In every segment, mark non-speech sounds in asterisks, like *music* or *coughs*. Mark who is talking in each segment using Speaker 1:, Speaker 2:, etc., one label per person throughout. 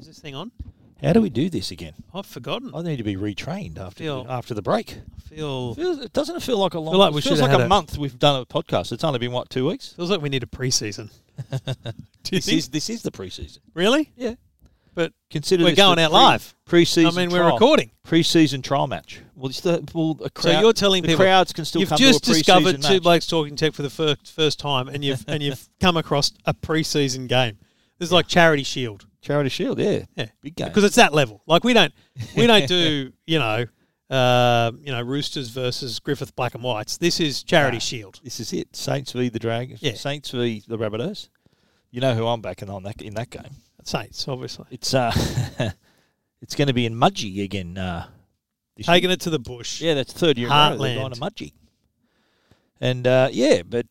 Speaker 1: Is this thing on?
Speaker 2: How do we do this again?
Speaker 1: I've forgotten.
Speaker 2: I need to be retrained after
Speaker 1: Feel-
Speaker 2: the, after the break.
Speaker 1: I feel
Speaker 2: Feels, it doesn't it feel like a long?
Speaker 1: Feel like we
Speaker 2: it feels
Speaker 1: should have
Speaker 2: like a,
Speaker 1: had a-
Speaker 2: month we've done a podcast. It's only been what two weeks.
Speaker 1: feels like we need a
Speaker 2: *laughs*
Speaker 1: preseason. do you
Speaker 2: This
Speaker 1: think?
Speaker 2: is this is the preseason.
Speaker 1: really?
Speaker 2: Yeah,
Speaker 1: but
Speaker 2: Consider
Speaker 1: We're
Speaker 2: this
Speaker 1: going
Speaker 2: the
Speaker 1: out live.
Speaker 2: Preseason.
Speaker 1: I mean, we're
Speaker 2: trial-
Speaker 1: recording.
Speaker 2: Preseason trial match. Well, it's the well, the crowd.
Speaker 1: so you're telling
Speaker 2: the
Speaker 1: people
Speaker 2: crowds can still
Speaker 1: you've
Speaker 2: come
Speaker 1: just
Speaker 2: to a preseason
Speaker 1: discovered two
Speaker 2: match.
Speaker 1: blokes talking tech for the first first time, and you've and you've *laughs* come across a preseason game. This is like Charity Shield.
Speaker 2: Charity Shield. Yeah,
Speaker 1: Yeah.
Speaker 2: big game.
Speaker 1: because it's that level. Like we don't we don't
Speaker 2: *laughs*
Speaker 1: do you know uh, you know Roosters versus Griffith Black and Whites. This is Charity
Speaker 2: Nah.
Speaker 1: Shield.
Speaker 2: this is it. Saints v the Dragons.
Speaker 1: Yeah.
Speaker 2: Saints v the Rabbitohs. You know who I'm backing on that in that game.
Speaker 1: Saints, obviously,
Speaker 2: It's uh, *laughs* it's going to be in Mudgee again. Uh, this year.
Speaker 1: taking it to the bush.
Speaker 2: Yeah, that's third year in a row they've gone
Speaker 1: Heartland.
Speaker 2: to Mudgee. And uh, yeah, but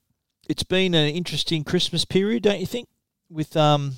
Speaker 2: it's been an interesting Christmas period, don't you think? With um,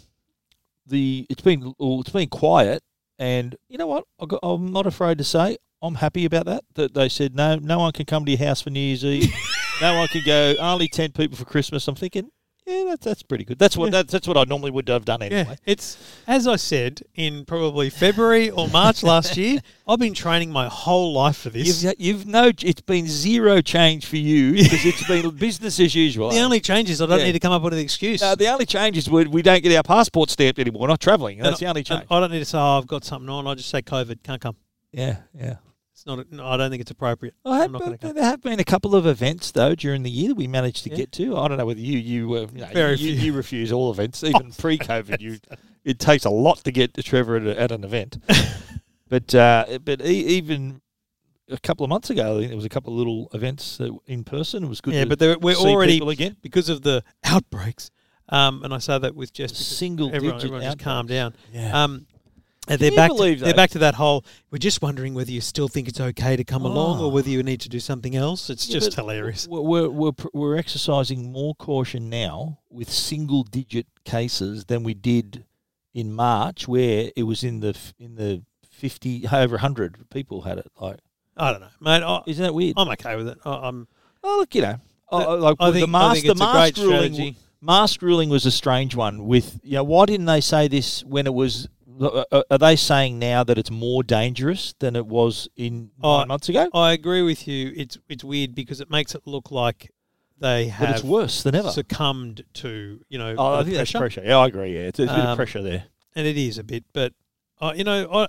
Speaker 2: the it's been well, it's been quiet, and you know what? I got, I'm not afraid to say I'm happy about that. That they said no, no one can come to your house for New
Speaker 1: *laughs*
Speaker 2: Year's Eve. no one can go. Only ten people for Christmas. I'm thinking, yeah, that's that's pretty good. That's what
Speaker 1: Yeah.
Speaker 2: that's, that's what I normally would have done anyway.
Speaker 1: Yeah, it's as I said in probably February or March last
Speaker 2: *laughs*
Speaker 1: year. I've been training my whole life for this.
Speaker 2: You've, you've no, it's been zero change for you because it's been business as usual.
Speaker 1: the only change is I don't
Speaker 2: Yeah.
Speaker 1: need to come up with an excuse.
Speaker 2: No, the only change is we, we don't get our passport stamped anymore. We're not travelling. That's
Speaker 1: And
Speaker 2: the
Speaker 1: I,
Speaker 2: only
Speaker 1: and
Speaker 2: change.
Speaker 1: I don't need to say oh, I've got something on. I just say COVID can't come.
Speaker 2: yeah, yeah.
Speaker 1: It's not. no, I don't think it's appropriate.
Speaker 2: I have,
Speaker 1: I'm not going to come.
Speaker 2: there have been a couple of events though during the year that we managed to
Speaker 1: Yeah.
Speaker 2: get to. I don't know whether you you were you, know,
Speaker 1: Very
Speaker 2: you,
Speaker 1: few.
Speaker 2: you refuse all
Speaker 1: *laughs*
Speaker 2: events, even pre-COVID. You it takes a lot to get to Trevor at, a, at
Speaker 1: *laughs*
Speaker 2: an event. but uh, but e- even a couple of months ago, I think there was a couple of little events that were in person. It was good.
Speaker 1: Yeah,
Speaker 2: to
Speaker 1: but there, we're
Speaker 2: see
Speaker 1: already
Speaker 2: people again.
Speaker 1: because of the outbreaks. Um, and I say that with just because
Speaker 2: Single
Speaker 1: everyone,
Speaker 2: digit
Speaker 1: everyone just
Speaker 2: outbreaks.
Speaker 1: calm down.
Speaker 2: Yeah.
Speaker 1: Um, and they're
Speaker 2: you
Speaker 1: back. To,
Speaker 2: believe
Speaker 1: they're
Speaker 2: that?
Speaker 1: back to that whole. We're just wondering whether you still think it's okay to come along,
Speaker 2: Oh.
Speaker 1: or whether you need to do something else. It's
Speaker 2: Yeah,
Speaker 1: just
Speaker 2: but
Speaker 1: hilarious.
Speaker 2: We're, we're, we're, pr- we're exercising more caution now with single digit cases than we did in March, where it was in the f- in the 50 over 100 people had it. Like,
Speaker 1: I don't know, mate. I,
Speaker 2: isn't that weird?
Speaker 1: I'm okay with it. I, I'm.
Speaker 2: oh, look, you know, oh,
Speaker 1: That-
Speaker 2: oh, like
Speaker 1: I
Speaker 2: well,
Speaker 1: think,
Speaker 2: the mask,
Speaker 1: I think it's
Speaker 2: the
Speaker 1: a
Speaker 2: mask
Speaker 1: great
Speaker 2: ruling,
Speaker 1: strategy.
Speaker 2: mask ruling was a strange one. With you know, why didn't they say this when it was? Are are they saying now that it's more dangerous than it was in
Speaker 1: Oh,
Speaker 2: nine months ago?
Speaker 1: I agree with you. It's it's weird because it makes it look like they
Speaker 2: But it's
Speaker 1: have
Speaker 2: worse than ever.
Speaker 1: succumbed to you know
Speaker 2: Oh, I
Speaker 1: the
Speaker 2: think that's
Speaker 1: pressure.
Speaker 2: pressure. Yeah, I agree. Yeah, it's, it's a bit
Speaker 1: Um,
Speaker 2: of pressure there.
Speaker 1: and it is a bit. But uh, you know, I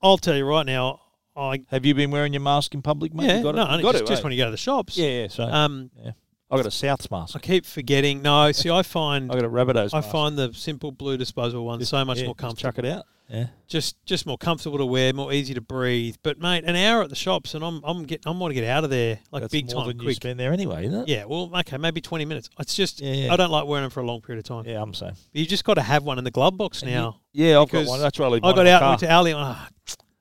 Speaker 1: I'll tell you right now. I
Speaker 2: Have you been wearing your mask in public, mate?
Speaker 1: yeah,
Speaker 2: you got
Speaker 1: no,
Speaker 2: it.
Speaker 1: only
Speaker 2: You got
Speaker 1: just,
Speaker 2: it,
Speaker 1: just
Speaker 2: right?
Speaker 1: when you go to the shops.
Speaker 2: yeah, yeah. So
Speaker 1: Um,
Speaker 2: I got a South's mask.
Speaker 1: I keep forgetting. No, see, I find
Speaker 2: *laughs* I got a Rabbitohs.
Speaker 1: I
Speaker 2: mask.
Speaker 1: find the simple blue disposable one
Speaker 2: Just-
Speaker 1: so much
Speaker 2: yeah,
Speaker 1: more
Speaker 2: just
Speaker 1: comfortable.
Speaker 2: Chuck it out. Yeah.
Speaker 1: Just just more comfortable to wear, more easy to breathe. But mate, an hour at the shops, and I'm I'm getting I want to get out of there like
Speaker 2: That's
Speaker 1: big
Speaker 2: more
Speaker 1: time,
Speaker 2: than you
Speaker 1: quick.
Speaker 2: spend there anyway, isn't it?
Speaker 1: Yeah, well, okay, maybe twenty minutes. It's just
Speaker 2: Yeah, yeah.
Speaker 1: I don't like wearing them for a long period of time.
Speaker 2: Yeah, I'm saying.
Speaker 1: But you just got to have one in the glove box
Speaker 2: And
Speaker 1: now.
Speaker 2: Yeah, I've got
Speaker 1: Because
Speaker 2: one. That's where I leave.
Speaker 1: I
Speaker 2: mine
Speaker 1: got
Speaker 2: in my
Speaker 1: out,
Speaker 2: car.
Speaker 1: went to Ali, and ah,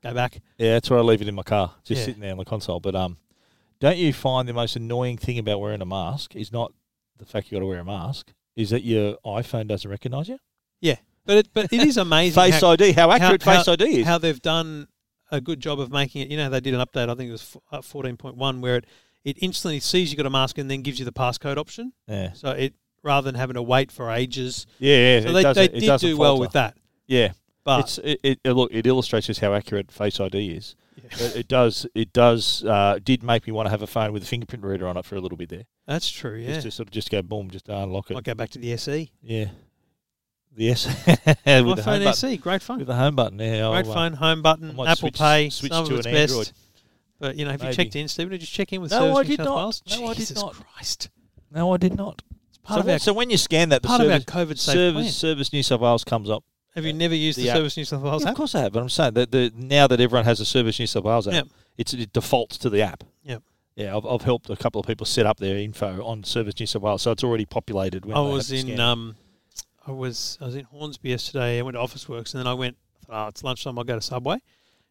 Speaker 1: go back.
Speaker 2: Yeah, that's where I leave it in my car, just
Speaker 1: Yeah.
Speaker 2: sitting there on the console. But um, don't you find the most annoying thing about wearing a mask is not the fact you got to wear a mask, is that your iPhone doesn't recognise you?
Speaker 1: But it but it is amazing
Speaker 2: Face
Speaker 1: how,
Speaker 2: ID, how accurate
Speaker 1: how-
Speaker 2: Face ID is.
Speaker 1: how they've done a good job of making it. You know, they did an update. I think it was f- uh, fourteen point one where it it instantly sees you got a mask and then gives you the passcode option.
Speaker 2: yeah,
Speaker 1: So it rather than having to wait for ages.
Speaker 2: yeah, yeah.
Speaker 1: So
Speaker 2: it
Speaker 1: they,
Speaker 2: doesn't-
Speaker 1: they
Speaker 2: it
Speaker 1: did
Speaker 2: doesn't
Speaker 1: do well
Speaker 2: falter.
Speaker 1: with that.
Speaker 2: Yeah,
Speaker 1: But
Speaker 2: it's it, it it- look it illustrates just how accurate Face ID is. Uh,
Speaker 1: Yeah.
Speaker 2: It, it does it does uh, did make me want to have a phone with a fingerprint reader on it for a little bit there.
Speaker 1: *laughs* that's true. Yeah,
Speaker 2: Just to sort of just go boom, just unlock it.
Speaker 1: might go back to the SE.
Speaker 2: Yeah. Yes. *laughs* with the
Speaker 1: My
Speaker 2: home
Speaker 1: phone
Speaker 2: button.
Speaker 1: SE, great phone,
Speaker 2: With the home button. Yeah. I'll,
Speaker 1: great
Speaker 2: uh,
Speaker 1: phone, home
Speaker 2: I
Speaker 1: button,
Speaker 2: might
Speaker 1: Apple
Speaker 2: switch-
Speaker 1: Pay.
Speaker 2: switch
Speaker 1: some
Speaker 2: to
Speaker 1: of it's
Speaker 2: an
Speaker 1: best.
Speaker 2: Android.
Speaker 1: But you know, have
Speaker 2: Maybe.
Speaker 1: you checked in, Stephen? Did you check in with
Speaker 2: No,
Speaker 1: Service
Speaker 2: I
Speaker 1: New
Speaker 2: did
Speaker 1: South
Speaker 2: not.
Speaker 1: Wales?
Speaker 2: No, I did
Speaker 1: Jesus
Speaker 2: not.
Speaker 1: Christ!
Speaker 2: No, I did not.
Speaker 1: It's
Speaker 2: So,
Speaker 1: part
Speaker 2: what-
Speaker 1: of our
Speaker 2: so when you scan that, the
Speaker 1: part of our
Speaker 2: service,
Speaker 1: COVID safe plan.
Speaker 2: service, service New South Wales comes up.
Speaker 1: Have you never used the,
Speaker 2: the app.
Speaker 1: Service New South Wales
Speaker 2: Yeah, of
Speaker 1: app?
Speaker 2: course I have, but I'm saying that the now that everyone has a Service New South Wales app,
Speaker 1: Yep.
Speaker 2: it's, it defaults to the app.
Speaker 1: Yep.
Speaker 2: Yeah, I've, I've helped a couple of people set up their info on Service New South Wales, so it's already populated. When
Speaker 1: I
Speaker 2: they
Speaker 1: was
Speaker 2: have to scan
Speaker 1: in
Speaker 2: it.
Speaker 1: um, I was I was in Hornsby yesterday. I went to Office Works, and then I went. I thought, Oh, it's lunchtime. I'll go to Subway.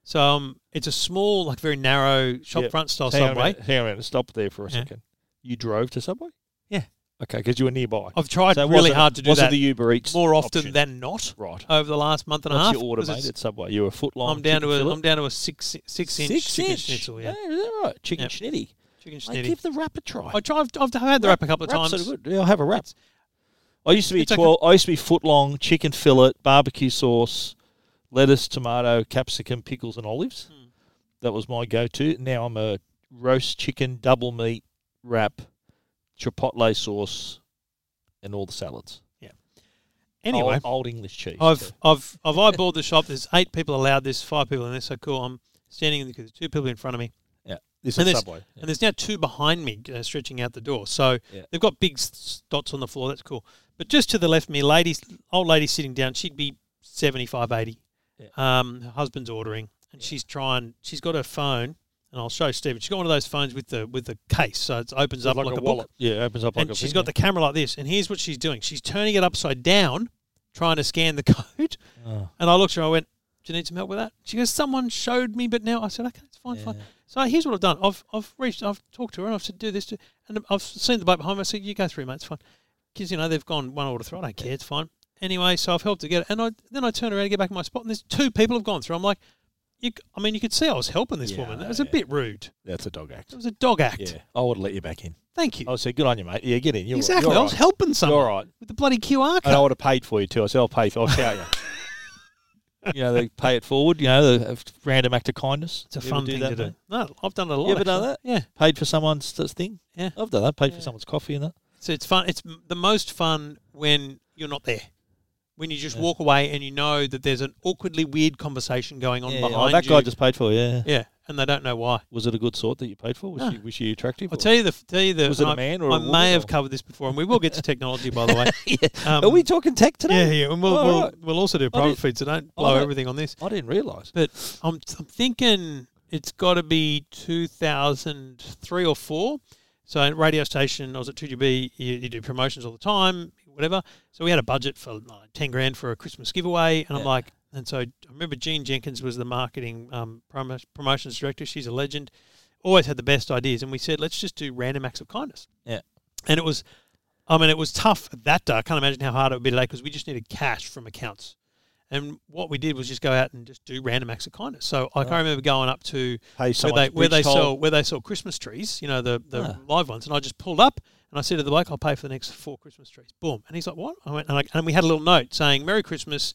Speaker 1: So um, it's a small, like very narrow shop
Speaker 2: Yeah.
Speaker 1: front style
Speaker 2: hang On a
Speaker 1: Subway.
Speaker 2: minute, hang on a minute, stop there for a
Speaker 1: Yeah.
Speaker 2: second. You drove to Subway?
Speaker 1: Yeah.
Speaker 2: Okay, because you were nearby.
Speaker 1: I've tried
Speaker 2: So it
Speaker 1: really
Speaker 2: wasn't-
Speaker 1: hard to do
Speaker 2: wasn't
Speaker 1: that
Speaker 2: the Uber Eats
Speaker 1: more often
Speaker 2: option.
Speaker 1: than not
Speaker 2: *laughs* right.
Speaker 1: over the last month and a half.
Speaker 2: What's your order,
Speaker 1: 'cause
Speaker 2: mate,
Speaker 1: it's-
Speaker 2: at Subway? You were a foot long.
Speaker 1: I'm down to
Speaker 2: chicken
Speaker 1: a
Speaker 2: fillet?
Speaker 1: I'm down to a six six inch
Speaker 2: Six
Speaker 1: chicken
Speaker 2: inch?
Speaker 1: schnitzel. Yeah,
Speaker 2: is that right? Chicken
Speaker 1: Yep.
Speaker 2: schnitty.
Speaker 1: chicken
Speaker 2: Mate,
Speaker 1: schnitzel.
Speaker 2: give the wrap a try.
Speaker 1: I tried. I've, I've had the wrap a couple of
Speaker 2: Wraps
Speaker 1: times.
Speaker 2: are good. Oh, Yeah, I'll have a wrap.
Speaker 1: It's-
Speaker 2: I used to be
Speaker 1: it's okay.
Speaker 2: twelve. I used to be foot long chicken fillet, barbecue sauce, lettuce, tomato, capsicum, pickles, and olives.
Speaker 1: Mm.
Speaker 2: That was my go-to. Now I'm a roast chicken, double meat wrap, chipotle sauce, and all the salads.
Speaker 1: Anyway,
Speaker 2: old, old English cheese.
Speaker 1: I've I've I've eyeballed the shop. There's eight people allowed. There's five people in there, so cool. I'm standing in the there's two people in front of me,
Speaker 2: this
Speaker 1: and
Speaker 2: is
Speaker 1: this-
Speaker 2: Subway. Yeah.
Speaker 1: and there's now two behind me uh, stretching out the door. So
Speaker 2: Yeah.
Speaker 1: they've got big s- dots on the floor. That's cool. But just to the left of me, lady, old lady sitting down. She'd be 75, 80.
Speaker 2: Yeah.
Speaker 1: Um, her husband's ordering, and
Speaker 2: Yeah.
Speaker 1: she's trying. She's got her phone, and I'll show Stephen. She's got one of those phones with the with the case, so it opens up like, a, book.
Speaker 2: Yeah, it opens up like
Speaker 1: and
Speaker 2: a.
Speaker 1: she's got the camera like this. And here's what she's doing: she's turning it upside down, trying to scan the *laughs* code.
Speaker 2: Oh.
Speaker 1: And I looked at her. I went, "Do you need some help with that?" She goes, "Someone showed me, but now I said, okay, it's fine, fine." So here's what I've done: I've I've reached, I've talked to her, and I've said, "Do this," do, and I've seen the bloke behind me. I said, "You go through, mate. It's fine," because you know they've gone one order through. I don't care. It's fine. Anyway, so I've helped her get it, and I then I turn around and get back in my spot, and there's two people have gone through. I'm like, you, c- I mean, you could see I was helping this
Speaker 2: Yeah,
Speaker 1: woman. That was a
Speaker 2: yeah.
Speaker 1: bit rude.
Speaker 2: That's a dog act.
Speaker 1: It was a dog act.
Speaker 2: Yeah, I would let you back in.
Speaker 1: Thank you.
Speaker 2: I would say, good on you, mate. Yeah, get in. You're
Speaker 1: exactly.
Speaker 2: Right.
Speaker 1: I
Speaker 2: You're
Speaker 1: was
Speaker 2: right.
Speaker 1: helping someone
Speaker 2: You're all right. Oh,
Speaker 1: with the bloody QR
Speaker 2: And I
Speaker 1: code.
Speaker 2: would have paid for you too. I said, I'll pay for. I'll shout you. *laughs* you know, they pay it forward. You know, the random act of kindness.
Speaker 1: It's a
Speaker 2: You ever
Speaker 1: fun
Speaker 2: do
Speaker 1: thing
Speaker 2: that,
Speaker 1: to do.
Speaker 2: mate?
Speaker 1: No, I've done it a lot.
Speaker 2: You ever done
Speaker 1: actually. Yeah.
Speaker 2: Paid for someone's this thing.
Speaker 1: Yeah.
Speaker 2: I've done that. Paid
Speaker 1: Yeah.
Speaker 2: for someone's coffee and that.
Speaker 1: So it's fun. It's m- the most fun when you're not there. When you just
Speaker 2: Yeah.
Speaker 1: walk away and you know that there's an awkwardly weird conversation going on
Speaker 2: Yeah,
Speaker 1: behind
Speaker 2: oh, that
Speaker 1: you.
Speaker 2: guy just paid for. Yeah.
Speaker 1: yeah, and they don't know why.
Speaker 2: Was it a good sort that you paid for? Was
Speaker 1: No.
Speaker 2: she was she attractive?
Speaker 1: I'll
Speaker 2: or-
Speaker 1: tell you the tell you the.
Speaker 2: was it
Speaker 1: and
Speaker 2: a man or
Speaker 1: I, I
Speaker 2: a woman
Speaker 1: may have
Speaker 2: or-
Speaker 1: covered this before, and we will get
Speaker 2: *laughs*
Speaker 1: to technology by the way. Um,
Speaker 2: Are we talking tech today?
Speaker 1: Yeah, yeah, and we'll
Speaker 2: Oh,
Speaker 1: we'll,
Speaker 2: right.
Speaker 1: we'll also do a private feed, so don't
Speaker 2: I
Speaker 1: blow
Speaker 2: don't-
Speaker 1: everything on this.
Speaker 2: I didn't realise.
Speaker 1: But I'm I'm thinking it's got to be 2003 or four. So at radio station, I was at 2GB. You, you do promotions all the time, whatever. So we had a budget for like, 10 grand for a Christmas giveaway, and I'm
Speaker 2: Yeah.
Speaker 1: like, and so I remember Jean Jenkins was the marketing um, promo, promotions director. She's a legend. Always had the best ideas, and we said let's just do random acts of kindness.
Speaker 2: Yeah.
Speaker 1: and it was. I mean, it was tough that day. I can't imagine how hard it would be today because we just needed cash from accounts. And what we did was just go out and just do random acts of kindness. So like, I
Speaker 2: Right.
Speaker 1: remember going up to
Speaker 2: Pay
Speaker 1: where
Speaker 2: someone
Speaker 1: they where they sell where they sell Christmas trees, you know, the, the
Speaker 2: Ah.
Speaker 1: live ones, and I just pulled up and I said to the bloke, "I'll pay for the next four Christmas trees." Boom, and he's like, "What?" I went and, I, and we had a little note saying, "Merry Christmas."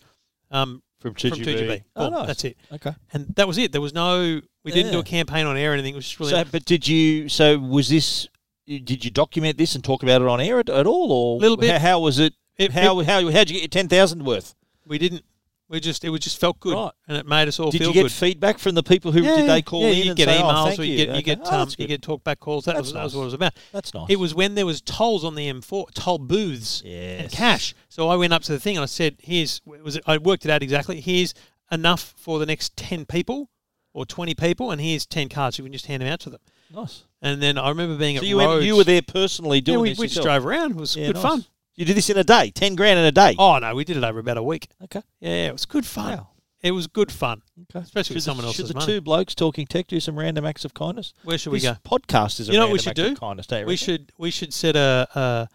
Speaker 1: Um,
Speaker 2: from
Speaker 1: from
Speaker 2: 2GB.
Speaker 1: 2GB. Boom,
Speaker 2: Oh, nice.
Speaker 1: That's it.
Speaker 2: Okay.
Speaker 1: And that was it. There was no, we didn't do a
Speaker 2: Yeah.
Speaker 1: campaign on air or anything. It was just really,
Speaker 2: So, but did you? So was this? Did you document this and talk about it on air at, at all, or
Speaker 1: Little bit.
Speaker 2: How, how was it?
Speaker 1: it-
Speaker 2: how how how'd you get your ten thousand worth?
Speaker 1: we didn't, we just, it was just felt good.
Speaker 2: Right.
Speaker 1: And it made us all
Speaker 2: Did
Speaker 1: feel
Speaker 2: you get
Speaker 1: good.
Speaker 2: feedback from the people who
Speaker 1: Yeah,
Speaker 2: did
Speaker 1: yeah.
Speaker 2: they call
Speaker 1: yeah,
Speaker 2: in
Speaker 1: you
Speaker 2: and
Speaker 1: get
Speaker 2: say,
Speaker 1: emails
Speaker 2: oh,
Speaker 1: or
Speaker 2: thank
Speaker 1: you get you
Speaker 2: Okay.
Speaker 1: get
Speaker 2: Oh,
Speaker 1: um,
Speaker 2: that's
Speaker 1: you get
Speaker 2: good.
Speaker 1: talkback calls. That was,
Speaker 2: That's
Speaker 1: that was
Speaker 2: nice.
Speaker 1: what it was about.
Speaker 2: That's nice.
Speaker 1: It was when there was tolls on the M4, toll booths and
Speaker 2: Yes.
Speaker 1: cash. So I went up to the thing and I said, "Here's was it, I worked it out exactly. Here's enough for the next ten people or twenty people, and here's ten cards. You can just hand them out to them."
Speaker 2: nice.
Speaker 1: And then I remember being
Speaker 2: So
Speaker 1: at
Speaker 2: you went,
Speaker 1: Rhodes.
Speaker 2: you were there personally
Speaker 1: Yeah,
Speaker 2: doing
Speaker 1: we,
Speaker 2: this
Speaker 1: we just
Speaker 2: yourself.
Speaker 1: drove around. It was
Speaker 2: Yeah,
Speaker 1: good
Speaker 2: nice.
Speaker 1: fun.
Speaker 2: You did this in a day, ten grand in a day.
Speaker 1: Oh no, we did it over about a week.
Speaker 2: okay.
Speaker 1: Yeah, it was good fun.
Speaker 2: Wow.
Speaker 1: It was good fun.
Speaker 2: Okay.
Speaker 1: Especially with
Speaker 2: Should the-
Speaker 1: someone else's
Speaker 2: Should the
Speaker 1: money.
Speaker 2: two blokes talking tech do some random acts of kindness?
Speaker 1: Where should we
Speaker 2: This
Speaker 1: go?
Speaker 2: Podcast is a
Speaker 1: You know what we
Speaker 2: random
Speaker 1: should
Speaker 2: act
Speaker 1: do?
Speaker 2: of kindness, don't you
Speaker 1: We
Speaker 2: reckon?
Speaker 1: should we should set a, a,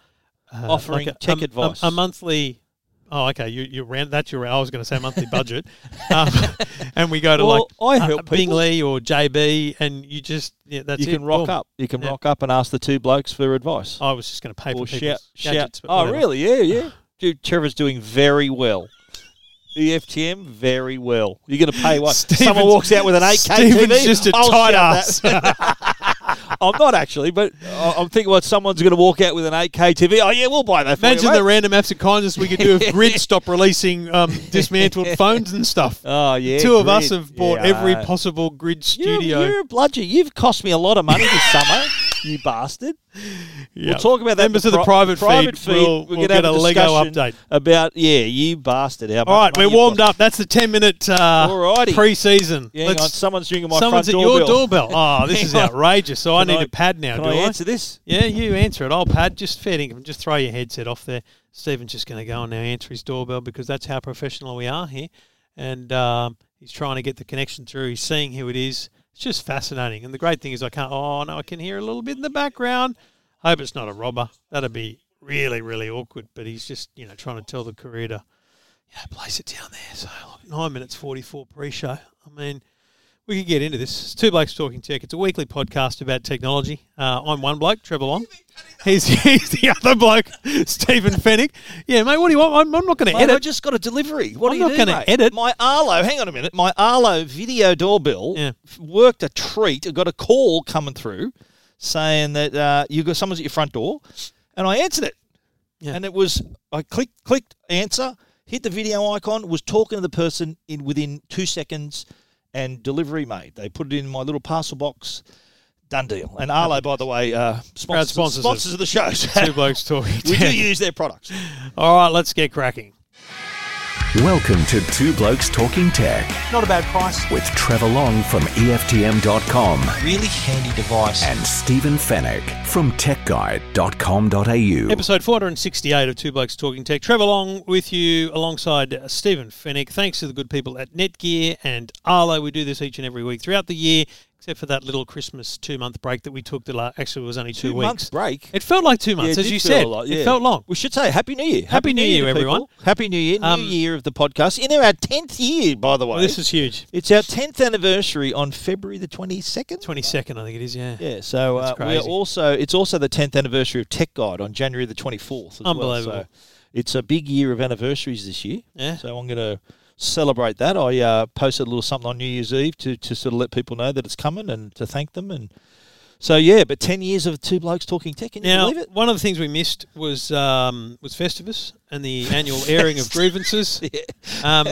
Speaker 1: a
Speaker 2: Offering
Speaker 1: like a-
Speaker 2: tech
Speaker 1: a- a-
Speaker 2: advice.
Speaker 1: A, monthly. Oh, okay. You you ran that's your. I was going to say
Speaker 2: *laughs*
Speaker 1: monthly budget, um, *laughs* and we go to
Speaker 2: Well,
Speaker 1: like
Speaker 2: I help people.
Speaker 1: Uh, Bingley or JB, and you just yeah, that's
Speaker 2: you
Speaker 1: it.
Speaker 2: can rock
Speaker 1: Boom.
Speaker 2: up. You can
Speaker 1: Yeah.
Speaker 2: rock up and ask the two blokes for advice.
Speaker 1: I was just going to pay for
Speaker 2: or
Speaker 1: people's
Speaker 2: shout, shout.
Speaker 1: gadgets. but
Speaker 2: Oh,
Speaker 1: whatever.
Speaker 2: really? Yeah, yeah. Dude, Trevor's doing very well. E EFTM, very well. You're going to pay what? Someone
Speaker 1: Stephen's-
Speaker 2: walks out with an 8K
Speaker 1: Stephen's
Speaker 2: TV.
Speaker 1: just a
Speaker 2: I'll
Speaker 1: tight
Speaker 2: Oh, shout
Speaker 1: ass.
Speaker 2: that. I'm not actually, but I- I'm thinking what someone's going to walk out with an 8K TV. Oh yeah, we'll buy that. For
Speaker 1: Imagine
Speaker 2: you,
Speaker 1: the
Speaker 2: mate.
Speaker 1: random acts of kindness we could do
Speaker 2: *laughs*
Speaker 1: if Grid stopped releasing um, dismantled phones and stuff.
Speaker 2: Oh yeah,
Speaker 1: Two of us
Speaker 2: grid.
Speaker 1: have bought
Speaker 2: Yeah,
Speaker 1: every
Speaker 2: I-
Speaker 1: possible Grid
Speaker 2: You're-
Speaker 1: studio.
Speaker 2: You're a bludger. You've cost me a lot of money this summer, you bastard.
Speaker 1: Yeah.
Speaker 2: We'll talk about that. in
Speaker 1: Members of the
Speaker 2: pri-
Speaker 1: private,
Speaker 2: private
Speaker 1: feed. We'll,
Speaker 2: We're
Speaker 1: we'll
Speaker 2: gonna
Speaker 1: get a
Speaker 2: have
Speaker 1: Lego
Speaker 2: discussion
Speaker 1: update.
Speaker 2: about yeah, you bastard. How much
Speaker 1: All right,
Speaker 2: money
Speaker 1: we're
Speaker 2: you've
Speaker 1: warmed
Speaker 2: got.
Speaker 1: up. That's the ten minute uh,
Speaker 2: Alrighty.
Speaker 1: pre-season.
Speaker 2: Yeah, hang on, someone's ringing my
Speaker 1: someone's at
Speaker 2: front doorbell.
Speaker 1: your
Speaker 2: *laughs*
Speaker 1: doorbell. Oh, this is
Speaker 2: Hang on.
Speaker 1: outrageous. So I
Speaker 2: Can
Speaker 1: need
Speaker 2: I-
Speaker 1: a pad now,
Speaker 2: Can
Speaker 1: do
Speaker 2: I
Speaker 1: I?
Speaker 2: answer this?
Speaker 1: Yeah, you answer it. I'll pad. Just fair dinkum. Just throw your headset off there. Stephen's just going to go and now answer his doorbell because that's how professional we are here. And um, he's trying to get the connection through. He's seeing who it is. It's just fascinating. And the great thing is, I can't. Oh no, I can hear a little bit in the background. Hope it's not a robber. That'd be really, really awkward. But he's just, you know, trying to tell the career to, yeah, place it down there. So look, nine minutes forty-four pre-show. I mean, We could get into this. It's two blokes talking tech. It's a weekly podcast about technology. Uh, I'm one bloke, Trevor Long. He's, *laughs* he's the other bloke, *laughs* Stephen Fennick. Yeah, mate. What do you want? I'm, I'm not going to
Speaker 2: Mate, I
Speaker 1: edit.
Speaker 2: just got a delivery. What
Speaker 1: I'm
Speaker 2: do you
Speaker 1: not
Speaker 2: do,
Speaker 1: gonna
Speaker 2: mate?
Speaker 1: edit.
Speaker 2: My Arlo, hang on a minute. My Arlo video doorbell
Speaker 1: Yeah.
Speaker 2: f- worked a treat. I got a call coming through saying that uh, you got someone's at your front door, and I answered it.
Speaker 1: Yeah.
Speaker 2: And it was I clicked clicked answer, hit the video icon, was talking to the person in within two seconds, and delivery made. They put it in my little parcel box. Done deal. And Arlo, by the way, uh, sponsors,
Speaker 1: sponsors
Speaker 2: sponsors,
Speaker 1: of-
Speaker 2: of the show. so
Speaker 1: Two blokes talking
Speaker 2: we do
Speaker 1: tech.
Speaker 2: use their products.
Speaker 1: All right, let's get cracking.
Speaker 3: Welcome to Two Blokes Talking Tech
Speaker 2: Not a bad price.
Speaker 3: with Trevor Long from E EFTM.com
Speaker 2: Really handy device.
Speaker 3: and Stephen Fennec from TechGuide.com.au.
Speaker 1: Episode 468 of Two Blokes Talking Tech. Trevor Long with you alongside uh, Stephen Fennick. Thanks to the good people at Netgear and Arlo. We do this each and every week throughout the year, except for that little Christmas two month break that we took. The la- actually, it was only two,
Speaker 2: two
Speaker 1: weeks.
Speaker 2: months break.
Speaker 1: It felt like two
Speaker 2: Yeah, it
Speaker 1: months, as
Speaker 2: did
Speaker 1: you
Speaker 2: feel
Speaker 1: said.
Speaker 2: a lot,
Speaker 1: It
Speaker 2: yeah.
Speaker 1: felt long.
Speaker 2: We should say Happy New Year. Happy,
Speaker 1: New Year,
Speaker 2: to people.
Speaker 1: everyone.
Speaker 2: Happy New Year. New
Speaker 1: Um,
Speaker 2: Year of the podcast. In our 10th year, by the way.
Speaker 1: Well, this is huge.
Speaker 2: it's our 10th anniversary on February the 22nd.
Speaker 1: 22nd, I think it is, yeah.
Speaker 2: Yeah, so uh,
Speaker 1: That's
Speaker 2: we are
Speaker 1: crazy.
Speaker 2: also it's also the 10th anniversary of Tech Guide on January the 24th. As well.
Speaker 1: Unbelievable.
Speaker 2: So it's a big year of anniversaries this year.
Speaker 1: Yeah.
Speaker 2: So I'm going to celebrate that. I uh, posted a little something on New Year's Eve to, to sort of let people know that it's coming and to thank them. And so yeah, but 10 years of two blokes talking tech. Can you
Speaker 1: Now,
Speaker 2: believe it?
Speaker 1: one of the things we missed was um, was Festivus and the annual airing
Speaker 2: *laughs*
Speaker 1: of grievances. Um,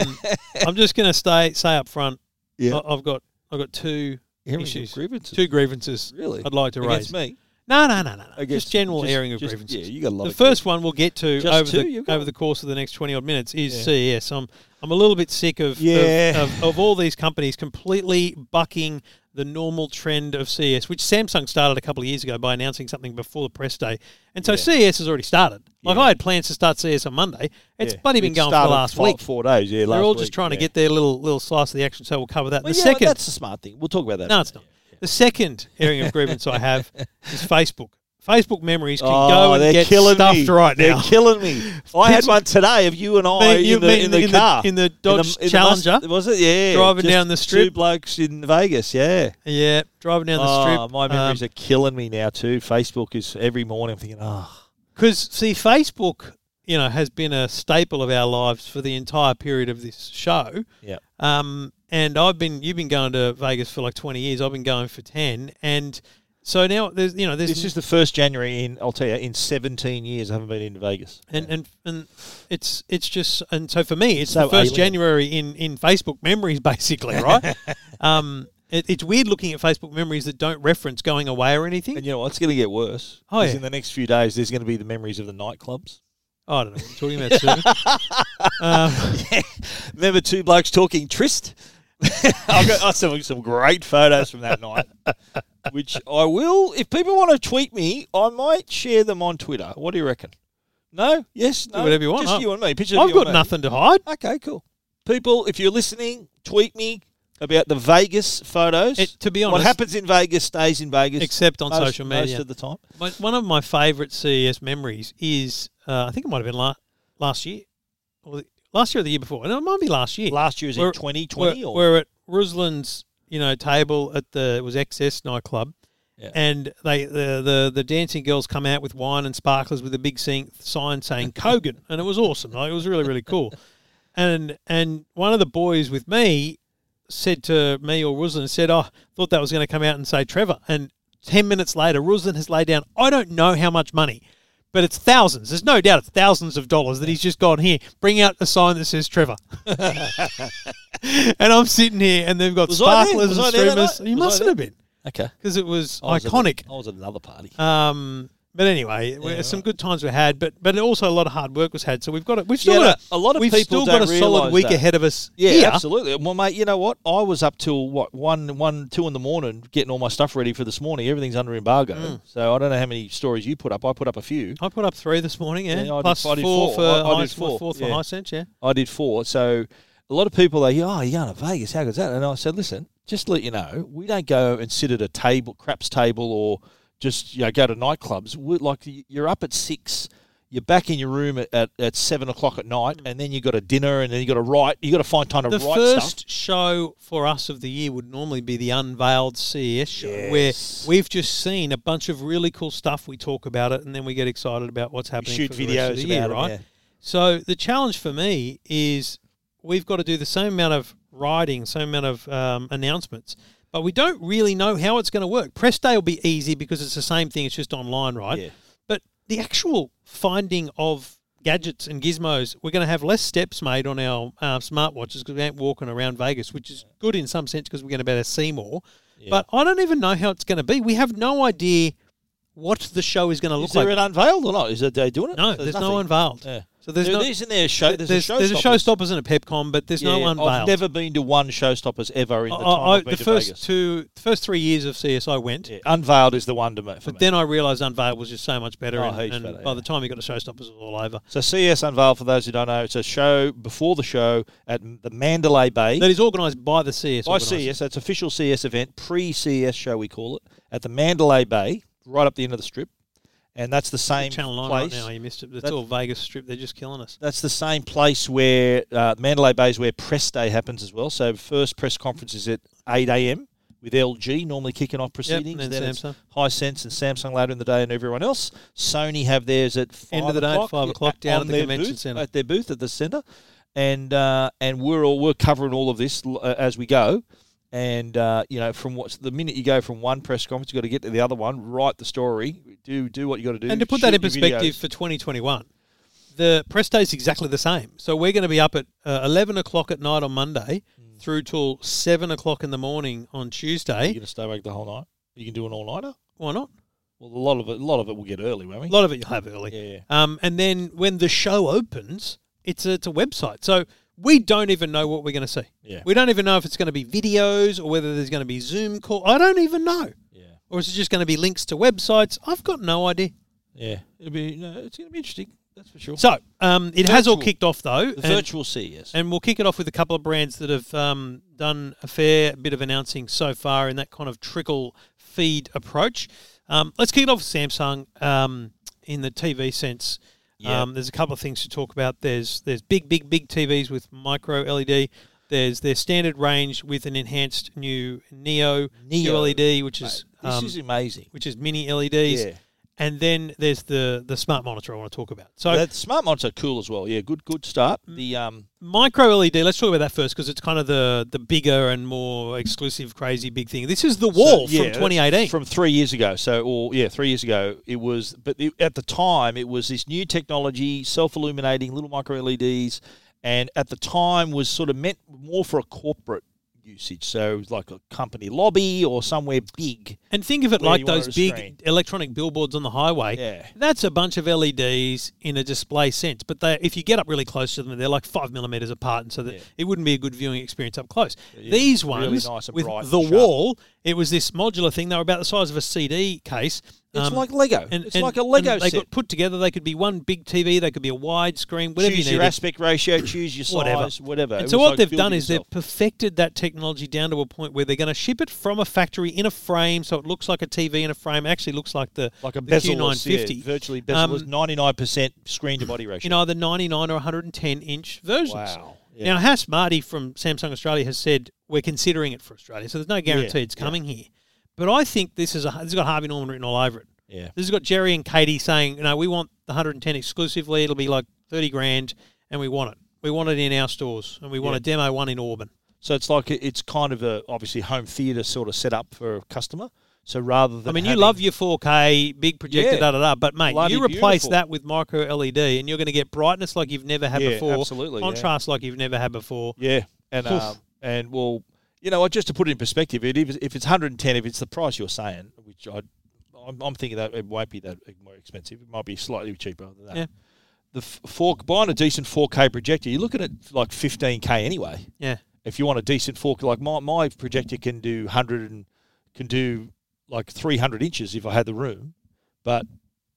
Speaker 1: I'm just going to stay say up front.
Speaker 2: Yeah.
Speaker 1: I, I've got I've got two
Speaker 2: Hearing of
Speaker 1: issues,
Speaker 2: grievances.
Speaker 1: two grievances.
Speaker 2: Really?
Speaker 1: I'd like to
Speaker 2: Against
Speaker 1: raise.
Speaker 2: me?
Speaker 1: No, no, no, no, no.
Speaker 2: Against-
Speaker 1: just general
Speaker 2: just-
Speaker 1: airing of
Speaker 2: just-
Speaker 1: grievances.
Speaker 2: Yeah, you got a lot
Speaker 1: the
Speaker 2: of
Speaker 1: first one we'll get to
Speaker 2: Just
Speaker 1: over
Speaker 2: two
Speaker 1: the
Speaker 2: you've got?
Speaker 1: over the course of the next twenty odd minutes is CES. I'm I'm a little bit sick of of-
Speaker 2: Yeah.
Speaker 1: of, of, all these companies completely bucking the normal trend of CES, which Samsung started a couple of years ago by announcing something before the press day, and so CES has already started. Like I had plans to start CES on Monday. It's
Speaker 2: Yeah.
Speaker 1: bloody been
Speaker 2: It
Speaker 1: going for the
Speaker 2: started
Speaker 1: last
Speaker 2: five-
Speaker 1: week.
Speaker 2: Four days, yeah.
Speaker 1: They're
Speaker 2: last
Speaker 1: all
Speaker 2: week,
Speaker 1: just trying
Speaker 2: yeah.
Speaker 1: to get their little little slice of the action, so we'll cover that.
Speaker 2: Well,
Speaker 1: the
Speaker 2: yeah,
Speaker 1: second,
Speaker 2: that's the smart thing. We'll talk about that.
Speaker 1: no, it's not. The second area of grievance I
Speaker 2: *laughs*
Speaker 1: have is Facebook. Facebook memories can
Speaker 2: Oh,
Speaker 1: go and
Speaker 2: they're
Speaker 1: get
Speaker 2: killing
Speaker 1: stuffed
Speaker 2: me.
Speaker 1: right now.
Speaker 2: They're killing me. I had one today of you and I
Speaker 1: Me- you
Speaker 2: in,
Speaker 1: *laughs*
Speaker 2: the,
Speaker 1: mean
Speaker 2: in the
Speaker 1: in the-
Speaker 2: car
Speaker 1: in the Dodge
Speaker 2: in the
Speaker 1: Challenger?
Speaker 2: Must- was it? Yeah,
Speaker 1: Driving
Speaker 2: just
Speaker 1: down the strip?
Speaker 2: Two blokes in Vegas. Yeah.
Speaker 1: yeah, driving down the
Speaker 2: Oh,
Speaker 1: strip. um,
Speaker 2: my memories are killing me now too. Facebook is every morning I'm thinking, oh,
Speaker 1: Because see, Facebook, you know, has been a staple of our lives for the entire period of this show.
Speaker 2: yeah.
Speaker 1: Um, and I've been, you've been going to Vegas for like twenty years. I've been going for ten, and so now there's, you know, there's
Speaker 2: This is the first January in I'll tell you in 17 years I haven't been in Vegas.
Speaker 1: and and and it's it's just and so for me it's
Speaker 2: So
Speaker 1: the first
Speaker 2: alien.
Speaker 1: January in in Facebook memories *laughs* basically right. um, it, it's weird looking at Facebook memories that don't reference going away or anything.
Speaker 2: And you know what's going to get worse?
Speaker 1: Oh,
Speaker 2: is
Speaker 1: yeah.
Speaker 2: in the next few days there's going to be the memories of the nightclubs.
Speaker 1: I don't know what you're talking about. *laughs* Stephen. um,
Speaker 2: Remember two blokes talking tryst? *laughs* I've got I saw some great photos from that night, which I will. If people want to tweet me, I might share them on Twitter. What do you reckon? No? Yes? No?
Speaker 1: whatever you want,
Speaker 2: Just
Speaker 1: huh?
Speaker 2: you and me. Picture of
Speaker 1: I've
Speaker 2: you and
Speaker 1: got
Speaker 2: me.
Speaker 1: nothing to hide.
Speaker 2: Okay, cool. People, if you're listening, tweet me about the Vegas photos.
Speaker 1: It- to be
Speaker 2: what
Speaker 1: honest-
Speaker 2: happens in Vegas stays in Vegas.
Speaker 1: Except on
Speaker 2: most-
Speaker 1: social media.
Speaker 2: Most of the time.
Speaker 1: My, one of my favourite CES memories is uh, I think it might have been la- last year, or the, last year or the year before, and it might be last year.
Speaker 2: Last year was
Speaker 1: We're-
Speaker 2: in 2020
Speaker 1: we're,
Speaker 2: or?
Speaker 1: we're at Ruslan's, you know, table at the it was XS nightclub,
Speaker 2: Yeah.
Speaker 1: and they the, the the dancing girls come out with wine and sparklers with a big sing, sign saying Kogan, and it was awesome. Like, it was really really
Speaker 2: *laughs*
Speaker 1: cool, and and one of the boys with me said to me or Ruslan said, "Oh, thought that was going to come out and say Trevor," and ten minutes later, Ruslan has laid down. I don't know how much money. But it's thousands. There's no doubt it's thousands of dollars that he's just gone here. Bring out a sign that says Trevor *laughs* and I'm sitting here, and they've got
Speaker 2: Was I there?
Speaker 1: sparklers
Speaker 2: Was
Speaker 1: and
Speaker 2: I there that
Speaker 1: streamers.
Speaker 2: night?
Speaker 1: You
Speaker 2: Was I
Speaker 1: mustn't
Speaker 2: there?
Speaker 1: have been
Speaker 2: okay.
Speaker 1: because it was
Speaker 2: I was at the-
Speaker 1: iconic.
Speaker 2: I was at another party.
Speaker 1: Um, but anyway, we- some good times were had, but but also a lot of hard work was had. So we've got a, we've still
Speaker 2: Yeah,
Speaker 1: got
Speaker 2: no, a lot of
Speaker 1: we've
Speaker 2: people
Speaker 1: still got a
Speaker 2: don't
Speaker 1: solid
Speaker 2: realise
Speaker 1: week
Speaker 2: that.
Speaker 1: ahead of us.
Speaker 2: Yeah,
Speaker 1: here.
Speaker 2: absolutely. Well, mate, you know what? I was up till what one, one, two in the morning getting all my stuff ready for this morning. Everything's under embargo, so I don't know how many stories you put up. I put up a few.
Speaker 1: I put up three this morning, yeah,
Speaker 2: Yeah, I did-
Speaker 1: plus
Speaker 2: I did
Speaker 1: four,
Speaker 2: four.
Speaker 1: for
Speaker 2: I- I
Speaker 1: high,
Speaker 2: did four,
Speaker 1: for
Speaker 2: yeah.
Speaker 1: high sense, yeah.
Speaker 2: I did four. So a lot of people they, oh, you're going to Vegas? How good's that? And I said, listen, just to let you know, we don't go and sit at a table, craps table, or just you know go to nightclubs. We're like you're up at six. You're back in your room at, at, at seven o'clock at night, and then you got a dinner, and then you got to write. You got to find time to
Speaker 1: The
Speaker 2: write
Speaker 1: first
Speaker 2: stuff.
Speaker 1: show for us of the year would normally be the unveiled CES show,
Speaker 2: Yes.
Speaker 1: where we've just seen a bunch of really cool stuff. We talk about it, and then we get excited about what's happening.
Speaker 2: shoot
Speaker 1: for the rest of
Speaker 2: videos
Speaker 1: the year,
Speaker 2: about it,
Speaker 1: right?
Speaker 2: yeah.
Speaker 1: So the challenge for me is we've got to do the same amount of writing, same amount of um, announcements, but we don't really know how it's going to work. Press day will be easy because it's the same thing; it's just online, right?
Speaker 2: Yeah.
Speaker 1: But the actual finding of gadgets and gizmos, we're going to have less steps made on our uh, smartwatches because we ain't walking around Vegas, which is good in some sense because we're going to be able to see more. But I don't even know how it's going to be. We have no idea what the show is going to look
Speaker 2: Is there
Speaker 1: like.
Speaker 2: it unveiled or not? Is that they doing it?
Speaker 1: no, there's, no
Speaker 2: nothing.
Speaker 1: unveiled.
Speaker 2: Yeah.
Speaker 1: So there's
Speaker 2: there,
Speaker 1: no.
Speaker 2: isn't there a show? There's,
Speaker 1: There's,
Speaker 2: a
Speaker 1: there's a showstoppers and a Pepcom, but there's no unveiled.
Speaker 2: I've never been to one showstoppers ever in the
Speaker 1: I-
Speaker 2: time
Speaker 1: I-
Speaker 2: I've been
Speaker 1: the
Speaker 2: to
Speaker 1: first
Speaker 2: Vegas.
Speaker 1: two, the first three years of CS, I went,
Speaker 2: Yeah, unveiled is the one to me. For
Speaker 1: but
Speaker 2: me.
Speaker 1: then I realised Unveiled was just so much better,
Speaker 2: Oh,
Speaker 1: and,
Speaker 2: heaps
Speaker 1: and
Speaker 2: better,
Speaker 1: by
Speaker 2: yeah.
Speaker 1: the time you got to Showstoppers, it was all over.
Speaker 2: So CS Unveiled, for those who don't know, it's a show before the show at m- the Mandalay Bay.
Speaker 1: That is organised by the CS.
Speaker 2: by
Speaker 1: organiser.
Speaker 2: CS, that's official CS event, pre-CS show we call it, at the Mandalay Bay, right up the end of the strip, and that's the same
Speaker 1: Channel Nine
Speaker 2: place.
Speaker 1: right now. You missed it. It's
Speaker 2: That-
Speaker 1: all Vegas Strip. They're just killing us.
Speaker 2: That's the same place where uh, Mandalay Bay is where press day happens as well. So first press conference is at eight a.m. with LG normally kicking off proceedings.
Speaker 1: then
Speaker 2: then it's
Speaker 1: Samsung.
Speaker 2: Hisense and Samsung later in the day, and everyone else. Sony have theirs at five
Speaker 1: End of the day at
Speaker 2: o'clock,
Speaker 1: five o'clock down
Speaker 2: on
Speaker 1: at the
Speaker 2: their
Speaker 1: convention
Speaker 2: booth-
Speaker 1: centre.
Speaker 2: at their booth at the centre, and uh, and we're all we're covering all of this l- uh, as we go. And uh, you know, from what's the minute you go from one press conference, you got to get to the other one, write the story, do do what you got to do.
Speaker 1: And to put that in
Speaker 2: shoot your videos.
Speaker 1: perspective for 2021, the press day is exactly the same. So we're going to be up at uh, 11 o'clock at night on Monday
Speaker 2: Hmm.
Speaker 1: through till 7 o'clock in the morning on
Speaker 2: you're
Speaker 1: Tuesday.
Speaker 2: going to stay awake the whole night. You can do an all nighter.
Speaker 1: Why not?
Speaker 2: Well, a lot of it, a lot of it will get early, won't we?
Speaker 1: A lot of it you'll have early.
Speaker 2: Yeah, yeah.
Speaker 1: Um, and then when the show opens, it's a, it's a website. So we don't even know what we're going to see.
Speaker 2: Yeah.
Speaker 1: We don't even know if it's going to be videos or whether there's going to be Zoom call. I don't even know.
Speaker 2: yeah,
Speaker 1: Or is it just going to be links to websites? I've got no idea.
Speaker 2: yeah. It'll be, no, it's going to be interesting. That's for sure.
Speaker 1: So um, it has all
Speaker 2: Virtual.
Speaker 1: kicked off though,
Speaker 2: the
Speaker 1: and,
Speaker 2: virtual CES.
Speaker 1: and we'll kick it off with a couple of brands that have um, done a fair bit of announcing so far in that kind of trickle feed approach. Um, let's kick it off with Samsung um, in the TV sense.
Speaker 2: Yeah.
Speaker 1: Um, there's a couple of things to talk about. There's there's big big big TVs with micro LED. There's their standard range with an enhanced new Neo,
Speaker 2: Neo,
Speaker 1: LED, which is
Speaker 2: Mate, this
Speaker 1: um,
Speaker 2: is amazing.
Speaker 1: which is mini LEDs.
Speaker 2: Yeah.
Speaker 1: And then there's the the smart monitor I want to talk about. So
Speaker 2: that smart monitor's are cool as well. Yeah, good, good start. The um,
Speaker 1: micro LED. Let's talk about that first because it's kind of the the bigger and more exclusive, crazy big thing. This is the wall
Speaker 2: so, yeah,
Speaker 1: from 2018.
Speaker 2: from three years ago. So, or yeah, three years ago, it was. But the, at the time, it was this new technology, self-illuminating little micro LEDs, and at the time was sort of meant more for a corporate usage. So, it was like a company lobby or somewhere big.
Speaker 1: and think of it
Speaker 2: where
Speaker 1: like
Speaker 2: you want
Speaker 1: those
Speaker 2: it
Speaker 1: big
Speaker 2: screened.
Speaker 1: electronic billboards on the highway.
Speaker 2: Yeah.
Speaker 1: That's a bunch of LEDs in a display sense, but they, if you get up really close to them, they're like five millimeters apart, and so that
Speaker 2: Yeah.
Speaker 1: it wouldn't be a good viewing experience up close. These
Speaker 2: really
Speaker 1: ones
Speaker 2: nice and
Speaker 1: with
Speaker 2: bright and
Speaker 1: the
Speaker 2: sharp.
Speaker 1: wall, it was this modular thing. They were about the size of a CD case.
Speaker 2: It's
Speaker 1: Um,
Speaker 2: like Lego.
Speaker 1: and,
Speaker 2: it's
Speaker 1: and-
Speaker 2: like a Lego
Speaker 1: and they
Speaker 2: set.
Speaker 1: got put together. They could be one big TV. They could be a wide screen. Whatever
Speaker 2: choose
Speaker 1: you
Speaker 2: your
Speaker 1: needed.
Speaker 2: aspect ratio, choose your size,
Speaker 1: Whatever.
Speaker 2: whatever.
Speaker 1: And
Speaker 2: It
Speaker 1: so
Speaker 2: was
Speaker 1: what
Speaker 2: like
Speaker 1: they've
Speaker 2: build
Speaker 1: done
Speaker 2: it
Speaker 1: is
Speaker 2: yourself.
Speaker 1: they've perfected that technology down to a point where they're going to ship it from a factory in a frame, so it looks like a TV in a frame. It actually, looks like the
Speaker 2: like a
Speaker 1: the
Speaker 2: bezel, yeah,
Speaker 1: Q950,
Speaker 2: virtually bezel,
Speaker 1: Um,
Speaker 2: ninety nine percent screen to body ratio.
Speaker 1: in either 99 or 110 inch versions.
Speaker 2: wow. Yeah.
Speaker 1: Now, Hass Marty from Samsung Australia has said we're considering it for Australia, so there's no guarantee
Speaker 2: Yeah,
Speaker 1: it's coming here. But I think this is a this has got Harvey Norman written all over it.
Speaker 2: yeah.
Speaker 1: This has got Jerry and Katie saying, no, we want the 110 exclusively. It'll be like 30 grand, and we want it. We want it in our stores, and we want
Speaker 2: Yeah.
Speaker 1: a demo one in Auburn.
Speaker 2: So it's like it- it's kind of a obviously home theater sort of setup for a customer. So rather than
Speaker 1: I mean, you
Speaker 2: having-
Speaker 1: love your 4K, big projector,
Speaker 2: Yeah.
Speaker 1: da da da, but mate,
Speaker 2: Bloody
Speaker 1: you replace
Speaker 2: beautiful.
Speaker 1: that with micro LED and you're going to get brightness like you've never had
Speaker 2: Yeah,
Speaker 1: before,
Speaker 2: absolutely, yeah.
Speaker 1: contrast like you've never had before.
Speaker 2: yeah, and
Speaker 1: Oof.
Speaker 2: um, and well, you know, what, just to put it in perspective, it, if it's- if it's hundred and ten, if it's the price you're saying, which I. I'm, I'm thinking that it won't be that more expensive. It might be slightly cheaper than that.
Speaker 1: Yeah.
Speaker 2: The f- four, buying a decent 4K projector, you're looking at like 15K anyway.
Speaker 1: Yeah.
Speaker 2: if you want a decent fork, like my, my projector can do 100 and can do like 300 inches if I had the room, but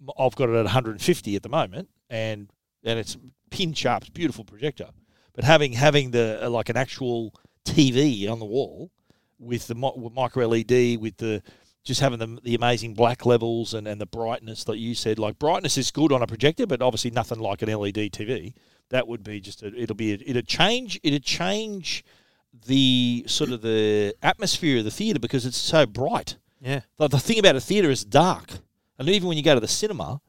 Speaker 2: m- I've got it at 150 at the moment, and and it's pin sharp, it's a beautiful projector. But having having the uh, like an actual TV on the wall E with the mi- with micro LED with the just having the, the amazing black levels and, and the brightness that you said, like brightness is good on a projector, but obviously nothing like an E LED TV. That would be just a, it'll be a, it'll change it'll change the sort of the atmosphere of the theater because it's so bright.
Speaker 1: Yeah.
Speaker 2: The, the thing about a theater is dark, and even when you go to the cinema,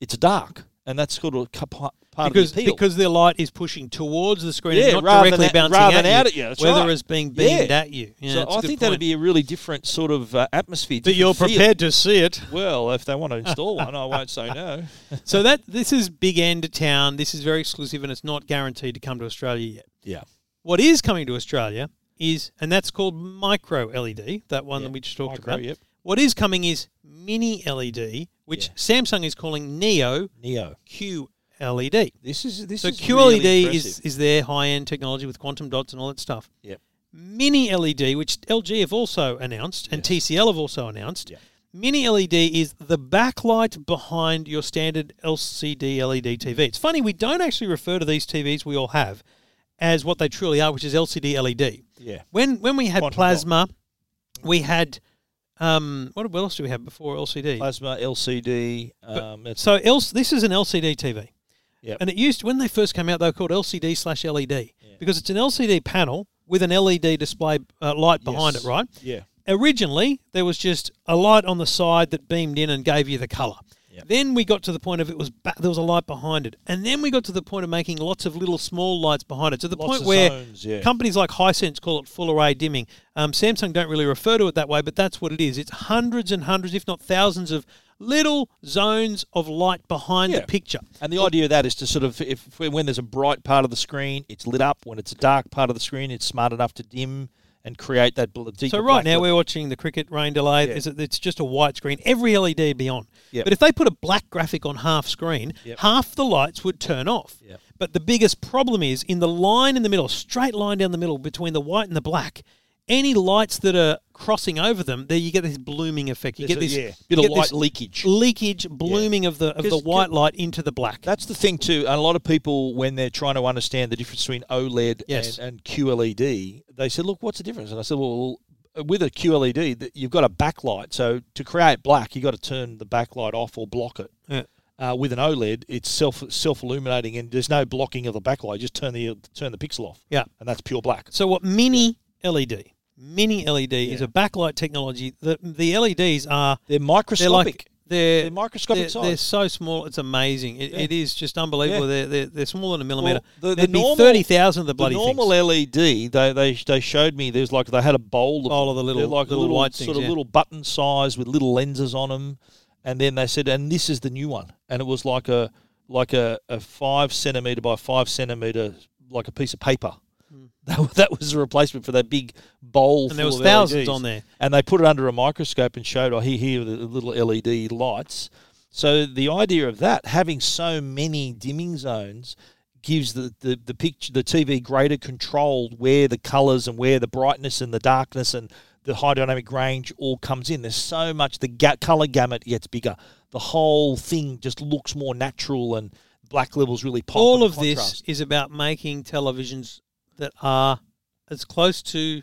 Speaker 2: it's dark, and that's sort of ca- part of
Speaker 1: because
Speaker 2: the appeal.
Speaker 1: because the light is pushing towards the screen,
Speaker 2: Yeah,
Speaker 1: and not
Speaker 2: rather than
Speaker 1: directly
Speaker 2: that-
Speaker 1: bouncing
Speaker 2: rather
Speaker 1: at
Speaker 2: than
Speaker 1: you,
Speaker 2: out at you, that's
Speaker 1: whether
Speaker 2: right.
Speaker 1: it's being beamed
Speaker 2: Yeah.
Speaker 1: at you. Yeah,
Speaker 2: so
Speaker 1: that's a
Speaker 2: I
Speaker 1: good
Speaker 2: think that'd
Speaker 1: point.
Speaker 2: be a really different sort of uh, atmosphere.
Speaker 1: But you're
Speaker 2: different feel.
Speaker 1: prepared to see it.
Speaker 2: Well, if they want to
Speaker 1: *laughs*
Speaker 2: install one, I won't say no.
Speaker 1: so that this is big end to town. This is very exclusive, and it's not guaranteed to come to Australia yet.
Speaker 2: Yeah.
Speaker 1: What is coming to Australia is, and that's called micro LED. That one
Speaker 2: Yeah,
Speaker 1: that we just talked
Speaker 2: micro,
Speaker 1: about.
Speaker 2: yep.
Speaker 1: What is coming is mini LED, which
Speaker 2: Yeah.
Speaker 1: Samsung is calling Neo
Speaker 2: Neo.
Speaker 1: QLED.
Speaker 2: This is this
Speaker 1: So
Speaker 2: is
Speaker 1: QLED
Speaker 2: really
Speaker 1: is,
Speaker 2: impressive.
Speaker 1: is their high end technology with quantum dots and all that stuff.
Speaker 2: Yep.
Speaker 1: Mini LED, which LG have also announced and TCL have also announced.
Speaker 2: Yep.
Speaker 1: Mini LED is the backlight behind your standard LCD LED TV. It's funny, we don't actually refer to these TVs we all have as what they truly are, which is LCD LED.
Speaker 2: yeah.
Speaker 1: E When when we had
Speaker 2: Quantum dot.
Speaker 1: plasma, we had um, what what else did we have before LCD?
Speaker 2: Plasma LCD. Um, it's-
Speaker 1: So L- this is an LCD TV.
Speaker 2: Yep.
Speaker 1: And it used when they first came out, they were called LCD slash LED because it's an LCD panel with an LED display uh, light behind
Speaker 2: Yes.
Speaker 1: it, right?
Speaker 2: yeah.
Speaker 1: Originally, there was just a light on the side that beamed in and gave you the color.
Speaker 2: Yep.
Speaker 1: Then we got to the point of it was ba- there was a light behind it, and then we got to the point of making lots of little small lights behind it to the
Speaker 2: Lots
Speaker 1: point
Speaker 2: of
Speaker 1: where
Speaker 2: zones, yeah.
Speaker 1: companies like Hisense call it full array dimming. Um, Samsung don't really refer to it that way, but that's what it is. It's hundreds and hundreds, if not thousands, of little zones of light behind
Speaker 2: Yeah.
Speaker 1: the picture.
Speaker 2: And the idea of that is to sort of, if when there's a bright part of the screen, it's lit up. When it's a dark part of the screen, it's smart enough to dim and create that bl- deeper.
Speaker 1: So right
Speaker 2: black
Speaker 1: now
Speaker 2: look.
Speaker 1: we're watching the cricket rain delay. Is it- It's just a white screen. Every LED would be on.
Speaker 2: Yep.
Speaker 1: But if they put a black graphic on half screen,
Speaker 2: Yep.
Speaker 1: half the lights would turn off.
Speaker 2: Yep.
Speaker 1: But the biggest problem is in the line in the middle, straight line down the middle between the white and the black. Any lights that are crossing over them, there you get this blooming effect. You
Speaker 2: There's
Speaker 1: get
Speaker 2: a-
Speaker 1: this
Speaker 2: yeah,
Speaker 1: you
Speaker 2: bit of
Speaker 1: get
Speaker 2: light
Speaker 1: this
Speaker 2: leakage.
Speaker 1: leakage, blooming of the of the
Speaker 2: 'Cause-
Speaker 1: white light into the black.
Speaker 2: That's the thing too. And a lot of people, when they're trying to understand the difference between OLED
Speaker 1: Yes.
Speaker 2: and, and QLED, they said, "Look, what's the difference?" And I said, "Well, with a QLED, that you've got a backlight. So to create black, you've got to turn the backlight off or block it.
Speaker 1: Yeah.
Speaker 2: Uh, with an OLED, it's self self illuminating, and there's no blocking of the backlight. You just turn the turn the pixel off.
Speaker 1: Yeah.
Speaker 2: and that's pure black.
Speaker 1: So what mini LED? Mini LED is a backlight technology. The the LEDs are
Speaker 2: They're
Speaker 1: they're
Speaker 2: microscopic.
Speaker 1: like they're,
Speaker 2: They're microscopic
Speaker 1: they're,
Speaker 2: size.
Speaker 1: they're so small. It's amazing. It, it is just unbelievable. They're, they're they're smaller than a millimeter.
Speaker 2: the- the
Speaker 1: There'd be
Speaker 2: normal-
Speaker 1: thirty thousand of the bloody
Speaker 2: the normal
Speaker 1: things.
Speaker 2: LED, they, they they showed me there's like they had a bowl of,
Speaker 1: Bowl of the little-
Speaker 2: they're like
Speaker 1: little
Speaker 2: little
Speaker 1: white
Speaker 2: sort
Speaker 1: things,
Speaker 2: of
Speaker 1: yeah.
Speaker 2: little button size with little lenses on them, and then they said, and this is the new one, and it was like a like a, a five centimeter by five centimeter like a piece of paper. That, wa- *laughs* that was a replacement for that big bowl.
Speaker 1: Hmm. And there
Speaker 2: full
Speaker 1: was
Speaker 2: of E
Speaker 1: thousands
Speaker 2: LEDs.
Speaker 1: on there.
Speaker 2: and they put it under a microscope and showed, oh, here, here are the little LED lights. So the idea of that having so many dimming zones gives the, the, the picture the TV greater control where the colors and where the brightness and the darkness and the high dynamic range all comes in. There's so much the ga- color gamut gets bigger. The whole thing just looks more natural and black levels really pop.
Speaker 1: All
Speaker 2: and
Speaker 1: of
Speaker 2: contrast.
Speaker 1: this is about making televisions that are as close to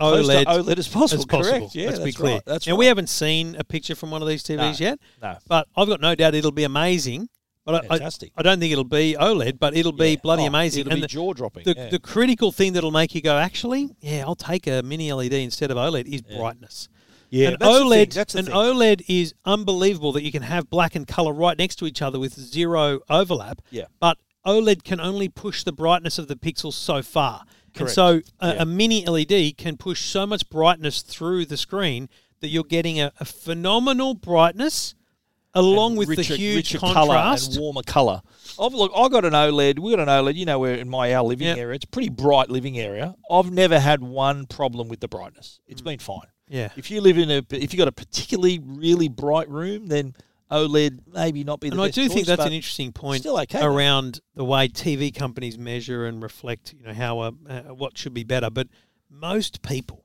Speaker 2: Close to
Speaker 1: OLED,
Speaker 2: OLED as
Speaker 1: E
Speaker 2: possible.
Speaker 1: as possible.
Speaker 2: Correct. Yeah,
Speaker 1: Let's be
Speaker 2: that's
Speaker 1: clear.
Speaker 2: Right. That's
Speaker 1: now
Speaker 2: right.
Speaker 1: we haven't seen a picture from one of these TVs
Speaker 2: No,
Speaker 1: yet,
Speaker 2: no.
Speaker 1: but I've got no doubt it'll be amazing. But I- I,
Speaker 2: Fantastic.
Speaker 1: I don't think it'll be OLED, but it'll be
Speaker 2: Yeah.
Speaker 1: bloody
Speaker 2: Oh,
Speaker 1: amazing.
Speaker 2: It'll
Speaker 1: and
Speaker 2: be
Speaker 1: the,
Speaker 2: jaw dropping.
Speaker 1: the, the critical thing that'll make you go, actually, yeah, I'll take a mini LED instead of OLED is brightness.
Speaker 2: Yeah,
Speaker 1: an
Speaker 2: that's the thing,
Speaker 1: OLED,
Speaker 2: that's the
Speaker 1: an
Speaker 2: thing.
Speaker 1: OLED E is unbelievable that you can have black and color right next to each other with zero overlap.
Speaker 2: Yeah.
Speaker 1: But OLED can only push the brightness of the pixels so far. And
Speaker 2: Correct.
Speaker 1: so a,
Speaker 2: Yeah.
Speaker 1: a mini LED can push so much brightness through the screen that you're getting a, a phenomenal brightness along with
Speaker 2: richer,
Speaker 1: the huge
Speaker 2: richer
Speaker 1: contrast.
Speaker 2: colour and warmer color. I've look, I got an OLED. We got an OLED. You know, we're in my our living
Speaker 1: Yep.
Speaker 2: area. It's a pretty bright living area. I've never had one problem with the brightness. It's been fine.
Speaker 1: Yeah.
Speaker 2: If you live in a, if you got a particularly really bright room, then OLED maybe not be the
Speaker 1: And I
Speaker 2: best
Speaker 1: do think
Speaker 2: choice,
Speaker 1: that's
Speaker 2: but
Speaker 1: an interesting point
Speaker 2: still okay, though.
Speaker 1: around the way TV companies measure and reflect, you know, how uh, uh, what should be better. But most people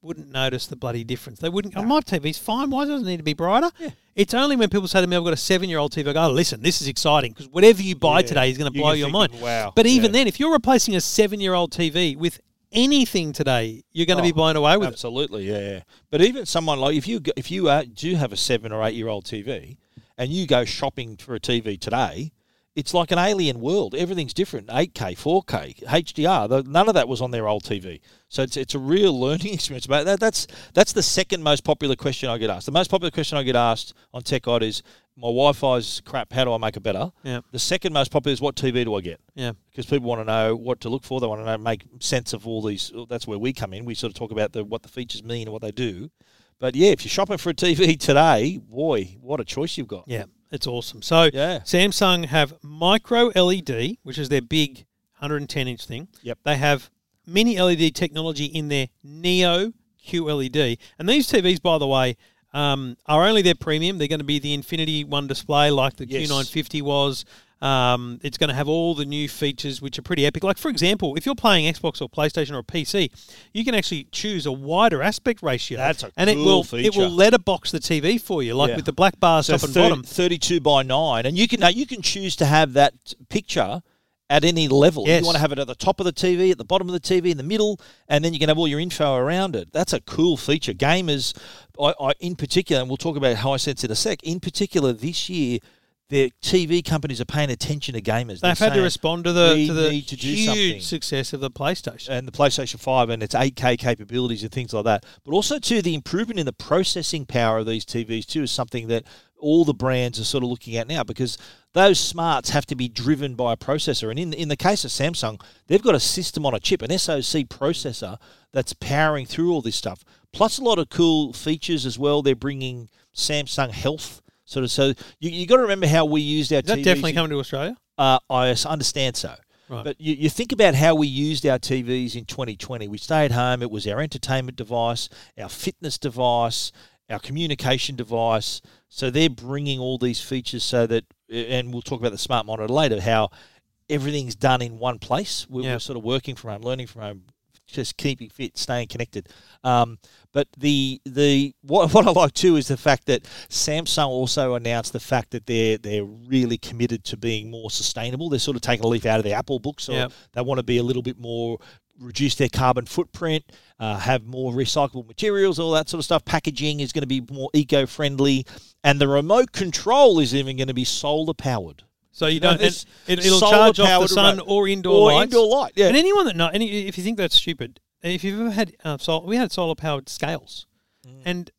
Speaker 1: wouldn't notice the bloody difference. They wouldn't. Oh, my TV's fine. Why does it need to be brighter? It's only when people say to me, "I've got a seven-year-old TV," I go, "Oh, listen, this is exciting because whatever you buy today is going to
Speaker 2: You're
Speaker 1: blow your mind."
Speaker 2: thinking, wow,
Speaker 1: But even
Speaker 2: yeah.
Speaker 1: then, if you're replacing a seven-year-old TV with anything today, you're going to be
Speaker 2: Oh,
Speaker 1: blown away with it.
Speaker 2: Absolutely, yeah, yeah. But even someone like if you go- if you uh, do have a seven or eight year old TV and you go shopping for a TV today, it's like an alien world. Everything's different. Eight K, four K, HDR. tho- None of that was on their old TV. So it's it's a real *laughs* learning experience. But that, that's that's the second most popular question I get asked. The most popular question I get asked on TechOdd is my Wi Fi's crap. How do I make it better?
Speaker 1: Yeah.
Speaker 2: The second most popular is what TV do I get?
Speaker 1: Yeah.
Speaker 2: because people want to know what to look for. They want to know, make sense of all these. oh, That's where we come in. We sort of talk about the, what the features mean and what they do. But yeah, if you're shopping for a TV today, boy, what a choice you've got.
Speaker 1: Yeah, it's awesome. So
Speaker 2: Yeah.
Speaker 1: Samsung have micro LED, which is their big 110 inch thing.
Speaker 2: Yep.
Speaker 1: They have mini LED technology in their Neo QLED, and these TVs, by the way, um, are only their premium. They're going to be the Infinity One display, like the
Speaker 2: Yes.
Speaker 1: Q950 was. Um, it's going to have all the new features, which are pretty epic. Like for example, if you're playing Xbox or PlayStation or a PC, you can actually choose a wider aspect ratio.
Speaker 2: That's a
Speaker 1: and it
Speaker 2: cool
Speaker 1: will it
Speaker 2: feature.
Speaker 1: will letterbox the TV for you, like
Speaker 2: Yeah.
Speaker 1: with the black bars
Speaker 2: So
Speaker 1: top and
Speaker 2: thir-
Speaker 1: bottom.
Speaker 2: 32 by 9. And you can now you can choose to have that picture at any level.
Speaker 1: Yes.
Speaker 2: You want to have it at the top of the TV, at the bottom of the TV, in the middle, and then you can have all your info around it. That's a cool feature. Gamers, I, I, in particular, and we'll talk about Hisense in a sec, in particular this year, the TV companies are paying attention to gamers. They're
Speaker 1: They've had to
Speaker 2: saying-
Speaker 1: respond to the
Speaker 2: we
Speaker 1: to the
Speaker 2: need to do
Speaker 1: huge
Speaker 2: something. Uh,
Speaker 1: success of the PlayStation.
Speaker 2: and the PlayStation 5 and its 8K capabilities and things like that. But also, too, the improvement in the processing power of these TVs, too, is something that all the brands are sort of looking at now because those smarts have to be driven by a processor. And in, in the case of Samsung, they've got a system on a chip, an SoC processor that's powering through all this stuff. Plus, a lot of cool features as well. They're bringing Samsung Health. Sort of, so you you got to remember how we used our
Speaker 1: Is that
Speaker 2: TVs
Speaker 1: definitely coming to Australia?
Speaker 2: uh, I s- understand so.
Speaker 1: Right.
Speaker 2: But you, you think about how we used our TVs in 2020. We stayed home. It was our entertainment device, our fitness device, our communication device. So they're bringing all these features so that, and we'll talk about the smart monitor later, how everything's done in one place. We're,
Speaker 1: Yeah.
Speaker 2: we're sort of working from home, learning from home, just keeping fit, staying connected. Um, but the the what, *laughs* what I like too is the fact that Samsung also announced the fact that they're they're really committed to being more sustainable. They're sort of taking a leaf out of the Apple book, so
Speaker 1: Yep.
Speaker 2: they want to be a little bit more reduce their carbon footprint, uh, have more recyclable materials, all that sort of stuff. Packaging is going to be more eco friendly, and the remote control is even going to be solar powered.
Speaker 1: So you
Speaker 2: No,
Speaker 1: don't.
Speaker 2: this
Speaker 1: and it, will
Speaker 2: solar
Speaker 1: charge off the
Speaker 2: powered
Speaker 1: sun
Speaker 2: remote-
Speaker 1: or indoor
Speaker 2: or
Speaker 1: lights.
Speaker 2: indoor light. Yeah,
Speaker 1: And anyone that not any, if you think that's stupid, if you've ever had uh, sol we had solar powered scales, and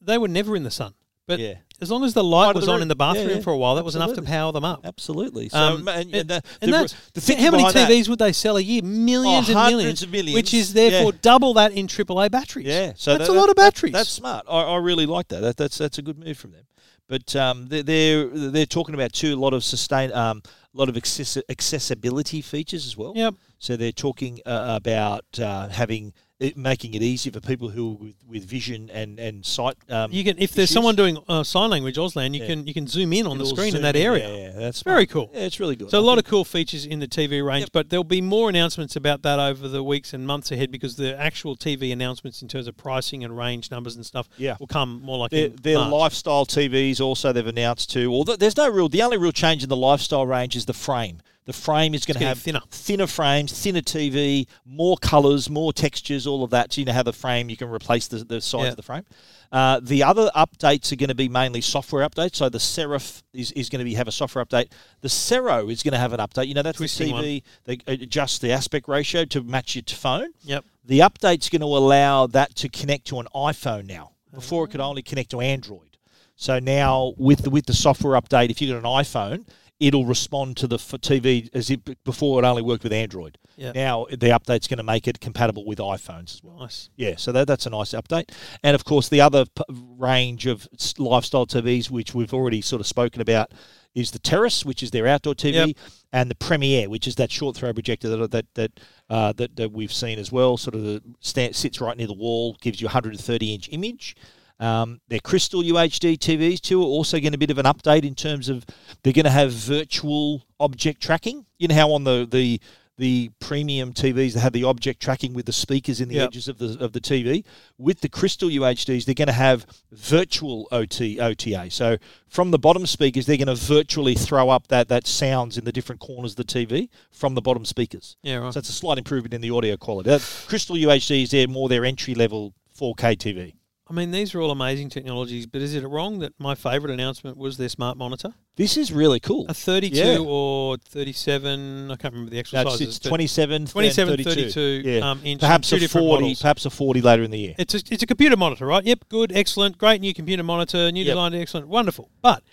Speaker 1: they were never in the sun. But
Speaker 2: Mm. Yeah.
Speaker 1: as long as the light
Speaker 2: Light of
Speaker 1: was
Speaker 2: the
Speaker 1: on
Speaker 2: room.
Speaker 1: in the bathroom
Speaker 2: Yeah, yeah.
Speaker 1: for a while, that was enough to
Speaker 2: Absolutely.
Speaker 1: power them up.
Speaker 2: Absolutely. So,
Speaker 1: Um,
Speaker 2: and,
Speaker 1: and-
Speaker 2: and the,
Speaker 1: And
Speaker 2: the,
Speaker 1: that's
Speaker 2: the
Speaker 1: so
Speaker 2: thinking
Speaker 1: how many
Speaker 2: behind that- Oh,
Speaker 1: TVs would they sell a year? Millions and
Speaker 2: hundreds
Speaker 1: millions,
Speaker 2: of millions.
Speaker 1: which is therefore
Speaker 2: Yeah.
Speaker 1: double that in AAA batteries.
Speaker 2: Yeah, so
Speaker 1: that's
Speaker 2: that-
Speaker 1: a lot of
Speaker 2: that-
Speaker 1: batteries.
Speaker 2: that's smart. I, I really like that. that. That's that's a good move from them. But um, they're, they're they're talking about too a lot of sustain um, a lot of accessi- accessibility features as well.
Speaker 1: Yep.
Speaker 2: So they're talking uh, about uh, having it, making it easy for people who with, with vision and and sight. Um,
Speaker 1: You can if there's
Speaker 2: issues.
Speaker 1: someone doing uh, sign language Auslan, you
Speaker 2: Yeah.
Speaker 1: can you can zoom in on the
Speaker 2: It'll
Speaker 1: screen in
Speaker 2: zoom
Speaker 1: that area.
Speaker 2: Yeah, yeah, that's
Speaker 1: Very
Speaker 2: smart.
Speaker 1: cool.
Speaker 2: Yeah, it's really good.
Speaker 1: So a
Speaker 2: I
Speaker 1: lot
Speaker 2: think-
Speaker 1: of cool features in the TV range, but there'll be more announcements about that over the weeks and months ahead because the actual TV announcements in terms of pricing and range numbers and stuff
Speaker 2: Yeah.
Speaker 1: will come more like
Speaker 2: Their,
Speaker 1: in
Speaker 2: their
Speaker 1: March.
Speaker 2: lifestyle TVs also they've announced too. Although there's no real, the only real change in the lifestyle range is the frame. The frame is going to
Speaker 1: getting
Speaker 2: have
Speaker 1: thinner.
Speaker 2: thinner frames, thinner TV, more colours, more textures, all of that. So you know how the frame you can replace the, the size
Speaker 1: Yeah.
Speaker 2: of the frame. Uh, the other updates are going to be mainly software updates. So the Serif is, is going to be have a software update. The Cero is going to have an update. You know that's
Speaker 1: Twisting
Speaker 2: the TV. They adjust the aspect ratio to match your t- phone.
Speaker 1: Yep.
Speaker 2: The update's going to allow that to connect to an iPhone now. Before it could only connect to Android. So now with the, with the software update, if you've got an iPhone, it'll respond to the f- TV as if before it only worked with Android.
Speaker 1: Yeah.
Speaker 2: Now the update's going to make it compatible with iPhones as well.
Speaker 1: Nice.
Speaker 2: Yeah, so that, that's a nice update. And of course, the other p- range of s- lifestyle TVs, which we've already sort of spoken about, is the Terrace, which is their outdoor TV,
Speaker 1: Yep.
Speaker 2: and the Premiere, which is that short throw projector that that that, uh, that that we've seen as well. Sort of the sta sits right near the wall, gives you a 130 inch image. Um, their crystal UHD TVs too are also getting a bit of an update in terms of they're going to have virtual object tracking. You know how on the the the premium TVs that have the object tracking with the speakers in the
Speaker 1: Yep.
Speaker 2: edges of the of the TV. With the crystal UHDs, they're going to have virtual OT, OTA. So from the bottom speakers, they're going to virtually throw up that that sounds in the different corners of the TV from the bottom speakers.
Speaker 1: Yeah, right.
Speaker 2: So it's a slight improvement in the audio quality. That, crystal UHDs, they're more their entry level 4K TV.
Speaker 1: I mean, these are all amazing technologies, but is it wrong that my favourite announcement was their smart monitor?
Speaker 2: This is really cool.
Speaker 1: A 32
Speaker 2: Yeah.
Speaker 1: or 37, I can't remember the actual
Speaker 2: No, it's,
Speaker 1: sizes.
Speaker 2: it's
Speaker 1: but
Speaker 2: 27,
Speaker 1: 27,
Speaker 2: 32.
Speaker 1: 32,
Speaker 2: yeah.
Speaker 1: um, inch,
Speaker 2: perhaps
Speaker 1: two
Speaker 2: a
Speaker 1: different
Speaker 2: 40,
Speaker 1: models.
Speaker 2: perhaps a 40 later in the year.
Speaker 1: It's a, it's a computer monitor, right? Yep, good, excellent, great new computer monitor, new
Speaker 2: Yep.
Speaker 1: design, excellent, wonderful. But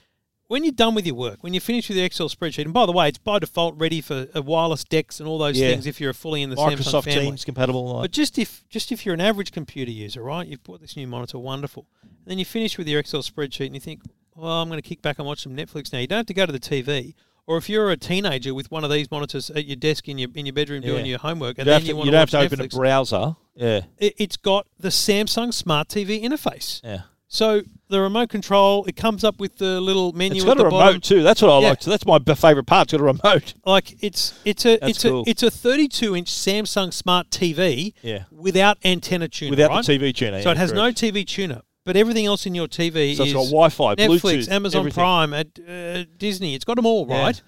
Speaker 1: when you're done with your work, when you finish with the Excel spreadsheet, and by the way, it's by default ready for uh, wireless decks and all those
Speaker 2: Yeah.
Speaker 1: things if you're fully in the Samsung
Speaker 2: Microsoft
Speaker 1: family.
Speaker 2: Teams compatible. like-
Speaker 1: But just if just if you're an average computer user, right? You've bought this new monitor, wonderful. And then you finish with your Excel spreadsheet and you think, well, I'm going to kick back and watch some Netflix now. You don't have to go to the TV. Or if you're a teenager with one of these monitors at your desk in your in your bedroom doing
Speaker 2: Yeah.
Speaker 1: your homework,
Speaker 2: you
Speaker 1: and
Speaker 2: don't
Speaker 1: then
Speaker 2: have
Speaker 1: you
Speaker 2: to,
Speaker 1: want
Speaker 2: you don't have to
Speaker 1: watch
Speaker 2: open a
Speaker 1: Netflix,
Speaker 2: browser. Yeah.
Speaker 1: it, it's got the Samsung Smart TV interface.
Speaker 2: Yeah.
Speaker 1: So the remote control, it comes up with the little menu
Speaker 2: It's
Speaker 1: at
Speaker 2: got
Speaker 1: the
Speaker 2: a remote
Speaker 1: bottom.
Speaker 2: too. That's what I
Speaker 1: Yeah.
Speaker 2: like. So that's my b- favorite part. It's got a remote.
Speaker 1: Like it's it's a
Speaker 2: That's
Speaker 1: it's
Speaker 2: cool.
Speaker 1: a it's a 32 inch Samsung Smart TV
Speaker 2: Yeah.
Speaker 1: without antenna tuner.
Speaker 2: *laughs* Without
Speaker 1: right?
Speaker 2: the TV tuner.
Speaker 1: So it has no TV tuner, but everything else in your TV
Speaker 2: So
Speaker 1: is
Speaker 2: it's got Wi-Fi,
Speaker 1: Netflix,
Speaker 2: Bluetooth,
Speaker 1: Amazon
Speaker 2: everything.
Speaker 1: Prime, at, uh, Disney. It's got them all,
Speaker 2: Yeah.
Speaker 1: right?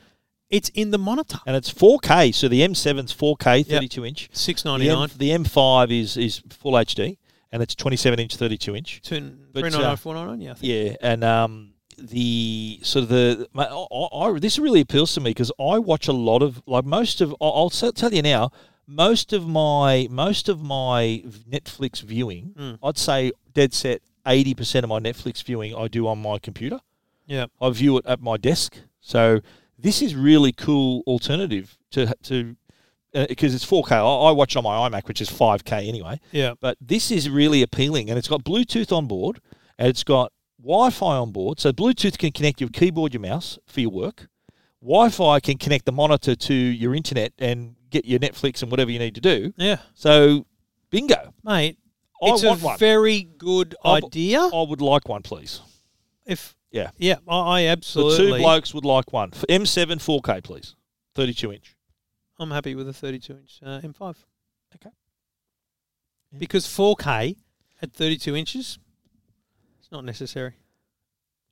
Speaker 1: It's in the monitor.
Speaker 2: And it's 4K. So the M7's 4K, 32 inch.
Speaker 1: Six
Speaker 2: The,
Speaker 1: ninety nine.
Speaker 2: M, the M5 is is full HD, and it's 27 inch, 32 inch.
Speaker 1: Three
Speaker 2: but,
Speaker 1: nine
Speaker 2: uh,
Speaker 1: nine four nine nine. Yeah, I think.
Speaker 2: Yeah, and um, the so the my, I, I, this really appeals to me because I watch a lot of like most of I- I'll s- tell you now most of my most of my Netflix viewing I'd say dead set eighty percent of my Netflix viewing I do on my computer
Speaker 1: yeah.
Speaker 2: I view it at my desk so this is really cool alternative to to because it's 4K I, I watch it on my iMac which is 5K anyway
Speaker 1: Yeah.
Speaker 2: but this is really appealing, and it's got Bluetooth on board, and it's got Wi-Fi on board. So Bluetooth can connect your keyboard, your mouse for your work. Wi-Fi can connect the monitor to your internet and get your Netflix and whatever you need to do.
Speaker 1: Yeah.
Speaker 2: So, bingo!
Speaker 1: Mate,
Speaker 2: I
Speaker 1: it's
Speaker 2: want
Speaker 1: a
Speaker 2: one.
Speaker 1: very good
Speaker 2: I b-
Speaker 1: idea.
Speaker 2: I would like one, please.
Speaker 1: if
Speaker 2: Yeah.
Speaker 1: yeah, I, I
Speaker 2: The two
Speaker 1: absolutely.
Speaker 2: blokes would like one. For M7 4K, please, 32 inch.
Speaker 1: I'm happy with a 32 inch uh, M5.
Speaker 2: Okay. Yeah.
Speaker 1: Because 4K at 32 inches, it's not necessary.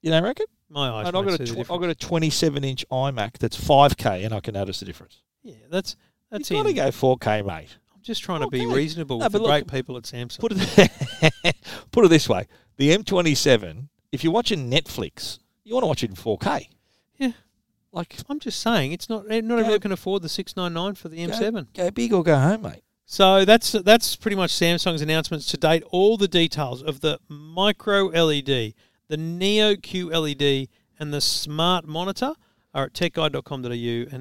Speaker 2: You don't reckon?
Speaker 1: My eyes.
Speaker 2: And I've
Speaker 1: won't
Speaker 2: got
Speaker 1: see
Speaker 2: a
Speaker 1: the
Speaker 2: tw- I've
Speaker 1: difference.
Speaker 2: got a 27 inch iMac that's 5K, and I can notice the difference.
Speaker 1: Yeah, that's that's
Speaker 2: You've got to
Speaker 1: in.
Speaker 2: go 4K, mate.
Speaker 1: I'm just trying to be
Speaker 2: Oh, Okay.
Speaker 1: reasonable
Speaker 2: No,
Speaker 1: with the
Speaker 2: but look-
Speaker 1: great people at Samsung.
Speaker 2: *laughs* put it put it this way: the M27. If you're watching Netflix, you want to watch it in 4K.
Speaker 1: Yeah.
Speaker 2: Like
Speaker 1: I'm just saying, it's not eh, not everyone can afford the 699 for the M7.
Speaker 2: Go, go big or go home, mate.
Speaker 1: So that's that's pretty much Samsung's announcements to date. All the details of the micro LED, the Neo Q LED, and the smart monitor are at techguide.com.au and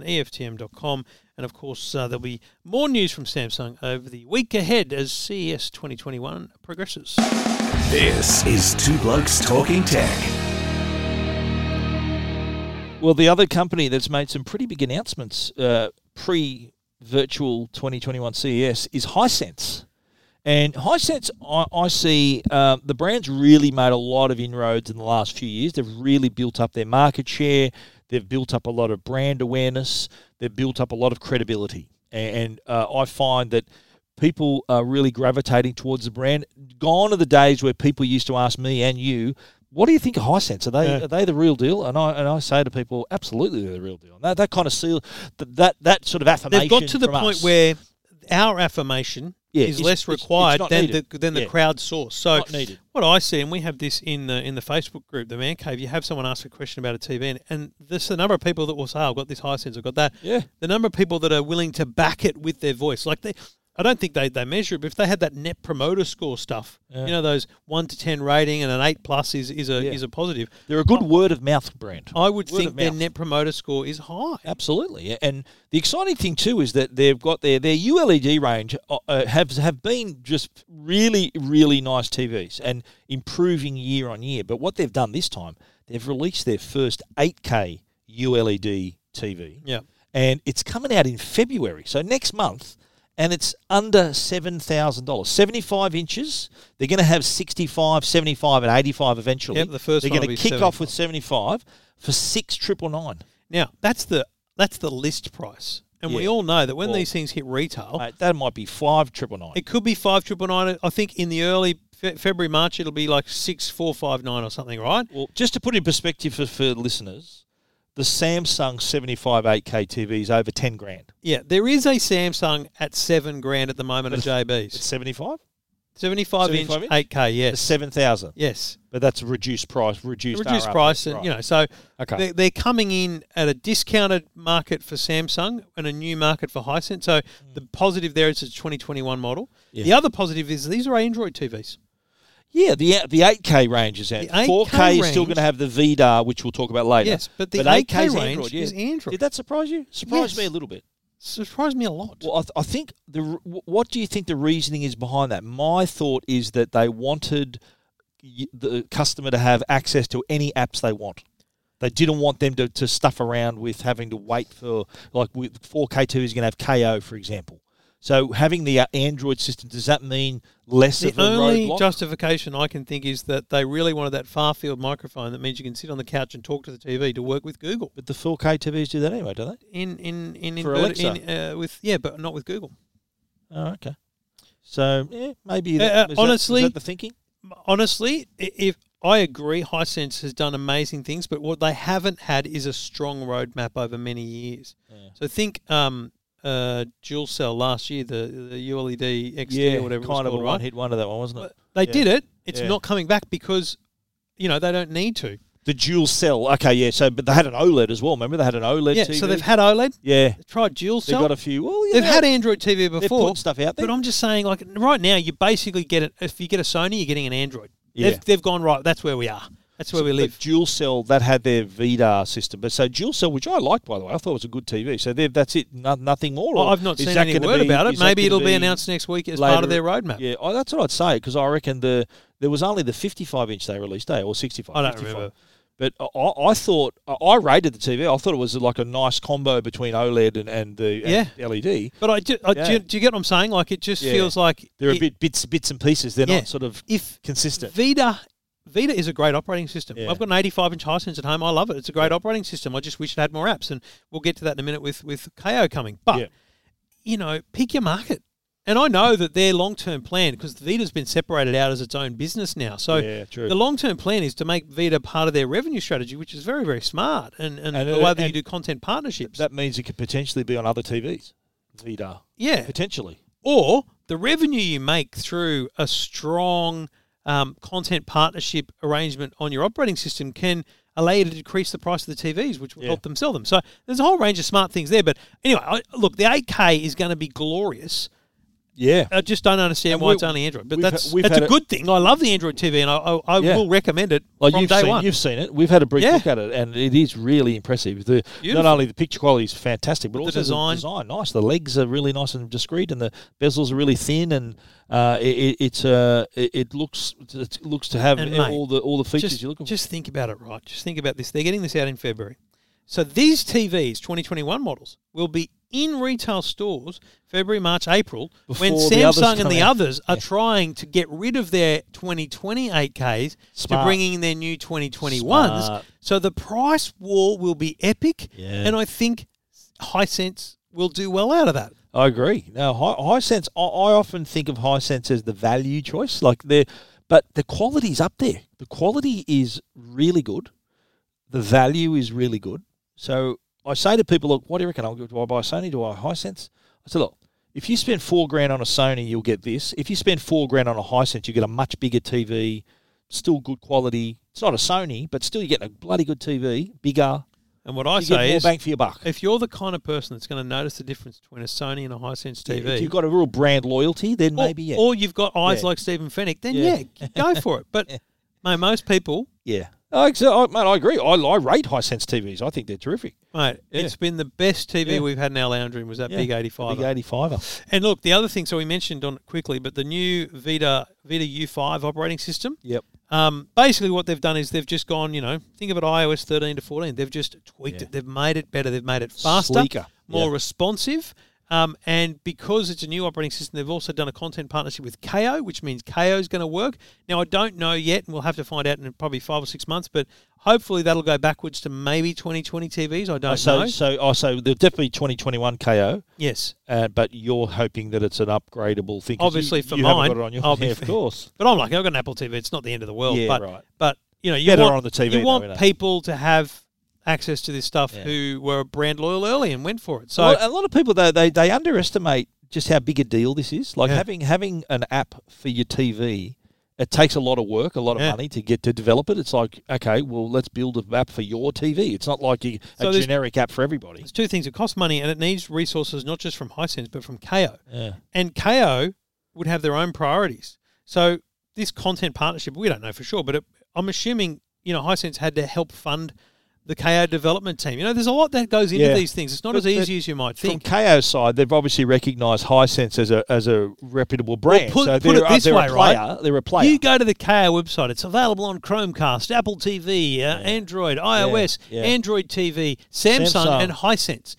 Speaker 1: E EFTM.com. And of course, uh, there'll be more news from Samsung over the week ahead as E CES 2021 progresses.
Speaker 3: This is Two Blokes Talking Tech.
Speaker 2: Well, the other company that's made some pretty big announcements uh, pre virtual 2021 CES E is Hisense. And Hisense, I, I see uh, the brand's really made a lot of inroads in the last few years. They've really built up their market share. They've built up a lot of brand awareness. They've built up a lot of credibility. And, uh, I find that people are really gravitating towards the brand. Gone are the days where people used to ask me and you, what do you think of Hisense? Are they
Speaker 1: Yeah.
Speaker 2: are they the real deal? And I and I say to people, absolutely, they're the real deal. That, that kind of seal, that that, that sort of affirmation.
Speaker 1: They've got to the
Speaker 2: from
Speaker 1: point
Speaker 2: us.
Speaker 1: where our affirmation
Speaker 2: Yeah,
Speaker 1: is
Speaker 2: it's-
Speaker 1: less
Speaker 2: it's- it's
Speaker 1: required
Speaker 2: not
Speaker 1: than
Speaker 2: needed.
Speaker 1: the than the
Speaker 2: Yeah.
Speaker 1: crowd source. So
Speaker 2: Not needed.
Speaker 1: what I see, and we have this in the in the Facebook group, the Man Cave. You have someone ask a question about a TV, and, and this the number of people that will say, "I've got this high sense, I've got that."
Speaker 2: Yeah.
Speaker 1: the number of people that are willing to back it with their voice, like they. I don't think they, they measure it, but if they had that net promoter score stuff, you know those one to ten rating and an eight plus is, is a
Speaker 2: Yeah.
Speaker 1: is a positive.
Speaker 2: they're a good word of mouth brand.
Speaker 1: I would
Speaker 2: Word
Speaker 1: think
Speaker 2: of
Speaker 1: their
Speaker 2: mouth.
Speaker 1: net promoter score is high.
Speaker 2: Absolutely, and the exciting thing too is that they've got their their ULED range uh, uh, have have been just really really nice TVs and improving year on year. But what they've done this time, they've released their first 8K ULED TV,
Speaker 1: Yeah.
Speaker 2: and it's coming out in February, so next month, and it's under seven thousand dollars, seventy five inches. They're going to have 65, 75, and eighty five eventually.
Speaker 1: Yep, the first
Speaker 2: they're
Speaker 1: one
Speaker 2: going
Speaker 1: will
Speaker 2: to
Speaker 1: be
Speaker 2: kick off with seventy five for six triple nine.
Speaker 1: Now that's the that's the list price, and and
Speaker 2: Yeah.
Speaker 1: we all know that when
Speaker 2: Well-
Speaker 1: these things hit retail,
Speaker 2: Mate, that might be five triple nine.
Speaker 1: Oh. it could be five triple nine. I think in the early Fe- February March, it'll be like six four five nine or something, right?
Speaker 2: Well, just to put in perspective for, for listeners, the Samsung 75 8K TV is over 10 grand.
Speaker 1: Yeah, there is a Samsung at seven grand at the moment at
Speaker 2: It's
Speaker 1: JB's
Speaker 2: 75?
Speaker 1: seventy five inch
Speaker 2: 75 inch?
Speaker 1: eight K.
Speaker 2: It's
Speaker 1: Yes,
Speaker 2: 7,000.
Speaker 1: yes,
Speaker 2: But that's a reduced price, reduced
Speaker 1: reduced
Speaker 2: RRP,
Speaker 1: price, and
Speaker 2: right.
Speaker 1: you know so.
Speaker 2: Okay.
Speaker 1: They're, they're coming in at a discounted market for Samsung and a new market for Hisense. So the positive there is it's a 2021 model.
Speaker 2: Hmm. Yeah.
Speaker 1: The other positive is these are Android TVs.
Speaker 2: yeah, the the 8K range is out.
Speaker 1: The 8K
Speaker 2: 4K is still
Speaker 1: range-
Speaker 2: going to have the VDAR, which we'll talk about later.
Speaker 1: Yes, but the
Speaker 2: 8K
Speaker 1: 8K
Speaker 2: is
Speaker 1: range
Speaker 2: Android, yeah.
Speaker 1: is Android.
Speaker 2: Did that surprise you? Surprised
Speaker 1: Yes.
Speaker 2: me a little bit.
Speaker 1: Surprised me a lot.
Speaker 2: Well, I, th- I think the r- wh- what do you think the reasoning is behind that? My thought is that they wanted y- the customer to have access to any apps they want. They didn't want them to, to stuff around with having to wait for like with 4K TV is going to have KO for example. So having the uh, Android system does that mean less
Speaker 1: the
Speaker 2: of a
Speaker 1: only
Speaker 2: roadblock?
Speaker 1: justification I can think is that they really wanted that far field microphone that means you can sit on the couch and talk to the TV to work with Google
Speaker 2: but the 4K TVs do that anyway, don't
Speaker 1: in in in, in,
Speaker 2: For Alexa.
Speaker 1: in uh, with yeah, but not with Google.
Speaker 2: they? Oh, okay. So yeah, maybe
Speaker 1: Uh,
Speaker 2: that,
Speaker 1: uh,
Speaker 2: is that- is
Speaker 1: honestly-
Speaker 2: that the thinking.
Speaker 1: honestly, i- if I agree, Hisense has done amazing things, but what they haven't had is a strong roadmap over many years.
Speaker 2: Yeah.
Speaker 1: So think um, uh, dual cell last year, the, the E ULED XT or whatever it was
Speaker 2: kind of a
Speaker 1: called, right?
Speaker 2: one-hit wonder that one, wasn't it?
Speaker 1: But they
Speaker 2: Yeah.
Speaker 1: did it. It's
Speaker 2: Yeah.
Speaker 1: not coming back because you know they don't need to.
Speaker 2: The dual cell. Okay, yeah. So, but they had an OLED as well. Remember, they had an OLED.
Speaker 1: yeah.
Speaker 2: TV?
Speaker 1: So they've had E OLED.
Speaker 2: yeah.
Speaker 1: They've tried dual
Speaker 2: They've
Speaker 1: cell.
Speaker 2: got a few. Well, yeah,
Speaker 1: They've
Speaker 2: they-
Speaker 1: had Android TV
Speaker 2: they're
Speaker 1: before.
Speaker 2: putting stuff out there.
Speaker 1: But I'm just saying, like right now, you basically get it. If you get a Sony, you're getting an Android.
Speaker 2: Yeah.
Speaker 1: They've, they've gone right. That's where we are. That's where we
Speaker 2: But
Speaker 1: live.
Speaker 2: dual cell that had their VDAR system, but so dual cell, which I liked by the way, I thought it was a good TV. So they've- that's it, no, nothing more.
Speaker 1: Well,
Speaker 2: Or
Speaker 1: I've not
Speaker 2: is
Speaker 1: seen
Speaker 2: that
Speaker 1: any
Speaker 2: gonna
Speaker 1: word
Speaker 2: be-
Speaker 1: about it.
Speaker 2: is that
Speaker 1: Maybe
Speaker 2: gonna
Speaker 1: it'll be,
Speaker 2: be
Speaker 1: announced next week as part of their
Speaker 2: later-
Speaker 1: roadmap.
Speaker 2: Yeah, oh, that's what I'd say because I reckon the there was only the 55 inch they released, eh, or 65.
Speaker 1: I don't
Speaker 2: 55.
Speaker 1: remember.
Speaker 2: But I- I, I thought I, I rated the TV. I thought it was like a nice combo between OLED and, and the and E LED.
Speaker 1: But I, ju- I
Speaker 2: Yeah.
Speaker 1: do, you- do you get what I'm saying? Like it just
Speaker 2: Yeah.
Speaker 1: feels like
Speaker 2: They're a
Speaker 1: it-
Speaker 2: bit bits bits and pieces. They're
Speaker 1: Yeah.
Speaker 2: not sort of
Speaker 1: if
Speaker 2: consistent.
Speaker 1: Vita. Vita is a great operating system.
Speaker 2: Yeah.
Speaker 1: I've got an 85 inch Hisense at home. I love it. It's a great operating system. I just wish it had more apps, and we'll get to that in a minute with with KO coming. But
Speaker 2: Yeah.
Speaker 1: you know, pick your market. And I know that their long term plan, because Vita's been separated out as its own business now. So
Speaker 2: Yeah, true.
Speaker 1: the long term plan is to make Vita part of their revenue strategy, which is very very smart. And and,
Speaker 2: And
Speaker 1: the
Speaker 2: it-
Speaker 1: way that you
Speaker 2: and
Speaker 1: do content partnerships.
Speaker 2: That means it could potentially be on other TVs. VDAR.
Speaker 1: yeah,
Speaker 2: Potentially.
Speaker 1: or the revenue you make through a strong um, content partnership arrangement on your operating system can allow you to decrease the price of the TVs, which will
Speaker 2: Yeah.
Speaker 1: help them sell them. So there's a whole range of smart things there. But anyway, I, look, the 8K is going to be glorious.
Speaker 2: Yeah.
Speaker 1: I just don't understand
Speaker 2: And
Speaker 1: why
Speaker 2: we-
Speaker 1: it's only Android, but
Speaker 2: we've
Speaker 1: that's
Speaker 2: ha- we've
Speaker 1: that's
Speaker 2: had
Speaker 1: a
Speaker 2: it-
Speaker 1: good thing. I love the Android TV, and I, I, I
Speaker 2: Yeah.
Speaker 1: will recommend it
Speaker 2: Like
Speaker 1: from
Speaker 2: you've
Speaker 1: day
Speaker 2: seen,
Speaker 1: one.
Speaker 2: you've seen it. We've had a brief
Speaker 1: Yeah.
Speaker 2: look at it, and it is really impressive. The, not
Speaker 1: Beautiful.
Speaker 2: only the picture quality is fantastic, but also
Speaker 1: design.
Speaker 2: the design. Nice. The legs are really nice and discreet, and the bezels are really thin, and uh, it, it, it's uh, it, it looks it looks to have
Speaker 1: And, mate,
Speaker 2: all the all the features
Speaker 1: just,
Speaker 2: you're looking
Speaker 1: just think about it, right? Just think about this. They're getting this out in February. So these TVs, 2021 models, will be in retail stores February, March, April, when
Speaker 2: Before the others
Speaker 1: Samsung
Speaker 2: come
Speaker 1: and the
Speaker 2: out.
Speaker 1: others are trying to get rid of their 2020 8Ks to
Speaker 2: Smart.
Speaker 1: bringing in their new 2021s.
Speaker 2: Smart.
Speaker 1: So the price war will be epic,
Speaker 2: Yeah.
Speaker 1: and I think Hisense will do well out of that.
Speaker 2: for. I agree. Now, high sense. I, I often think of high sense as the value choice, like they but the quality's up there. The quality is really good. The value is really good. So I say to people, look, what do you reckon? I'll go, do I buy a Sony? Do I buy a Hisense? I said, look, if you spend four grand on a Sony, you'll get this. If you spend four grand on a Hisense, you get a much bigger TV, still good quality. It's not a Sony, but still you get a bloody good TV, bigger.
Speaker 1: And what I
Speaker 2: You get
Speaker 1: say
Speaker 2: more
Speaker 1: is,
Speaker 2: bang for your buck.
Speaker 1: if you're the kind of person that's going to notice the difference between a Sony and a Hisense TV,
Speaker 2: If you've got a real brand loyalty, then maybe yeah,
Speaker 1: or you've got eyes
Speaker 2: Yeah.
Speaker 1: like Stephen Fennick, then
Speaker 2: Yeah.
Speaker 1: yeah, go for it.
Speaker 2: *laughs*
Speaker 1: But mate, most people,
Speaker 2: yeah. I, I, mate, I agree. I, I rate high sense TVs. I think they're terrific.
Speaker 1: mate,
Speaker 2: Yeah.
Speaker 1: it's been the best TV
Speaker 2: Yeah.
Speaker 1: we've had in our lounge room was that
Speaker 2: Yeah,
Speaker 1: big
Speaker 2: the
Speaker 1: eighty five.
Speaker 2: Big eighty five.
Speaker 1: And look, the other thing, so we mentioned on it quickly, but the new Vita Vita U five operating system.
Speaker 2: Yep.
Speaker 1: Um, basically, what they've done is they've just gone, you know, think of it iOS 13 to 14. They've just tweaked
Speaker 2: Yeah.
Speaker 1: it. They've made it better. They've made it faster,
Speaker 2: Sleeker.
Speaker 1: more
Speaker 2: Yeah.
Speaker 1: responsive. Um, and because it's a new operating system, they've also done a content partnership with KO, which means KO is going to work. Now, I don't know yet, and we'll have to find out in probably five or six months, but hopefully that'll go backwards to maybe 2020 TVs. I don't
Speaker 2: so
Speaker 1: know.
Speaker 2: so oh, so there'll definitely be 2021 KO,
Speaker 1: Yes.
Speaker 2: uh, but you're hoping that it's an upgradable thing. 'cause
Speaker 1: Obviously
Speaker 2: you,
Speaker 1: for
Speaker 2: you
Speaker 1: mine,
Speaker 2: haven't got it on your
Speaker 1: I'll be
Speaker 2: yeah, of course.
Speaker 1: But I'm lucky. I've got an Apple TV. It's not the end of the world.
Speaker 2: Yeah,
Speaker 1: but,
Speaker 2: right.
Speaker 1: But, you know, you
Speaker 2: Better
Speaker 1: want,
Speaker 2: on the TV
Speaker 1: you
Speaker 2: though,
Speaker 1: want
Speaker 2: isn't it?
Speaker 1: people to have access to this stuff
Speaker 2: Yeah. uh,
Speaker 1: who were brand loyal early and went for it. So,
Speaker 2: a, lot, a lot of people though they, they underestimate just how big a deal this is. Like
Speaker 1: Yeah.
Speaker 2: having having an app for your TV, it takes a lot of work, a lot of
Speaker 1: Yeah.
Speaker 2: money to get to develop it. It's like okay, well let's build an app for your TV. It's not like a,
Speaker 1: So
Speaker 2: a
Speaker 1: there's-
Speaker 2: generic app for everybody.
Speaker 1: it's two things. It costs money and it needs resources, not just from Hisense, but from KO.
Speaker 2: Yeah.
Speaker 1: and KO would have their own priorities. So this content partnership, we don't know for sure, but it, I'm assuming you know Hisense had to help fund the KO development team. You know, there's a lot that goes into
Speaker 2: Yeah.
Speaker 1: these things. It's not
Speaker 2: But-
Speaker 1: as easy as you might
Speaker 2: From
Speaker 1: think.
Speaker 2: KO's side, they've obviously recognised Hisense as a as a reputable brand.
Speaker 1: put-
Speaker 2: so
Speaker 1: put
Speaker 2: they're,
Speaker 1: it
Speaker 2: a-
Speaker 1: this
Speaker 2: they're
Speaker 1: way,
Speaker 2: a
Speaker 1: right?
Speaker 2: player. They're a player.
Speaker 1: You go to the KO website. It's available on Chromecast, Apple TV, uh, Android, iOS,
Speaker 2: yeah.
Speaker 1: Android TV, Samsung,
Speaker 2: Samsung.
Speaker 1: and Hisense.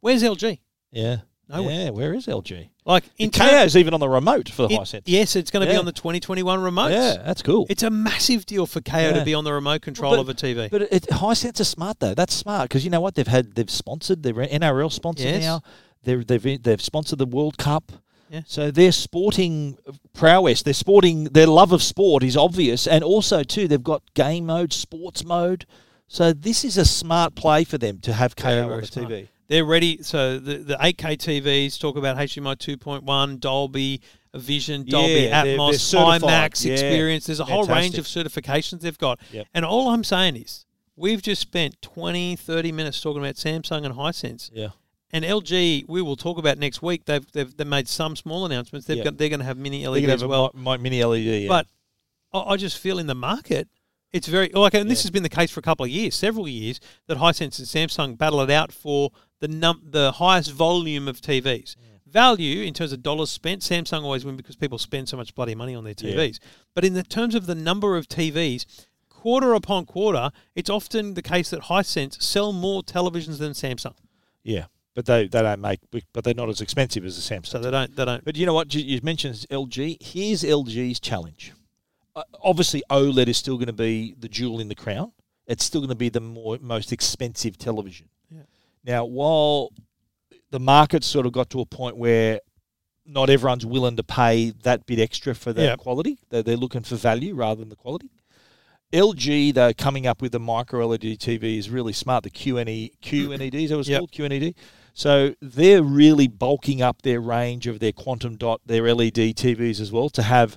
Speaker 1: Where's LG?
Speaker 2: yeah.
Speaker 1: No
Speaker 2: yeah. Where is LG?
Speaker 1: Like in
Speaker 2: And KO's even on the remote for the
Speaker 1: term-
Speaker 2: Hisense.
Speaker 1: it- yes, it's going to be
Speaker 2: Yeah.
Speaker 1: on the 2021 remotes.
Speaker 2: Yeah, that's cool.
Speaker 1: It's a massive deal for KO to
Speaker 2: Yeah.
Speaker 1: be on the remote control
Speaker 2: Well,
Speaker 1: of a TV.
Speaker 2: But it, Hisense is smart though. That's smart because you know what they've had. They've sponsored. They're NRL sponsored
Speaker 1: Yes.
Speaker 2: now. They're, they've they've sponsored the World Cup.
Speaker 1: Yeah.
Speaker 2: So their sporting prowess, their sporting, their love of sport is obvious, and also too they've got game mode, sports mode. So this is a smart play for them to have KO on
Speaker 1: very
Speaker 2: the
Speaker 1: smart.
Speaker 2: TV.
Speaker 1: They're ready. So the, the 8K TVs talk about HDMI 2.1, Dolby Vision, Dolby
Speaker 2: Yeah, they're- they're
Speaker 1: Atmos,
Speaker 2: certified.
Speaker 1: IMAX
Speaker 2: Yeah.
Speaker 1: experience. There's a whole range
Speaker 2: Fantastic.
Speaker 1: of certifications they've got.
Speaker 2: Yep.
Speaker 1: And all I'm saying is we've just spent 20, 30 minutes talking about Samsung and Hisense.
Speaker 2: Yeah.
Speaker 1: And LG, we will talk about next week. They've they've, they've made some small announcements. They've
Speaker 2: Yeah.
Speaker 1: got, they're going to have mini
Speaker 2: They're
Speaker 1: LED
Speaker 2: gonna
Speaker 1: as
Speaker 2: have
Speaker 1: well.
Speaker 2: a mi- mi- mini
Speaker 1: E
Speaker 2: LED. Yeah.
Speaker 1: But I, I just feel in the market, it's very like, and this
Speaker 2: Yeah.
Speaker 1: has been the case for a couple of years, several years, that Hisense and Samsung battle it out for the num- the highest volume of TVs. Value in terms of dollars spent, Samsung always win because people spend so much bloody money on their
Speaker 2: Yeah.
Speaker 1: TVs. But in the terms of the number of TVs, quarter upon quarter, it's often the case that Hisense sell more televisions than Samsung,
Speaker 2: yeah. But they, they don't make. But they're not as expensive as the Samsung.
Speaker 1: so they don't they don't
Speaker 2: But you know what? You- You mentioned LG. Here's LG's challenge. Uh, Obviously, OLED is still going to be the jewel in the crown. It's still going to be the more, most expensive television.
Speaker 1: Yeah.
Speaker 2: Now, while the market sort of got to a point where not everyone's willing to pay that bit extra for that
Speaker 1: Yeah.
Speaker 2: quality, they're, they're looking for value rather than the quality. LG, though, coming up with a micro E LED TV is really smart. The E, QNE, QNED, is that what it's
Speaker 1: Yep.
Speaker 2: called? QNED. So they're really bulking up their range of their quantum dot, their E LED TVs as well to have.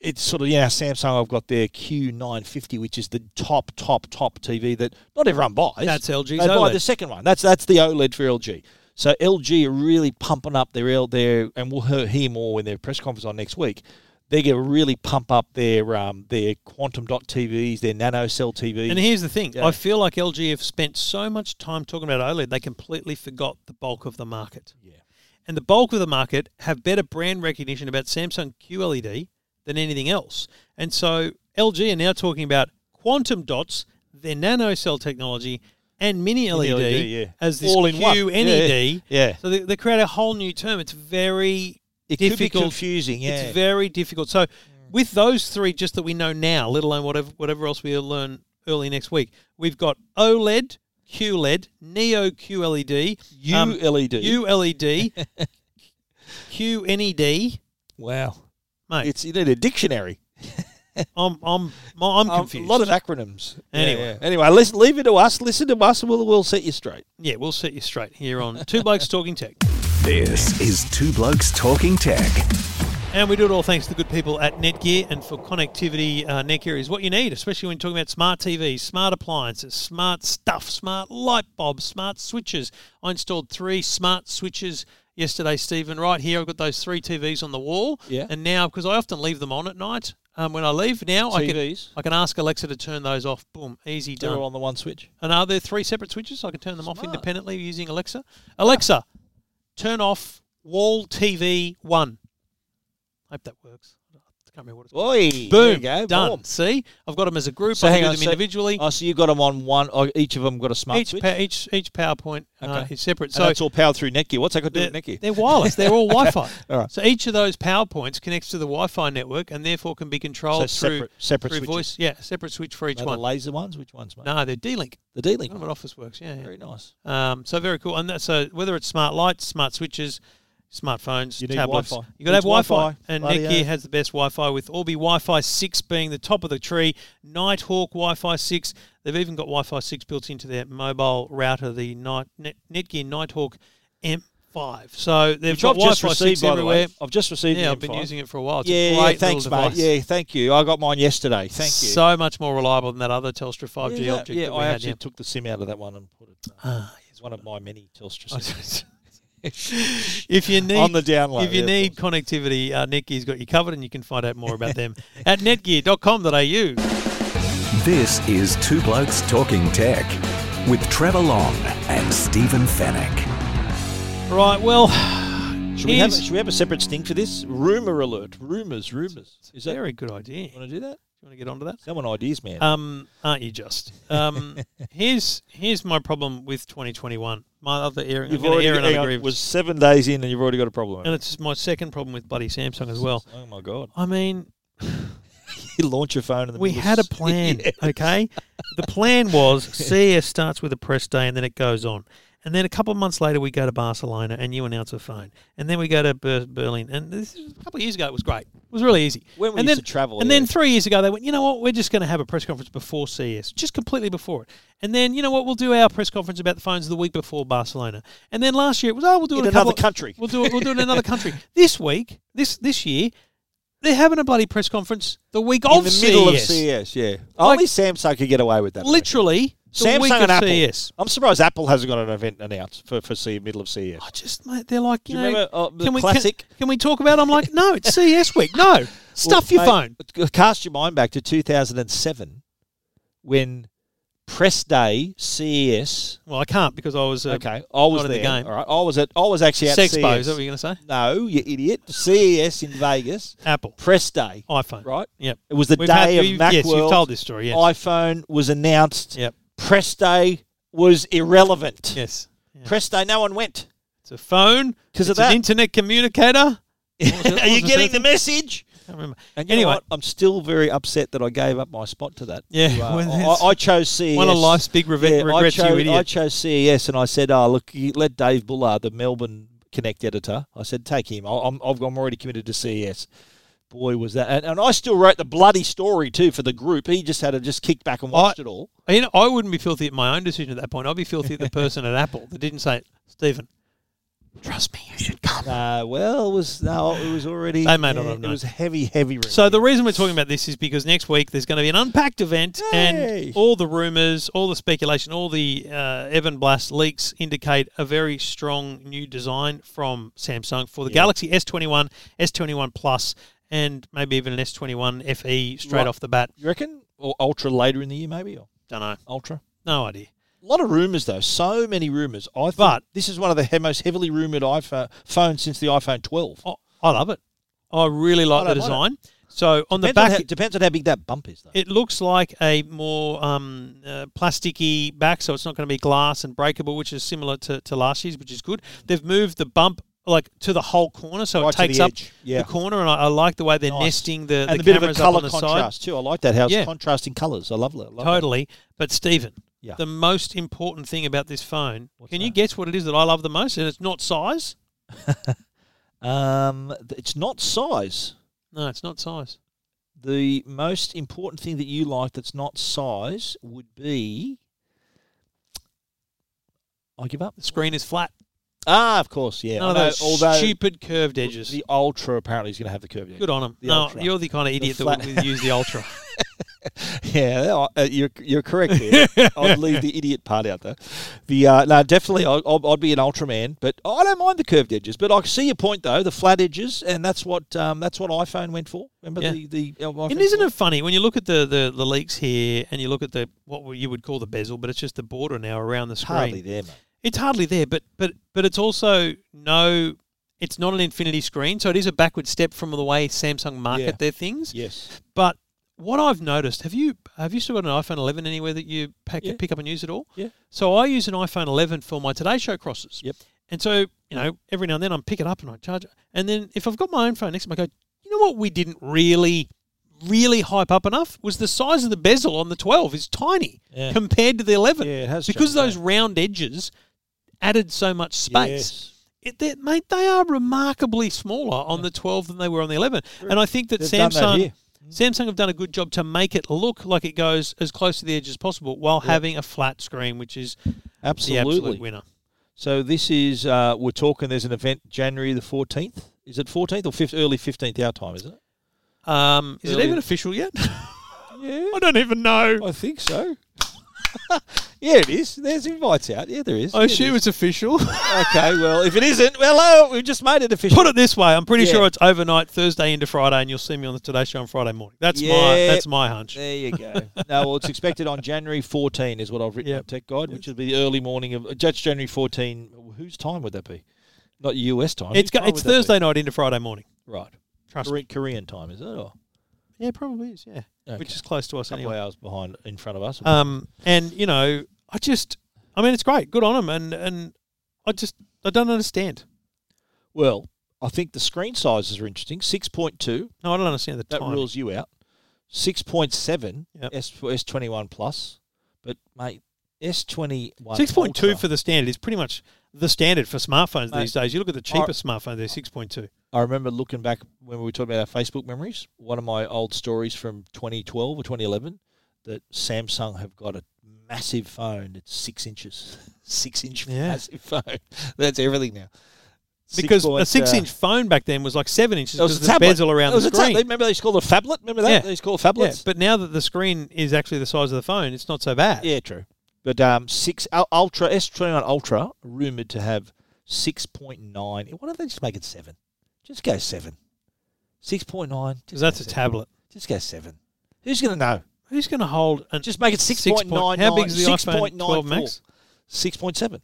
Speaker 2: It's sort of, yeah, Samsung, I've got their Q950, which is the top, top, top TV that not everyone buys.
Speaker 1: That's LG's
Speaker 2: They buy
Speaker 1: OLED.
Speaker 2: Oh, the second one. That's that's the OLED for LG. So LG are really pumping up their L their, and we'll hear, hear more in their press conference on next week. They're going to really pump up their um, their quantum dot TVs, their nano cell TVs.
Speaker 1: And here's the thing:
Speaker 2: Yeah.
Speaker 1: I feel like LG have spent so much time talking about OLED, they completely forgot the bulk of the market.
Speaker 2: Yeah.
Speaker 1: And the bulk of the market have better brand recognition about Samsung QLED than anything else. And so LG are now talking about quantum dots, their nano cell technology, and mini LED,
Speaker 2: LED, E yeah.
Speaker 1: E as this E
Speaker 2: All in one.
Speaker 1: QNED.
Speaker 2: Yeah, yeah.
Speaker 1: So they, they create a whole new term. It's very
Speaker 2: it could be
Speaker 1: difficult.
Speaker 2: confusing. Yeah,
Speaker 1: it's very difficult. So with those three, just that we know now, let alone whatever whatever else we'll learn early next week, we've got E OLED, QLED, Neo QLED, um,
Speaker 2: ULED. *laughs*
Speaker 1: ULED, E QNED.
Speaker 2: wow,
Speaker 1: Mate,
Speaker 2: it's you need a dictionary.
Speaker 1: I'm I'm I'm
Speaker 2: Um,
Speaker 1: confused.
Speaker 2: a lot of acronyms. Yeah,
Speaker 1: Anyway.
Speaker 2: yeah. anyway, let's leave it to us. Listen to us, and we'll we'll set you straight.
Speaker 1: yeah, we'll set you straight here on Two Blokes Talking Tech.
Speaker 3: This is Two Blokes Talking Tech.
Speaker 1: And we do it all thanks to the good people at Netgear and for connectivity. Uh, Netgear is what you need, especially when you're talking about smart TVs, smart appliances, smart stuff, smart light bulbs, smart switches. I installed three smart switches yesterday, Stephen. Right here, I've got those three TVs on the wall.
Speaker 2: Yeah.
Speaker 1: And now, because I often leave them on at night, um, when I leave now, I can
Speaker 2: TVs?
Speaker 1: I can ask Alexa to turn those off. Boom, easy
Speaker 2: They're
Speaker 1: done.
Speaker 2: all on the one switch.
Speaker 1: And are there three separate switches? I can turn them off independently using Alexa. Alexa, turn off wall TV one. Hope that works. I can't remember what it's called.
Speaker 2: Oi, Oh, there you
Speaker 1: Boom,
Speaker 2: go,
Speaker 1: done.
Speaker 2: Boom.
Speaker 1: See, I've got them as a group.
Speaker 2: So
Speaker 1: I can
Speaker 2: hang
Speaker 1: do
Speaker 2: on,
Speaker 1: them
Speaker 2: so-
Speaker 1: individually.
Speaker 2: Oh, so you got them on one. Oh, each of them got a smart
Speaker 1: each,
Speaker 2: switch.
Speaker 1: pa- each each PowerPoint uh,
Speaker 2: Okay.
Speaker 1: is separate.
Speaker 2: And
Speaker 1: So
Speaker 2: that's all powered through Netgear. What's that got to do
Speaker 1: they're,
Speaker 2: with Netgear?
Speaker 1: they're wireless. They're
Speaker 2: *laughs*
Speaker 1: all Wi-Fi.
Speaker 2: All right.
Speaker 1: So each of those PowerPoints connects to the Wi-Fi network and therefore can be
Speaker 2: So
Speaker 1: controlled through
Speaker 2: separate, separate
Speaker 1: through
Speaker 2: switches.
Speaker 1: voice. Yeah, separate switch for each
Speaker 2: Are they
Speaker 1: one.
Speaker 2: the laser ones? Which ones, mate?
Speaker 1: no, they're D-Link.
Speaker 2: The
Speaker 1: I
Speaker 2: D-Link.
Speaker 1: don't know
Speaker 2: ones.
Speaker 1: what Office Works. Yeah, yeah.
Speaker 2: Very nice.
Speaker 1: Um, so very cool. And that, so whether it's smart lights, smart switches, smartphones,
Speaker 2: You need
Speaker 1: tablets,
Speaker 2: Wi-Fi.
Speaker 1: you got to have
Speaker 2: It's
Speaker 1: Wi-Fi.
Speaker 2: Wi-Fi.
Speaker 1: And
Speaker 2: Bloody
Speaker 1: Netgear
Speaker 2: hell.
Speaker 1: has the best Wi-Fi with Orbi Wi-Fi six being the top of the tree. Nighthawk Wi-Fi six. They've even got Wi-Fi six built into their mobile router, the Night, Net, Netgear Nighthawk M5. So they've
Speaker 2: Which
Speaker 1: got
Speaker 2: I've just
Speaker 1: Wi-Fi six
Speaker 2: received, by the way.
Speaker 1: everywhere.
Speaker 2: I've just received
Speaker 1: Yeah,
Speaker 2: the
Speaker 1: I've been
Speaker 2: M5.
Speaker 1: using it for a while. It's
Speaker 2: yeah,
Speaker 1: a
Speaker 2: yeah,
Speaker 1: great
Speaker 2: thanks,
Speaker 1: little
Speaker 2: mate.
Speaker 1: device.
Speaker 2: Yeah, thank you. I got mine yesterday. Thank you.
Speaker 1: So much more reliable than that other Telstra 5G
Speaker 2: yeah,
Speaker 1: object.
Speaker 2: yeah,
Speaker 1: that we
Speaker 2: I
Speaker 1: had,
Speaker 2: actually
Speaker 1: yeah.
Speaker 2: took the SIM out of that one and put it. uh,
Speaker 1: Ah,
Speaker 2: it's one of my many Telstra SIMs.
Speaker 1: if you need
Speaker 2: on the download.
Speaker 1: if you need connectivity, uh, Netgear's got you covered, and you can find out more about them *laughs* at netgear.com.au.
Speaker 3: This is Two Blokes Talking Tech with Trevor Long and Stephen Fennec.
Speaker 1: Right, well, *sighs*
Speaker 2: should we, have,
Speaker 1: here's-
Speaker 2: should we have a separate sting for this? Rumor alert. Rumors. Rumors. Is that?
Speaker 1: very good idea.
Speaker 2: Want to do that?
Speaker 1: You want to get onto that?
Speaker 2: Someone ideas, man.
Speaker 1: Um, aren't you just?
Speaker 2: *laughs*
Speaker 1: Um, here's here's my problem with 2021. My other airing, I'm
Speaker 2: You've
Speaker 1: gonna
Speaker 2: already
Speaker 1: air
Speaker 2: got, hang
Speaker 1: another
Speaker 2: on,
Speaker 1: grievance.
Speaker 2: was seven days in, and you've already got a problem.
Speaker 1: and it's my second problem with bloody Samsung as well.
Speaker 2: Oh my god!
Speaker 1: I mean,
Speaker 2: *laughs* You launch your phone and
Speaker 1: we had
Speaker 2: *laughs*
Speaker 1: a plan, okay? The plan was CES starts with a press day and then it goes on. And then a couple of months later, we go to Barcelona and you announce a phone. And then we go to Ber- Berlin. And this is, a couple of years ago, it was great. It was really easy.
Speaker 2: When we
Speaker 1: and
Speaker 2: used
Speaker 1: then,
Speaker 2: to travel,
Speaker 1: And
Speaker 2: yeah.
Speaker 1: then three years ago, they went, you know what? We're just going to have a press conference before CES, just completely before it. And then, you know what? We'll do our press conference about the phones the week before Barcelona. And then last year, it was, oh, we'll do
Speaker 2: In
Speaker 1: it a couple
Speaker 2: another country.
Speaker 1: We'll do it. We'll do it in another country. *laughs* This week, this this year, they're having a bloody press conference the week
Speaker 2: in
Speaker 1: of
Speaker 2: the middle
Speaker 1: CES.
Speaker 2: of CES. Yeah,
Speaker 1: Like-
Speaker 2: only Samsung could get away with that. I reckon.
Speaker 1: Literally, the
Speaker 2: Samsung
Speaker 1: week
Speaker 2: and
Speaker 1: of
Speaker 2: Apple.
Speaker 1: CES.
Speaker 2: I'm surprised Apple hasn't got an event announced for for C, middle of CES.
Speaker 1: I just, mate, they're like, you,
Speaker 2: Do you
Speaker 1: know,
Speaker 2: remember, uh, the
Speaker 1: can we
Speaker 2: classic?
Speaker 1: Can, can we talk about? it? I'm like, no,
Speaker 2: *laughs*
Speaker 1: it's CES week. No, stuff your
Speaker 2: Well,
Speaker 1: phone.
Speaker 2: mate, Cast your mind back to 2007, when press day CES.
Speaker 1: Well, I can't because I was uh,
Speaker 2: Okay, I was
Speaker 1: not in
Speaker 2: there.
Speaker 1: the game.
Speaker 2: All right, I was at. I was actually at
Speaker 1: Sexpo. Is
Speaker 2: CES.
Speaker 1: that what you're going to say?
Speaker 2: No, you idiot. CES in Vegas,
Speaker 1: Apple,
Speaker 2: press day,
Speaker 1: iPhone.
Speaker 2: right?
Speaker 1: Yep.
Speaker 2: It was the
Speaker 1: We've
Speaker 2: day
Speaker 1: had-
Speaker 2: of
Speaker 1: you-
Speaker 2: Macworld.
Speaker 1: Yes, you've told this story. Yes.
Speaker 2: iPhone was announced.
Speaker 1: Yep.
Speaker 2: Press day was irrelevant.
Speaker 1: Yes. Yeah.
Speaker 2: Press day, no
Speaker 1: *laughs*
Speaker 2: one went.
Speaker 1: It's a phone.
Speaker 2: 'Cause of
Speaker 1: it's an
Speaker 2: that.
Speaker 1: internet communicator. was it-
Speaker 2: Are you
Speaker 1: what was
Speaker 2: getting
Speaker 1: it?
Speaker 2: the message?
Speaker 1: I can't remember.
Speaker 2: And you know
Speaker 1: anyway,
Speaker 2: what? I'm still very upset that I gave up my spot to that.
Speaker 1: *laughs* Yeah,
Speaker 2: To, uh,
Speaker 1: well, that's-
Speaker 2: I, I chose CES.
Speaker 1: one of life's big reve-
Speaker 2: Yeah, I
Speaker 1: regrets,
Speaker 2: chose,
Speaker 1: you idiot.
Speaker 2: I chose CES, and I said, "Oh, look, you let Dave Bullard, the Melbourne Connect editor, I said, take him. I, I'm, I've- I'm already committed to CES." Boy, was that, and, and I still wrote the bloody story too for the group. He just had to just kick back and watched it all.
Speaker 1: You know, I wouldn't be filthy at my own decision at that point. I'd be filthy at
Speaker 2: *laughs*
Speaker 1: the person at Apple that didn't say, Stephen, trust me, you should come.
Speaker 2: No, well, it was no, it was already.
Speaker 1: They may not
Speaker 2: yeah,
Speaker 1: have
Speaker 2: It
Speaker 1: known.
Speaker 2: was heavy, heavy. Room.
Speaker 1: So the reason we're talking about this is because next week there's going to be an unpacked event,
Speaker 2: Yay.
Speaker 1: and all the rumors, all the speculation, all the uh, Evan Blast leaks indicate a very strong new design from Samsung for the Galaxy S21, S21 Plus, and maybe even an S21 FE E straight
Speaker 2: Right.
Speaker 1: off the bat.
Speaker 2: you reckon, or ultra later in the year, maybe, or
Speaker 1: Don't know,
Speaker 2: ultra.
Speaker 1: no idea.
Speaker 2: A lot of rumors though, so many rumors. I think
Speaker 1: But-
Speaker 2: this is one of the he- most heavily rumored iPhone phones since the iPhone 12.
Speaker 1: I, I love it. I really like
Speaker 2: I
Speaker 1: the
Speaker 2: don't mind
Speaker 1: design. So on the
Speaker 2: depends,
Speaker 1: back,
Speaker 2: on how, depends on how big that bump is though.
Speaker 1: It looks like a more um, uh, plasticky back, so it's not going to be glass and breakable, which is similar to, to last year's, which is good. They've moved the bump like to the whole corner, so
Speaker 2: Right
Speaker 1: it
Speaker 2: to the
Speaker 1: takes up
Speaker 2: edge. Yeah.
Speaker 1: the corner, and I, I like the way they're
Speaker 2: Nice.
Speaker 1: nesting the,
Speaker 2: and
Speaker 1: the
Speaker 2: a bit of a
Speaker 1: cameras
Speaker 2: color
Speaker 1: up on the
Speaker 2: contrast too. I like that how it's
Speaker 1: Yeah.
Speaker 2: contrasting colors. I love that.
Speaker 1: side. Totally. But Stephen,
Speaker 2: Yeah.
Speaker 1: the most important thing about this phone,
Speaker 2: What's
Speaker 1: can you
Speaker 2: that?
Speaker 1: guess what it is that I love the most? And it's not size.
Speaker 2: Um, th- it's not size.
Speaker 1: No, it's not size.
Speaker 2: The most important thing that you like that's not size would be. I give up.
Speaker 1: The screen is flat.
Speaker 2: Ah, of course, yeah.
Speaker 1: None
Speaker 2: I
Speaker 1: of
Speaker 2: know,
Speaker 1: those
Speaker 2: although
Speaker 1: stupid curved edges.
Speaker 2: the Ultra apparently is going to have the curved edge.
Speaker 1: Good on them.
Speaker 2: the
Speaker 1: no,
Speaker 2: Ultra.
Speaker 1: you're the kind of idiot that
Speaker 2: flat-
Speaker 1: would use the
Speaker 2: *laughs*
Speaker 1: Ultra.
Speaker 2: Yeah, uh, you're you're correct *laughs* there. I'd leave the idiot part out though. The uh, no, definitely, I- I'd, I'd be an Ultraman, but I don't mind the curved edges. But I see your point though, the flat edges, and that's what um, that's what iPhone went for. Remember
Speaker 1: Yeah.
Speaker 2: the the oh, iPhone
Speaker 1: And isn't
Speaker 2: 12?
Speaker 1: it funny when you look at the, the, the leaks here and you look at the what you would call the bezel, but it's just the border now around the
Speaker 2: It's
Speaker 1: screen.
Speaker 2: hardly there, mate?
Speaker 1: It's hardly there, but but but it's also no It's not an infinity screen, so it is a backward step from the way Samsung market
Speaker 2: Yeah.
Speaker 1: their things.
Speaker 2: Yes.
Speaker 1: But what I've noticed, have you have you still got an iPhone 11 anywhere that you pack,
Speaker 2: Yeah.
Speaker 1: pick up and use at all?
Speaker 2: Yeah.
Speaker 1: So I use an iPhone 11 for my Today Show crosses.
Speaker 2: Yep.
Speaker 1: And so you know, every now and then I'm picking up and I charge it, and then if I've got my own phone next to me, I go, you know what, we didn't really, really hype up enough was the size of the bezel on the 12 is tiny
Speaker 2: Yeah.
Speaker 1: compared to the 11
Speaker 2: Yeah, it has
Speaker 1: because
Speaker 2: changed,
Speaker 1: those
Speaker 2: eh?
Speaker 1: round edges added so much space
Speaker 2: Yes.
Speaker 1: it, they, mate, they are remarkably smaller on the 12 than they were on the 11. And I think that
Speaker 2: They've done that
Speaker 1: Samsung
Speaker 2: here. Mm.
Speaker 1: Samsung have done a good job to make it look like it goes as close to the edge as possible while having a flat screen, which is the
Speaker 2: Absolutely.
Speaker 1: absolute winner.
Speaker 2: So this is uh, we're talking. There's an event January the fourteenth. Is it fourteenth or fifth? Early fifteenth our time, is it?
Speaker 1: Um, is
Speaker 2: Really?
Speaker 1: it even official yet? *laughs*
Speaker 2: Yeah,
Speaker 1: I don't even know.
Speaker 2: I think so. *laughs* yeah, it is. There's invites out. Yeah, there is.
Speaker 1: I
Speaker 2: Yeah,
Speaker 1: assume
Speaker 2: it is.
Speaker 1: it's official. *laughs*
Speaker 2: okay. Well, if it isn't, well, oh, we've just made it official.
Speaker 1: Put it this way, I'm pretty
Speaker 2: Yeah.
Speaker 1: sure it's overnight Thursday into Friday, and you'll see me on the Today Show on Friday morning. That's my
Speaker 2: Yeah.
Speaker 1: that's my hunch.
Speaker 2: There you go. no, well, it's expected on January 14 is what I've written
Speaker 1: Yep.
Speaker 2: on Tech Guide, which would be the early morning of. That's January 14. Whose time would that be? Not US time.
Speaker 1: It's
Speaker 2: Whose
Speaker 1: go,
Speaker 2: time
Speaker 1: it's
Speaker 2: would that be?
Speaker 1: Thursday night into Friday morning.
Speaker 2: Right.
Speaker 1: Trust me.
Speaker 2: Kore- Korean time, is it? Or
Speaker 1: Yeah, probably is. Yeah,
Speaker 2: Okay.
Speaker 1: which is close to us
Speaker 2: a couple
Speaker 1: anyway.
Speaker 2: of hours behind, in front of us.
Speaker 1: Um, and you know, I just, I mean, it's great, good on them, and and I just, I don't understand.
Speaker 2: well, I think the screen sizes are interesting. 6.2,
Speaker 1: No, I don't understand the
Speaker 2: that
Speaker 1: time.
Speaker 2: rules you out. 6.7,
Speaker 1: Yep.
Speaker 2: S, S21 Plus. But, mate, S21
Speaker 1: Six point two
Speaker 2: Ultra-
Speaker 1: for the standard is pretty much the standard for smartphones
Speaker 2: Mate,
Speaker 1: these days. You look at the cheapest smartphone, they're six point two.
Speaker 2: I remember looking back when we were talking about our Facebook memories. One of my old stories from 2012 or 2011 that Samsung have got a massive phone that's six inches, *laughs* six inch
Speaker 1: Yeah.
Speaker 2: massive phone. *laughs* That's everything now.
Speaker 1: Because
Speaker 2: point,
Speaker 1: a six
Speaker 2: uh,
Speaker 1: inch phone back then was like seven inches
Speaker 2: that was
Speaker 1: because
Speaker 2: a
Speaker 1: the
Speaker 2: tablet.
Speaker 1: bezel around
Speaker 2: that was
Speaker 1: the
Speaker 2: a tablet.
Speaker 1: screen.
Speaker 2: Remember they used to call it a phablet. Remember that
Speaker 1: Yeah.
Speaker 2: they used to call it
Speaker 1: yeah,
Speaker 2: phablets.
Speaker 1: but now that the screen is actually the size of the phone, it's not so bad.
Speaker 2: Yeah, true. But um, six Ul- Ultra S21 Ultra rumored to have six point nine. Why don't they just make it seven? Just go seven. Six point nine.
Speaker 1: because that's a tablet.
Speaker 2: Just go seven. Who's going to know?
Speaker 1: Who's going to hold an
Speaker 2: Just make it
Speaker 1: Six
Speaker 2: six
Speaker 1: point-
Speaker 2: point nine.
Speaker 1: how big is the iPhone 12 Max?
Speaker 2: Six point seven.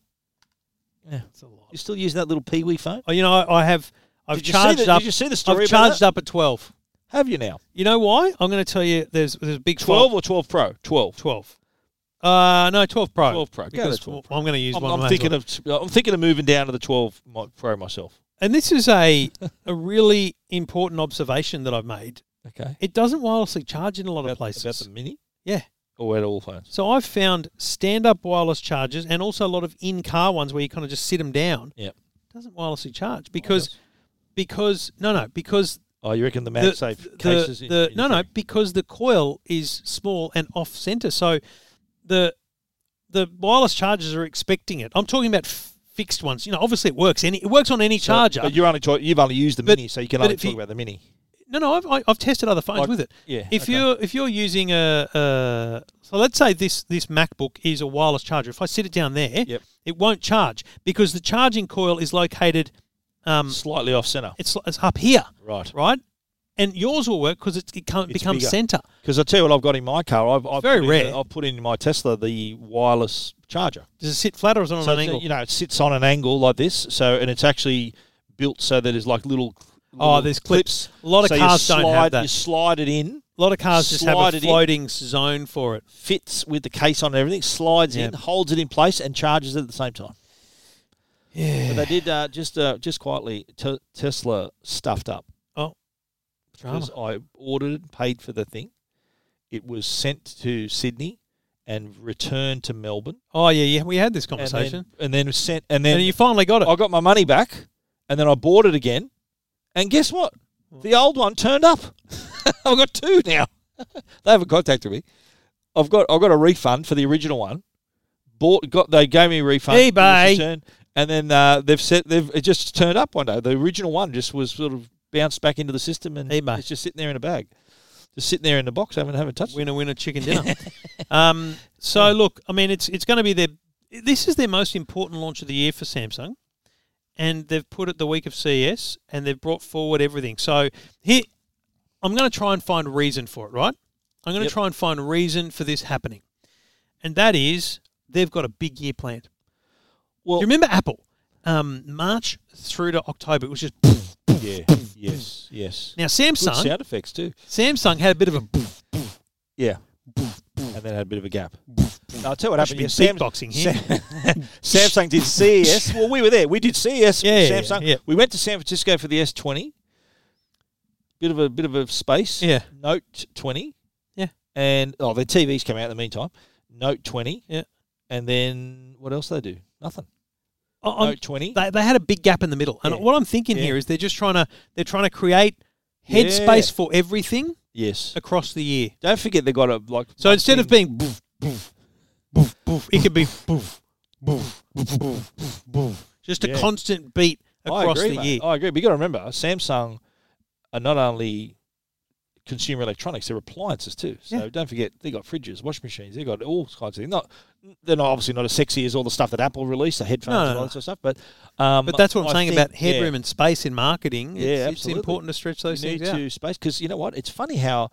Speaker 1: That's a lot.
Speaker 2: You're still using that little pee wee phone?
Speaker 1: Oh, you know, I, I have. I've
Speaker 2: Did you see
Speaker 1: charged
Speaker 2: the- did
Speaker 1: up.
Speaker 2: you see the story
Speaker 1: I've
Speaker 2: about
Speaker 1: charged
Speaker 2: that?
Speaker 1: up at twelve.
Speaker 2: Have you now?
Speaker 1: You know why? I'm going to tell you. There's there's a big
Speaker 2: Twelve
Speaker 1: fault.
Speaker 2: or twelve Pro? Twelve.
Speaker 1: 12. Uh, no, twelve Pro.
Speaker 2: 12 Pro. Go to
Speaker 1: Because
Speaker 2: 12
Speaker 1: I'm going to use
Speaker 2: I'm,
Speaker 1: one.
Speaker 2: I'm
Speaker 1: may as
Speaker 2: thinking
Speaker 1: well.
Speaker 2: of I'm thinking of moving down to the twelve mi- Pro myself.
Speaker 1: And this is a a really important observation that I've made.
Speaker 2: Okay.
Speaker 1: It doesn't wirelessly charge in a lot
Speaker 2: About,
Speaker 1: of places.
Speaker 2: about the mini
Speaker 1: Yeah.
Speaker 2: or at all phones.
Speaker 1: So I've found stand-up wireless chargers and also a lot of in-car ones where you kind of just sit them down.
Speaker 2: Yep.
Speaker 1: Doesn't wirelessly charge because because no no because
Speaker 2: Oh, you reckon the
Speaker 1: the,
Speaker 2: MagSafe
Speaker 1: the-
Speaker 2: cases? in-
Speaker 1: the-
Speaker 2: in
Speaker 1: no,
Speaker 2: your
Speaker 1: no,
Speaker 2: thing?
Speaker 1: because the coil is small and off center, so the the wireless chargers are expecting it. I'm talking about f- fixed ones. You know, obviously it works. Any it works on any
Speaker 2: So-
Speaker 1: charger.
Speaker 2: But you're only talk, you've only used the
Speaker 1: But-
Speaker 2: mini, so you can
Speaker 1: but
Speaker 2: only
Speaker 1: if
Speaker 2: talk
Speaker 1: you-
Speaker 2: about the mini.
Speaker 1: no, no, I've, I- I've tested other phones
Speaker 2: Like-
Speaker 1: with it.
Speaker 2: yeah,
Speaker 1: If
Speaker 2: okay.
Speaker 1: you're if you're using a, a so let's say this this MacBook is a wireless charger. If I sit it down there,
Speaker 2: Yep.
Speaker 1: it won't charge because the charging coil is located. Um,
Speaker 2: Slightly off center.
Speaker 1: it's, it's up here,
Speaker 2: Right.
Speaker 1: right? And yours will work because it, it come- becomes
Speaker 2: bigger.
Speaker 1: center.
Speaker 2: Because I tell you what, I've got in my car. I've, I've
Speaker 1: Very
Speaker 2: put in-
Speaker 1: rare.
Speaker 2: I've put in my Tesla the wireless charger.
Speaker 1: Does it sit flat or is it on
Speaker 2: so
Speaker 1: an
Speaker 2: it's, uh,
Speaker 1: angle?
Speaker 2: you know, it sits on an angle like this. So and it's actually built so that it's like little.
Speaker 1: Oh,
Speaker 2: little
Speaker 1: there's clips. A lot of
Speaker 2: so you
Speaker 1: cars don't have
Speaker 2: slide-
Speaker 1: that.
Speaker 2: You slide it in,
Speaker 1: A lot of cars just have
Speaker 2: slide
Speaker 1: a
Speaker 2: it in.
Speaker 1: floating zone for it.
Speaker 2: fits with the case on and everything, slides in,
Speaker 1: Yeah.
Speaker 2: holds it in place, and charges it at the same time.
Speaker 1: Yeah.
Speaker 2: But they did uh, just uh, just quietly Te- Tesla stuffed up
Speaker 1: Oh, drama.
Speaker 2: because I ordered and paid for the thing. It was sent to Sydney and returned to Melbourne.
Speaker 1: Oh yeah, yeah. We had this
Speaker 2: and then-
Speaker 1: conversation, and,
Speaker 2: and then, sent and then
Speaker 1: you finally got it.
Speaker 2: I got my money back, and then I bought it again, and guess what? The old one turned up. *laughs* I've got two now. *laughs* they haven't contacted me. I've got I've got a refund for the original one. Bought got they gave me a refund. it was
Speaker 1: eBay.
Speaker 2: returned, and then uh, they've said they've it just turned up one day. The original one just was sort of bounced back into the system, and
Speaker 1: eBay.
Speaker 2: it's just sitting there in a bag, just sitting there in the box. I haven't haven't touched. it.
Speaker 1: winner, winner, chicken
Speaker 2: *laughs*
Speaker 1: dinner. um, so look, I mean, it's it's going to be their. This is their most important launch of the year for Samsung, and they've put it the week of CES, and they've brought forward everything. So here, I'm going to try and find reason for it. Right, I'm going to
Speaker 2: Yep.
Speaker 1: try and find reason for this happening, and that is they've got a big year planned.
Speaker 2: Well-
Speaker 1: Do you remember Apple? um, March through to October, which is
Speaker 2: *coughs* Yeah. yes. Yes.
Speaker 1: now
Speaker 2: Good
Speaker 1: Samsung.
Speaker 2: sound effects too.
Speaker 1: Samsung had a bit of a
Speaker 2: Yeah. And then had a bit of a gap. I'll tell you what
Speaker 1: I should
Speaker 2: happened.
Speaker 1: be
Speaker 2: yeah, Sam-
Speaker 1: beatboxing here.
Speaker 2: Sam- Samsung did CES. Well, we were there. We did CES.
Speaker 1: Yeah, yeah,
Speaker 2: Samsung.
Speaker 1: yeah.
Speaker 2: We went to San Francisco for the S20. Bit of a bit of a space.
Speaker 1: Yeah.
Speaker 2: Note 20.
Speaker 1: Yeah.
Speaker 2: And oh, their TVs come out in the meantime. Note 20.
Speaker 1: Yeah.
Speaker 2: And then what else they do? Nothing.
Speaker 1: I- I'm-
Speaker 2: Note 20.
Speaker 1: they, they had a big gap in the middle, and
Speaker 2: Yeah.
Speaker 1: what I'm thinking
Speaker 2: Yeah.
Speaker 1: here is they're just trying to they're trying to create headspace for everything
Speaker 2: yes.
Speaker 1: across the year.
Speaker 2: Don't forget they got a like.
Speaker 1: So instead of
Speaker 2: being
Speaker 1: being boof boof boof boof, it could be boof boof boof boof boof. boof. Just a
Speaker 2: Yeah.
Speaker 1: constant beat across
Speaker 2: I
Speaker 1: the
Speaker 2: agree, mate. Oh,
Speaker 1: year.
Speaker 2: I agree. But you got to remember, Samsung are not only consumer electronics; they're appliances too. So
Speaker 1: Yeah.
Speaker 2: don't forget, they got fridges, washing machines. They got all kinds of things. Not they're not obviously not as sexy as all the stuff that Apple released, the headphones
Speaker 1: No, no,
Speaker 2: and all
Speaker 1: no.
Speaker 2: that sort of stuff. But um,
Speaker 1: But that's what I'm
Speaker 2: I
Speaker 1: saying
Speaker 2: think-
Speaker 1: about
Speaker 2: yeah,
Speaker 1: headroom and space in marketing.
Speaker 2: Yeah,
Speaker 1: It's, it's
Speaker 2: absolutely.
Speaker 1: important to stretch those
Speaker 2: you need
Speaker 1: things out.
Speaker 2: to space because you know what? It's funny how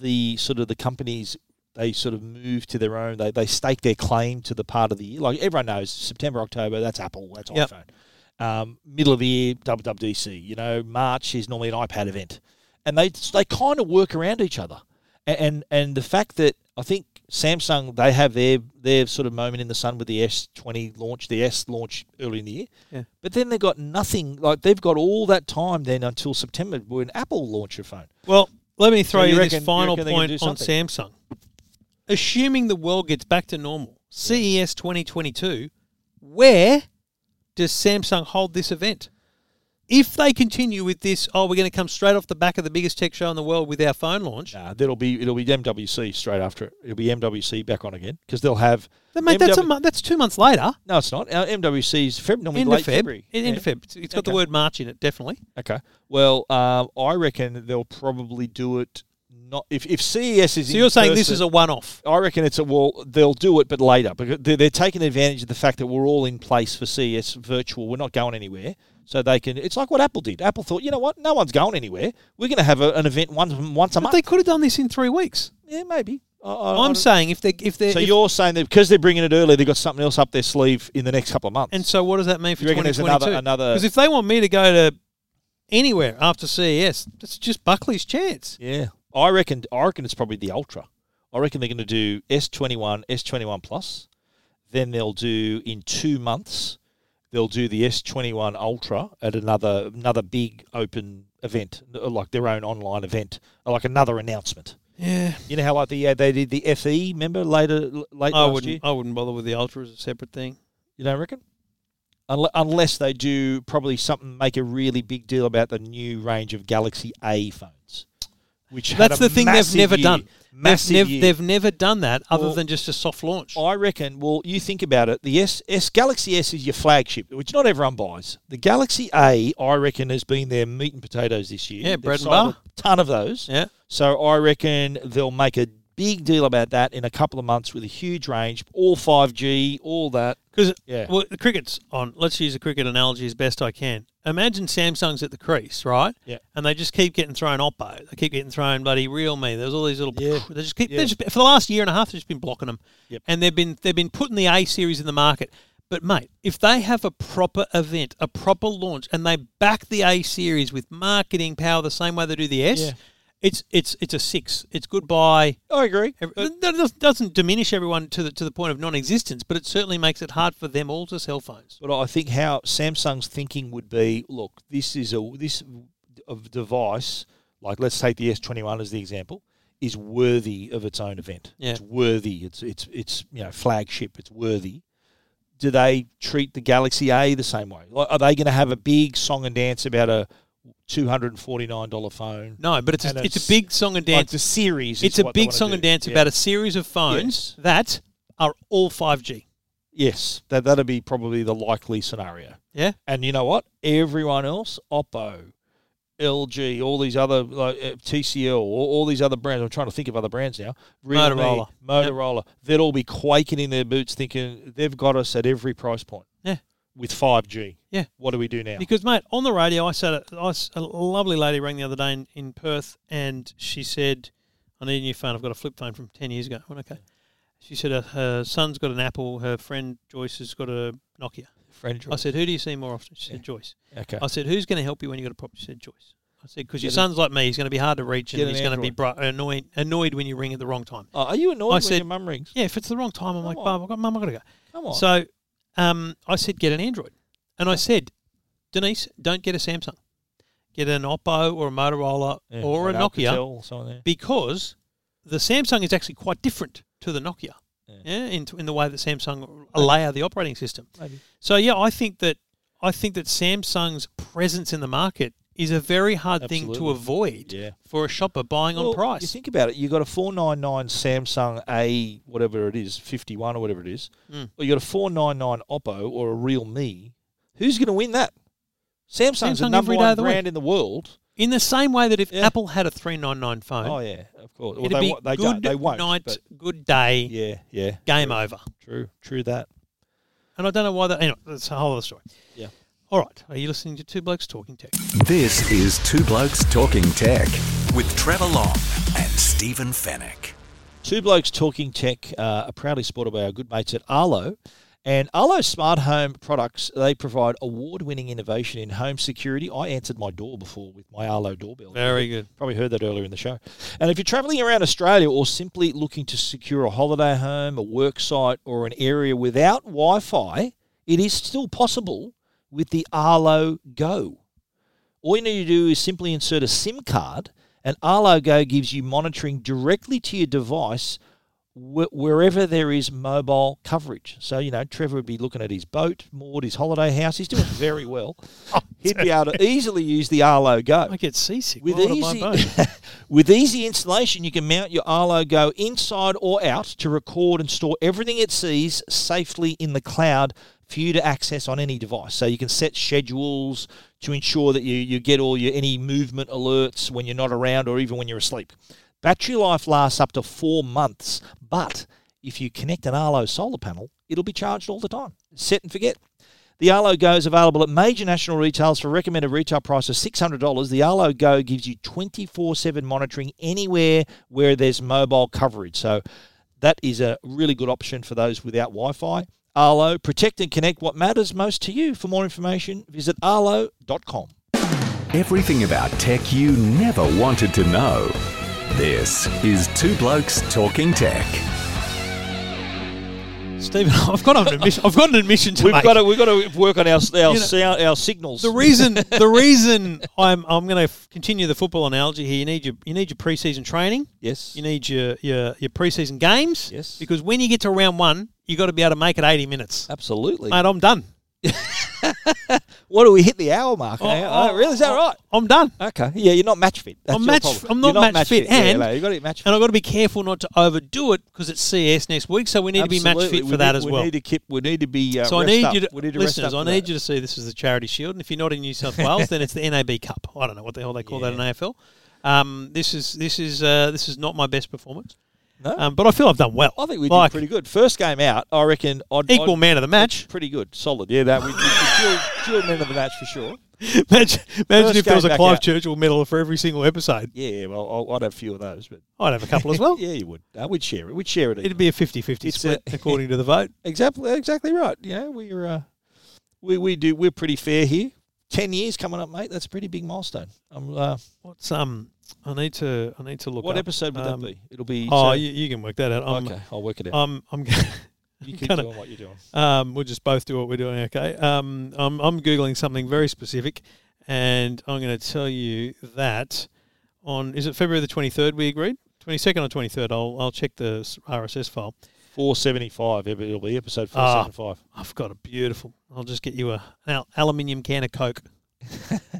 Speaker 2: the sort of the companies. They sort of move to their own. They, they stake their claim to the part of the year. Like everyone knows, September, October, that's Apple, that's
Speaker 1: Yep.
Speaker 2: iPhone. um, middle of the year WWDC. You know, March is normally an iPad event, and they they kind of work around each other. And, and and the fact that I think Samsung they have their their sort of moment in the sun with the S20 launch, the S launch early in the year.
Speaker 1: Yeah.
Speaker 2: But then they got nothing. Like they've got all that time then until September when Apple launch a phone.
Speaker 1: Well, let me throw
Speaker 2: you
Speaker 1: you,
Speaker 2: reckon-
Speaker 1: this
Speaker 2: you
Speaker 1: final
Speaker 2: reckon they can
Speaker 1: point
Speaker 2: do
Speaker 1: on
Speaker 2: something?
Speaker 1: Samsung. Assuming the world gets back to normal, E CES 2022, where does Samsung hold this event? If they continue with this, oh, we're going to come straight off the back of the biggest tech show in the world with our phone launch.
Speaker 2: Nah, Uh, that'll be it'll be MWC straight after it. It'll be MWC back on again because they'll have.
Speaker 1: Then, mate, that's, a
Speaker 2: MW
Speaker 1: month, that's two months later,
Speaker 2: No, it's not. Uh, Our MWC's Feb, normally
Speaker 1: end
Speaker 2: late
Speaker 1: of Feb.
Speaker 2: February.
Speaker 1: End
Speaker 2: Yeah.
Speaker 1: of Feb. It's- it's got the
Speaker 2: Okay.
Speaker 1: word March in it, definitely.
Speaker 2: Okay. Well, um, I reckon they'll probably do it. Not if, if CES is.
Speaker 1: So you're saying this is a one off?
Speaker 2: I reckon it's a well. They'll do it, but later because they're, they're taking advantage of the fact that we're all in place for CES virtual. We're not going anywhere, so they can. It's like what Apple did. Apple thought, you know what? No one's going anywhere. We're going to have a, an event once once a
Speaker 1: But
Speaker 2: month.
Speaker 1: they could have done this in three weeks.
Speaker 2: yeah, maybe. I, I,
Speaker 1: I'm
Speaker 2: I-
Speaker 1: saying if they if they
Speaker 2: so you're saying that because they're bringing it early, they've got something else up their sleeve in the next couple of months.
Speaker 1: And so, what does that mean for
Speaker 2: You reckon there's
Speaker 1: 2022?
Speaker 2: another- another-
Speaker 1: Because if they want me to go to anywhere after CES, that's just Buckley's chance.
Speaker 2: Yeah, I reckon. I reckon it's probably the Ultra. I reckon they're going to do S twenty one, S twenty one plus. Then they'll do in two months. They'll do the S twenty one Ultra at another another big open event, uh, like their own online event, like another announcement.
Speaker 1: Yeah,
Speaker 2: You know how like the uh, they did the FE. Remember later, l- late
Speaker 1: I
Speaker 2: last
Speaker 1: wouldn't.
Speaker 2: year.
Speaker 1: I wouldn't bother with the Ultra as a separate thing.
Speaker 2: You don't reckon? Unle- Unless they do probably something, make a really big deal about the new range of Galaxy A phones, which had
Speaker 1: That's
Speaker 2: a
Speaker 1: the thing they've
Speaker 2: massive
Speaker 1: never
Speaker 2: year.
Speaker 1: done. They've,
Speaker 2: Massive
Speaker 1: nev-
Speaker 2: year.
Speaker 1: they've never done that other
Speaker 2: Well,
Speaker 1: than just a soft launch.
Speaker 2: I reckon. Well, you think about it. The S, S Galaxy S is your flagship, which not everyone buys. The Galaxy A, I reckon, has been their meat and potatoes this year.
Speaker 1: Yeah,
Speaker 2: They've
Speaker 1: bread and
Speaker 2: sold
Speaker 1: butter.
Speaker 2: A ton of those.
Speaker 1: yeah,
Speaker 2: So I reckon they'll make a big deal about that in a couple of months with a huge range, all five G, all that.
Speaker 1: because
Speaker 2: Yeah.
Speaker 1: well, the cricket's on. Let's use a cricket analogy as best I can. Imagine Samsung's at the crease, right?
Speaker 2: Yeah.
Speaker 1: And they just keep getting thrown oppo. They keep getting thrown bloody real me. There's all these little.
Speaker 2: Yeah.
Speaker 1: They just keep.
Speaker 2: Yeah.
Speaker 1: They've just, been- for the last year and a half, they've just been blocking them.
Speaker 2: Yep.
Speaker 1: And they've been they've been putting the A series in the market. But mate, if they have a proper event, a proper launch, and they back the A series with marketing power the same way they do the S,
Speaker 2: Yeah.
Speaker 1: it's it's it's a six. It's goodbye.
Speaker 2: I agree.
Speaker 1: Every- That doesn't- doesn't diminish everyone to the to the point of non-existence, but it certainly makes it hard for them all to sell phones.
Speaker 2: But I think how Samsung's thinking would be: look, this is a this of device. Like, let's take the S twenty one as the example. Is worthy of its own event.
Speaker 1: Yeah.
Speaker 2: It's worthy. It's it's it's you know flagship. It's worthy. Do they treat the Galaxy A the same way? Like, are they going to have a big song and dance about a two hundred and forty nine dollar phone?
Speaker 1: No, but it's a,
Speaker 2: And
Speaker 1: it's,
Speaker 2: it's-
Speaker 1: a big song and
Speaker 2: Like
Speaker 1: dance.
Speaker 2: the series. is
Speaker 1: it's a
Speaker 2: what they
Speaker 1: big
Speaker 2: wanna
Speaker 1: song
Speaker 2: do.
Speaker 1: and dance
Speaker 2: Yeah.
Speaker 1: about a series of phones that are all five G.
Speaker 2: yes. That that'd be probably the likely scenario.
Speaker 1: Yeah,
Speaker 2: And you know what? Everyone else, Oppo, LG, all these other like uh, TCL, all, all these other brands. I'm trying to think of other brands now. Realme,
Speaker 1: Motorola.
Speaker 2: Motorola. They'd all be quaking in their boots, thinking they've got us at every price point.
Speaker 1: Yeah.
Speaker 2: With 5G.
Speaker 1: Yeah.
Speaker 2: What do we do now?
Speaker 1: Because, mate, on the radio, I said I s- a lovely lady rang the other day in, in Perth, and she said, "I need a new phone. I've got a flip phone from ten years "Uh, ago." I went, okay. She said her, her son's got an Apple. Her friend Joyce has got a Nokia.
Speaker 2: Friend
Speaker 1: I
Speaker 2: Joyce.
Speaker 1: said, "Who do you see more often?" She said, "Joyce."
Speaker 2: Okay.
Speaker 1: I said, "Who's going to help you when you got a problem?" She said, "Joyce." I said, "Because your
Speaker 2: Get
Speaker 1: son's like me; he's going to be hard to reach,
Speaker 2: Get
Speaker 1: and
Speaker 2: an
Speaker 1: he's going to be
Speaker 2: Android.
Speaker 1: bright, annoyed annoyed when you ring at the wrong time."
Speaker 2: Oh, are you annoyed
Speaker 1: I
Speaker 2: when
Speaker 1: said-
Speaker 2: your mum rings?
Speaker 1: Yeah, if it's the wrong time, I'm like,
Speaker 2: on.
Speaker 1: "Barb, I got mum, I got to go."
Speaker 2: Come on.
Speaker 1: So, um, I said, "Get an Android," and I said, "Denise, don't get a Samsung. Get an Oppo or a Motorola
Speaker 2: Yeah,
Speaker 1: or a
Speaker 2: like
Speaker 1: Nokia."
Speaker 2: Alcatel or something there.
Speaker 1: because the Samsung is actually quite different to the Nokia
Speaker 2: Yeah.
Speaker 1: yeah. in, in the way that Samsung layer the operating system.
Speaker 2: Maybe.
Speaker 1: So yeah, I think that I think that Samsung's presence in the market is a very hard thing to
Speaker 2: Absolutely.
Speaker 1: avoid
Speaker 2: Yeah.
Speaker 1: for a shopper buying
Speaker 2: Well,
Speaker 1: on price.
Speaker 2: You think about it. You got a four nine nine Samsung A whatever it is, fifty one or whatever it is,
Speaker 1: Mm.
Speaker 2: or you got a four nine nine Oppo or a Real Me. Who's going to win that? Samsung's the
Speaker 1: Samsung
Speaker 2: number
Speaker 1: every day
Speaker 2: one
Speaker 1: of the
Speaker 2: brand in the world.
Speaker 1: in the same way that if
Speaker 2: Yeah.
Speaker 1: Apple had a 399 phone,
Speaker 2: Oh yeah, of course. Well,
Speaker 1: it'd
Speaker 2: they,
Speaker 1: be
Speaker 2: wa- they
Speaker 1: good
Speaker 2: don't. They won't.
Speaker 1: night,
Speaker 2: but
Speaker 1: good day,
Speaker 2: yeah, yeah.
Speaker 1: game over.
Speaker 2: True. True that.
Speaker 1: And I don't know why that. Anyway, that's a whole other story.
Speaker 2: Yeah.
Speaker 1: All right. Are you listening to Two Blokes Talking Tech?
Speaker 3: This is Two Blokes Talking Tech with Trevor Long and Stephen Fennec.
Speaker 2: Two Blokes Talking Tech uh, are proudly supported by our good mates at Arlo. And Arlo Smart Home products, they provide award winning innovation in home security. I answered my door before with my Arlo doorbell.
Speaker 1: Very good.
Speaker 2: Probably heard that earlier in the show. And if you're traveling around Australia or simply looking to secure a holiday home, a work site, or an area without Wi Fi, it is still possible with the Arlo Go. All you need to do is simply insert a SIM card, and Arlo Go gives you monitoring directly to your device wh- wherever there is mobile coverage. So, you know, Trevor would be looking at his boat, Maud, his holiday house. He's doing very well. He'd be able to easily use the Arlo Go.
Speaker 1: I get seasick.
Speaker 2: With
Speaker 1: Why would I buy both?
Speaker 2: easy, *laughs* with easy installation, you can mount your Arlo Go inside or out to record and store everything it sees safely in the cloud for you to access on any device. So you can set schedules to ensure that you, you get all your any movement alerts when you're not around or even when you're asleep. Battery life lasts up to four months, but if you connect an Arlo solar panel, it'll be charged all the time. Set and forget. The Arlo Go is available at major national retailers for recommended retail price of $600. The Arlo Go gives you 24 7 monitoring anywhere where there's mobile coverage. So that is a really good option for those without Wi Fi. Arlo, protect and connect what matters most to you. For more information, visit arlo.com.
Speaker 3: Everything about tech you never wanted to know. This is Two Blokes Talking Tech.
Speaker 2: *laughs*
Speaker 1: Stephen, I've got an admission. I've got an admission to
Speaker 2: We've
Speaker 1: make.
Speaker 2: got, to, we've got to work on our, our,
Speaker 1: know,
Speaker 2: sound, our signals.
Speaker 1: the reason, the reason I'm I'm going to continue the football analogy here. You need your you need your preseason training.
Speaker 2: yes.
Speaker 1: You need your your your preseason games.
Speaker 2: Yes. Uh,
Speaker 1: Because when you get to round one, you got to be able to make it 80 minutes.
Speaker 2: Absolutely.
Speaker 1: Mate, I'm done.
Speaker 2: What do we hit the hour mark?
Speaker 1: I-
Speaker 2: Oh,
Speaker 1: I-
Speaker 2: really? Is that
Speaker 1: I-
Speaker 2: right?
Speaker 1: I'm done.
Speaker 2: Okay. Yeah, you're not match fit. That's
Speaker 1: I'm
Speaker 2: your
Speaker 1: match-
Speaker 2: problem.
Speaker 1: I'm
Speaker 2: You're
Speaker 1: not match fit,
Speaker 2: Yeah,
Speaker 1: and-
Speaker 2: no, you've got to be match fit.
Speaker 1: And I've got to be careful not to overdo it because it's CS next week, so we need to be match
Speaker 2: Absolutely.
Speaker 1: fit
Speaker 2: We
Speaker 1: for that
Speaker 2: need-
Speaker 1: as
Speaker 2: we
Speaker 1: well.
Speaker 2: Need to keep, we need to be. Uh,
Speaker 1: so I
Speaker 2: rest
Speaker 1: need
Speaker 2: up.
Speaker 1: you to,
Speaker 2: we need to rest
Speaker 1: listeners.
Speaker 2: up
Speaker 1: I
Speaker 2: for
Speaker 1: need
Speaker 2: that.
Speaker 1: you to see this is the Charity Shield, and if you're not in New South Wales, then
Speaker 2: *laughs*
Speaker 1: it's the NAB Cup. I don't know what the hell they call that in AFL. Um, this is this is uh, this is not my best performance,
Speaker 2: No?
Speaker 1: um, but I feel I've done well.
Speaker 2: I think we
Speaker 1: like,
Speaker 2: did pretty good. First game out, I reckon. Odd,
Speaker 1: equal man of the
Speaker 2: *laughs*
Speaker 1: match.
Speaker 2: Pretty good, solid. Yeah, that we, we, we dual, dual men of the match for sure.
Speaker 1: imagine imagine if
Speaker 2: game
Speaker 1: there was a
Speaker 2: back
Speaker 1: Clive
Speaker 2: out.
Speaker 1: Churchill medal for every single episode.
Speaker 2: Yeah, yeah, well, I'll, I'd have a few of those, but
Speaker 1: I'd have a couple as well.
Speaker 2: *laughs* yeah, you would. Uh, we'd share it. We'd share it.
Speaker 1: It'd be a 50-50
Speaker 2: It's
Speaker 1: split
Speaker 2: a- *laughs*
Speaker 1: according to the vote.
Speaker 2: exactly, exactly right. Yeah, we're uh, we we do. We're pretty fair here. Ten years coming up, mate. That's a pretty big milestone. I'm, uh,
Speaker 1: What's um? I need to I need to look.
Speaker 2: what
Speaker 1: up.
Speaker 2: episode would
Speaker 1: um,
Speaker 2: that be? It'll be.
Speaker 1: Oh,
Speaker 2: so-
Speaker 1: you, you can work that out. I'm,
Speaker 2: okay, I'll work it out.
Speaker 1: I'm I'm *laughs*
Speaker 2: you keep
Speaker 1: gonna-
Speaker 2: doing what you're doing.
Speaker 1: Um, we'll just both do what we're doing, okay? Um, I'm, I'm Googling something very specific, and I'm going to tell you that on, is it February the 23rd we agreed? 22nd or 23rd? I'll, I'll check the s- RSS file.
Speaker 2: Four seventy five. It'll be episode four
Speaker 1: Ah.
Speaker 2: seventy five.
Speaker 1: I've got a beautiful, I'll just get you a, an al- aluminium can of
Speaker 2: *laughs*
Speaker 1: Coke,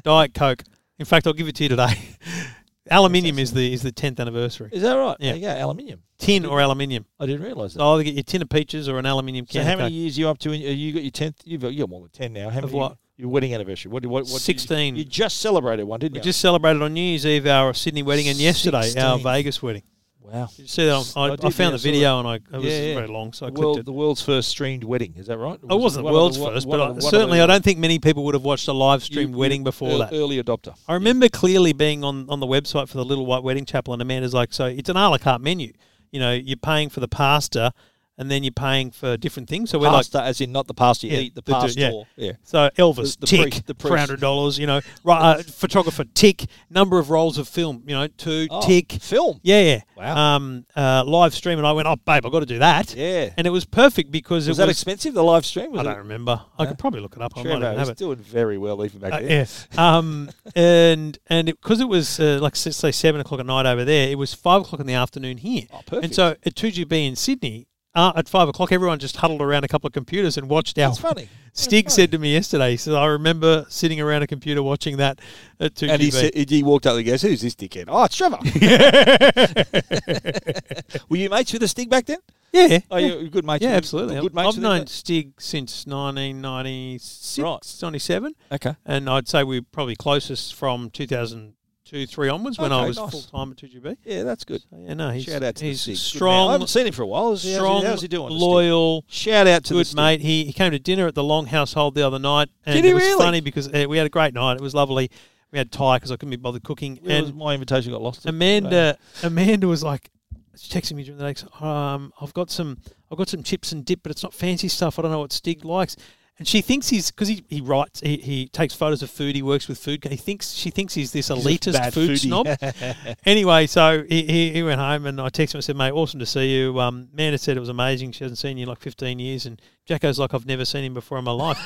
Speaker 1: Diet Coke. In fact, I'll give it to you today. *laughs* aluminium is the is the 10th anniversary.
Speaker 2: Is that right?
Speaker 1: Yeah.
Speaker 2: There you go, aluminium.
Speaker 1: Tin or aluminium.
Speaker 2: I didn't realise that.
Speaker 1: So I'll either get you a tin of peaches or an aluminium
Speaker 2: Oh, so
Speaker 1: can
Speaker 2: how
Speaker 1: of
Speaker 2: many
Speaker 1: Coke.
Speaker 2: years you up to? In, uh, you got your tenth. You've got, you're more than ten now. How
Speaker 1: Of
Speaker 2: many?
Speaker 1: what?
Speaker 2: Your wedding anniversary. What? What? what did you-
Speaker 1: 16.
Speaker 2: You, just celebrated one, didn't
Speaker 1: We
Speaker 2: you?
Speaker 1: just celebrated on New Year's Eve our Sydney wedding and yesterday our
Speaker 2: 16th.
Speaker 1: Vegas wedding.
Speaker 2: wow.
Speaker 1: Did you see that? On, I,
Speaker 2: I
Speaker 1: I,
Speaker 2: did, yeah,
Speaker 1: found
Speaker 2: I
Speaker 1: the
Speaker 2: saw
Speaker 1: video and I it was
Speaker 2: Yeah, yeah.
Speaker 1: very long, so I
Speaker 2: The,
Speaker 1: clicked
Speaker 2: world,
Speaker 1: it.
Speaker 2: the world's first streamed wedding. Is that right?
Speaker 1: It wasn't the
Speaker 2: one of
Speaker 1: world's
Speaker 2: one-
Speaker 1: first,
Speaker 2: one
Speaker 1: but
Speaker 2: of
Speaker 1: I-
Speaker 2: the- one of
Speaker 1: certainly
Speaker 2: the-
Speaker 1: I don't think many people would have watched a live
Speaker 2: you-
Speaker 1: streamed
Speaker 2: you- uh,
Speaker 1: wedding before
Speaker 2: ear-
Speaker 1: that.
Speaker 2: Early adopter.
Speaker 1: I remember clearly being on, on the website for the Little White Wedding Chapel, and Amanda's like, "So it's an a la carte menu. You know, you're paying for the pasta and then you're paying for different things. So we're like,
Speaker 2: pasta, as in not the pasta you
Speaker 1: Yeah,
Speaker 2: eat, the
Speaker 1: the do-
Speaker 2: pasta.
Speaker 1: yeah.
Speaker 2: yeah.
Speaker 1: so Elvis
Speaker 2: The- the
Speaker 1: tick
Speaker 2: priest- the priest.
Speaker 1: three hundred dollars. You know, right, uh, photographer tick number of rolls of film. You know, two
Speaker 2: Oh,
Speaker 1: tick.
Speaker 2: film.
Speaker 1: Yeah, yeah.
Speaker 2: Wow.
Speaker 1: Um, uh, live stream, and I went, oh, babe, I've got to do that.
Speaker 2: Yeah.
Speaker 1: And it was perfect because
Speaker 2: was
Speaker 1: it
Speaker 2: that
Speaker 1: was.
Speaker 2: expensive? The live stream was
Speaker 1: I
Speaker 2: it?
Speaker 1: don't remember. I could probably look it up. I might
Speaker 2: Trevor
Speaker 1: even have
Speaker 2: was
Speaker 1: it.
Speaker 2: doing very well even back
Speaker 1: Uh,
Speaker 2: then.
Speaker 1: yeah. Um, *laughs* and and because it, was uh, like s- say seven o'clock at night over there, it was five o'clock in the afternoon here.
Speaker 2: Oh, perfect.
Speaker 1: And so at two GB in Sydney. Uh, at five o'clock, everyone just huddled around a couple of computers and watched our. *laughs*
Speaker 2: That's funny.
Speaker 1: Stig said to me yesterday, he said, I remember sitting around a computer watching that at 2
Speaker 2: And he
Speaker 1: GB.
Speaker 2: said, he walked up and he goes, "Who's this dickhead?" Oh,
Speaker 1: *laughs*
Speaker 2: it's Trevor. *laughs* Were you mates with the Stig back then?
Speaker 1: yeah.
Speaker 2: Oh, you were good mates.
Speaker 1: Yeah,
Speaker 2: with-
Speaker 1: absolutely.
Speaker 2: Good mates
Speaker 1: I've
Speaker 2: with
Speaker 1: known
Speaker 2: him?
Speaker 1: Stig since 1996,
Speaker 2: Right.
Speaker 1: 97.
Speaker 2: Okay.
Speaker 1: And I'd say we we're probably closest from 2002, 3 onwards when
Speaker 2: Okay,
Speaker 1: I was
Speaker 2: nice.
Speaker 1: full time at 2GB.
Speaker 2: Yeah, that's good.
Speaker 1: So, yeah, no, he's,
Speaker 2: Shout out to
Speaker 1: he's
Speaker 2: the Stig. Good man. I
Speaker 1: strong,
Speaker 2: haven't seen him for a while. How's he,
Speaker 1: strong,
Speaker 2: how's he doing? the Stig?
Speaker 1: loyal,
Speaker 2: Shout out to the
Speaker 1: good
Speaker 2: Stig.
Speaker 1: mate. He, he came to dinner at the Long household the other night, and
Speaker 2: Did he
Speaker 1: it was
Speaker 2: really?
Speaker 1: funny because uh, we had a great night. It was lovely. We had Thai because I couldn't be bothered cooking,
Speaker 2: It was-
Speaker 1: and
Speaker 2: my invitation got lost.
Speaker 1: Amanda Amanda was like she texted me during the day. Um, I've got some I've got some chips and dip, but it's not fancy stuff. I don't know what Stig likes. And she thinks he's because he, he writes he, he takes photos of food. He works with food. He thinks she thinks he's this elitist
Speaker 2: bad
Speaker 1: food
Speaker 2: foodie.
Speaker 1: snob.
Speaker 2: *laughs*
Speaker 1: anyway, so he, he, he went home and I texted him. I said, "Mate, awesome to see you." Um, Amanda said it was amazing. She hasn't seen you in like fifteen years, and Jacko's like, "I've never seen him before in my life."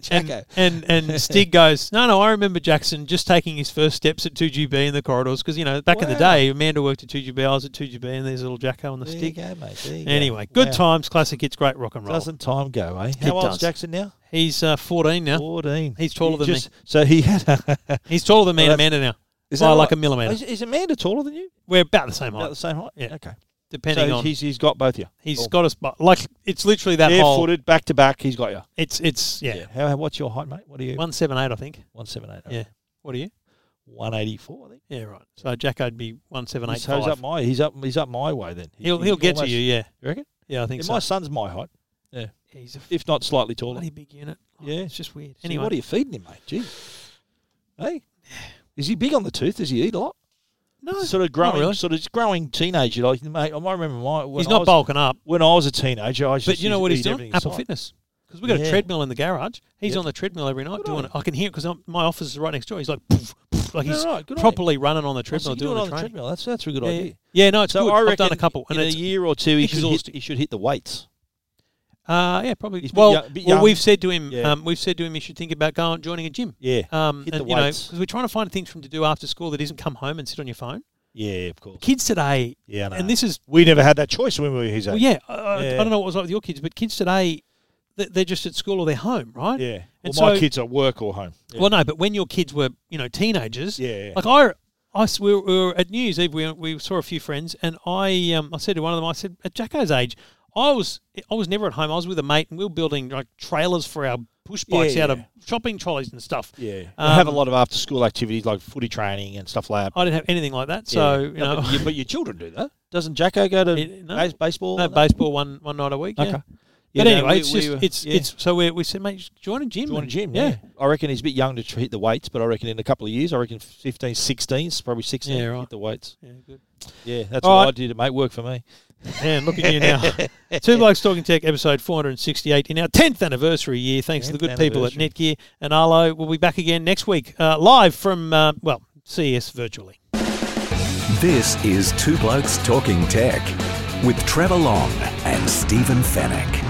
Speaker 2: Jacko.
Speaker 1: and, and
Speaker 2: *laughs*
Speaker 1: and Stig goes, no, no, I remember Jackson just taking his first steps at 2GB in the corridors because you know back in the
Speaker 2: Wow.
Speaker 1: day, Amanda worked at 2GB, I was at 2GB, and there's little Jacko on the
Speaker 2: There you
Speaker 1: stick.
Speaker 2: go, mate. There you go.
Speaker 1: Anyway, good
Speaker 2: Wow.
Speaker 1: times, classic. It's great rock and roll.
Speaker 2: Doesn't time go, eh?
Speaker 1: It
Speaker 2: How old's
Speaker 1: does.
Speaker 2: Jackson now?
Speaker 1: He's uh, 14 now.
Speaker 2: 14.
Speaker 1: He's taller than me.
Speaker 2: So he had.
Speaker 1: He's taller than me
Speaker 2: Well,
Speaker 1: and Amanda now.
Speaker 2: Is
Speaker 1: by
Speaker 2: that
Speaker 1: like
Speaker 2: right?
Speaker 1: a millimetre.
Speaker 2: *laughs* is, is Amanda taller than you?
Speaker 1: We're about the same
Speaker 2: About the
Speaker 1: height,
Speaker 2: same height?
Speaker 1: Yeah.
Speaker 2: Okay.
Speaker 1: depending
Speaker 2: so
Speaker 1: on.
Speaker 2: he's, he's got both of you.
Speaker 1: he's
Speaker 2: Cool.
Speaker 1: got us, bu- like it's literally that
Speaker 2: Bare
Speaker 1: whole.
Speaker 2: footed, back to back, he's got you.
Speaker 1: It's it's yeah,
Speaker 2: How, how- what's your height, mate? What are you?
Speaker 1: one seven eight, I think.
Speaker 2: 178.
Speaker 1: Yeah. What are you?
Speaker 2: 184, I think.
Speaker 1: Yeah, right. So Jacko'd be one seven eight
Speaker 2: He's, he's up
Speaker 1: five.
Speaker 2: my he's up he's up my way then. He-
Speaker 1: He'll
Speaker 2: he
Speaker 1: he'll get to
Speaker 2: almost-
Speaker 1: you. Yeah,
Speaker 2: You reckon?
Speaker 1: yeah, I think
Speaker 2: Yeah,
Speaker 1: so.
Speaker 2: My son's my height,
Speaker 1: He's a
Speaker 2: if not slightly taller.
Speaker 1: bloody big unit.
Speaker 2: Yeah.
Speaker 1: It's just weird.
Speaker 2: So
Speaker 1: Anyway,
Speaker 2: what are you feeding him, mate? Gee. Hey. *sighs* Is he big on the tooth? Does he eat a lot?
Speaker 1: no,
Speaker 2: sort of growing,
Speaker 1: really.
Speaker 2: sort of growing teenager. Like, mate, I might remember my when
Speaker 1: he's
Speaker 2: I
Speaker 1: not
Speaker 2: was,
Speaker 1: bulking up.
Speaker 2: when I was a teenager. I used
Speaker 1: But
Speaker 2: to
Speaker 1: you know
Speaker 2: eat-
Speaker 1: what he's
Speaker 2: eat
Speaker 1: doing?
Speaker 2: everything
Speaker 1: Apple
Speaker 2: inside.
Speaker 1: Fitness. Because we've got
Speaker 2: Yeah.
Speaker 1: a treadmill in the garage. He's
Speaker 2: Yep.
Speaker 1: on the treadmill every night
Speaker 2: Good
Speaker 1: doing
Speaker 2: on
Speaker 1: it. I can hear it because my office is right next door. He's like, poof, poof, like
Speaker 2: Yeah,
Speaker 1: he's
Speaker 2: right, good on
Speaker 1: properly running on the
Speaker 2: Well, so
Speaker 1: treadmill
Speaker 2: you do
Speaker 1: doing
Speaker 2: it on the
Speaker 1: training.
Speaker 2: treadmill. That's that's a good
Speaker 1: Yeah,
Speaker 2: idea.
Speaker 1: yeah. yeah, no, it's
Speaker 2: so
Speaker 1: good.
Speaker 2: I
Speaker 1: I've
Speaker 2: reckon
Speaker 1: done a couple, and
Speaker 2: in a
Speaker 1: it's
Speaker 2: year or two, he should, hit,
Speaker 1: exhausting.
Speaker 2: he should hit the weights.
Speaker 1: uh, yeah, probably.
Speaker 2: He's a bit
Speaker 1: well,
Speaker 2: young- bit
Speaker 1: well,
Speaker 2: young.
Speaker 1: we've said to him,
Speaker 2: Yeah.
Speaker 1: um, we've said to him, you should think about going joining a gym.
Speaker 2: Yeah,
Speaker 1: Um,
Speaker 2: Hit
Speaker 1: and,
Speaker 2: the
Speaker 1: you know,
Speaker 2: weights.
Speaker 1: because we're trying to find things for him to do after school that isn't come home and sit on your phone.
Speaker 2: yeah, of course.
Speaker 1: Kids today,
Speaker 2: Yeah, I know.
Speaker 1: and this is
Speaker 2: we never had that choice when we were his age.
Speaker 1: well, yeah, uh, I
Speaker 2: Yeah.
Speaker 1: don't know what it was like with your kids, but kids today, they- they're just at school or they're home, right?
Speaker 2: yeah.
Speaker 1: And
Speaker 2: well, my
Speaker 1: so-
Speaker 2: kids at work or home. Yeah.
Speaker 1: Well, no, but when your kids were, you know, teenagers,
Speaker 2: Yeah, yeah.
Speaker 1: Like I, I s- we were, we were at New Year's Eve. We, we saw a few friends, and I, um, I said to one of them, I said, at Jacko's age, I was, I was never at home. I was with a mate, and we were building like trailers for our push bikes
Speaker 2: Yeah,
Speaker 1: out
Speaker 2: yeah.
Speaker 1: of shopping trolleys and stuff.
Speaker 2: yeah. I
Speaker 1: Um,
Speaker 2: have a lot of after school activities like footy training and stuff like that.
Speaker 1: I didn't have anything like that, so
Speaker 2: Yeah.
Speaker 1: you *laughs*
Speaker 2: No,
Speaker 1: know,
Speaker 2: but, you- but your children do that. Doesn't Jacko go to
Speaker 1: It- no.
Speaker 2: base- baseball?
Speaker 1: no
Speaker 2: and that?
Speaker 1: baseball one one night a week. yeah.
Speaker 2: Okay. Yeah,
Speaker 1: But
Speaker 2: no,
Speaker 1: anyway,
Speaker 2: we-
Speaker 1: it's
Speaker 2: we
Speaker 1: just
Speaker 2: were-
Speaker 1: it's
Speaker 2: yeah.
Speaker 1: it's so we, we said, mate, just join a gym.
Speaker 2: Join a
Speaker 1: and-
Speaker 2: gym, yeah. I reckon he's a bit young to tr- hit the weights, but I reckon in a couple of years, I reckon 15, 16, probably 16,
Speaker 1: Yeah, right.
Speaker 2: hit the weights.
Speaker 1: yeah. good.
Speaker 2: Yeah, that's
Speaker 1: All
Speaker 2: what
Speaker 1: right.
Speaker 2: I did. It mate work for me.
Speaker 1: Man, look at you now. Two Blokes Talking Tech, episode 468, in our 10th anniversary year. Thanks to the good
Speaker 2: 10th
Speaker 1: people at Netgear and Arlo. We'll be back again next week, uh, live from, uh, well, CES virtually.
Speaker 3: This is Two Blokes Talking Tech with Trevor Long and Stephen Fennec.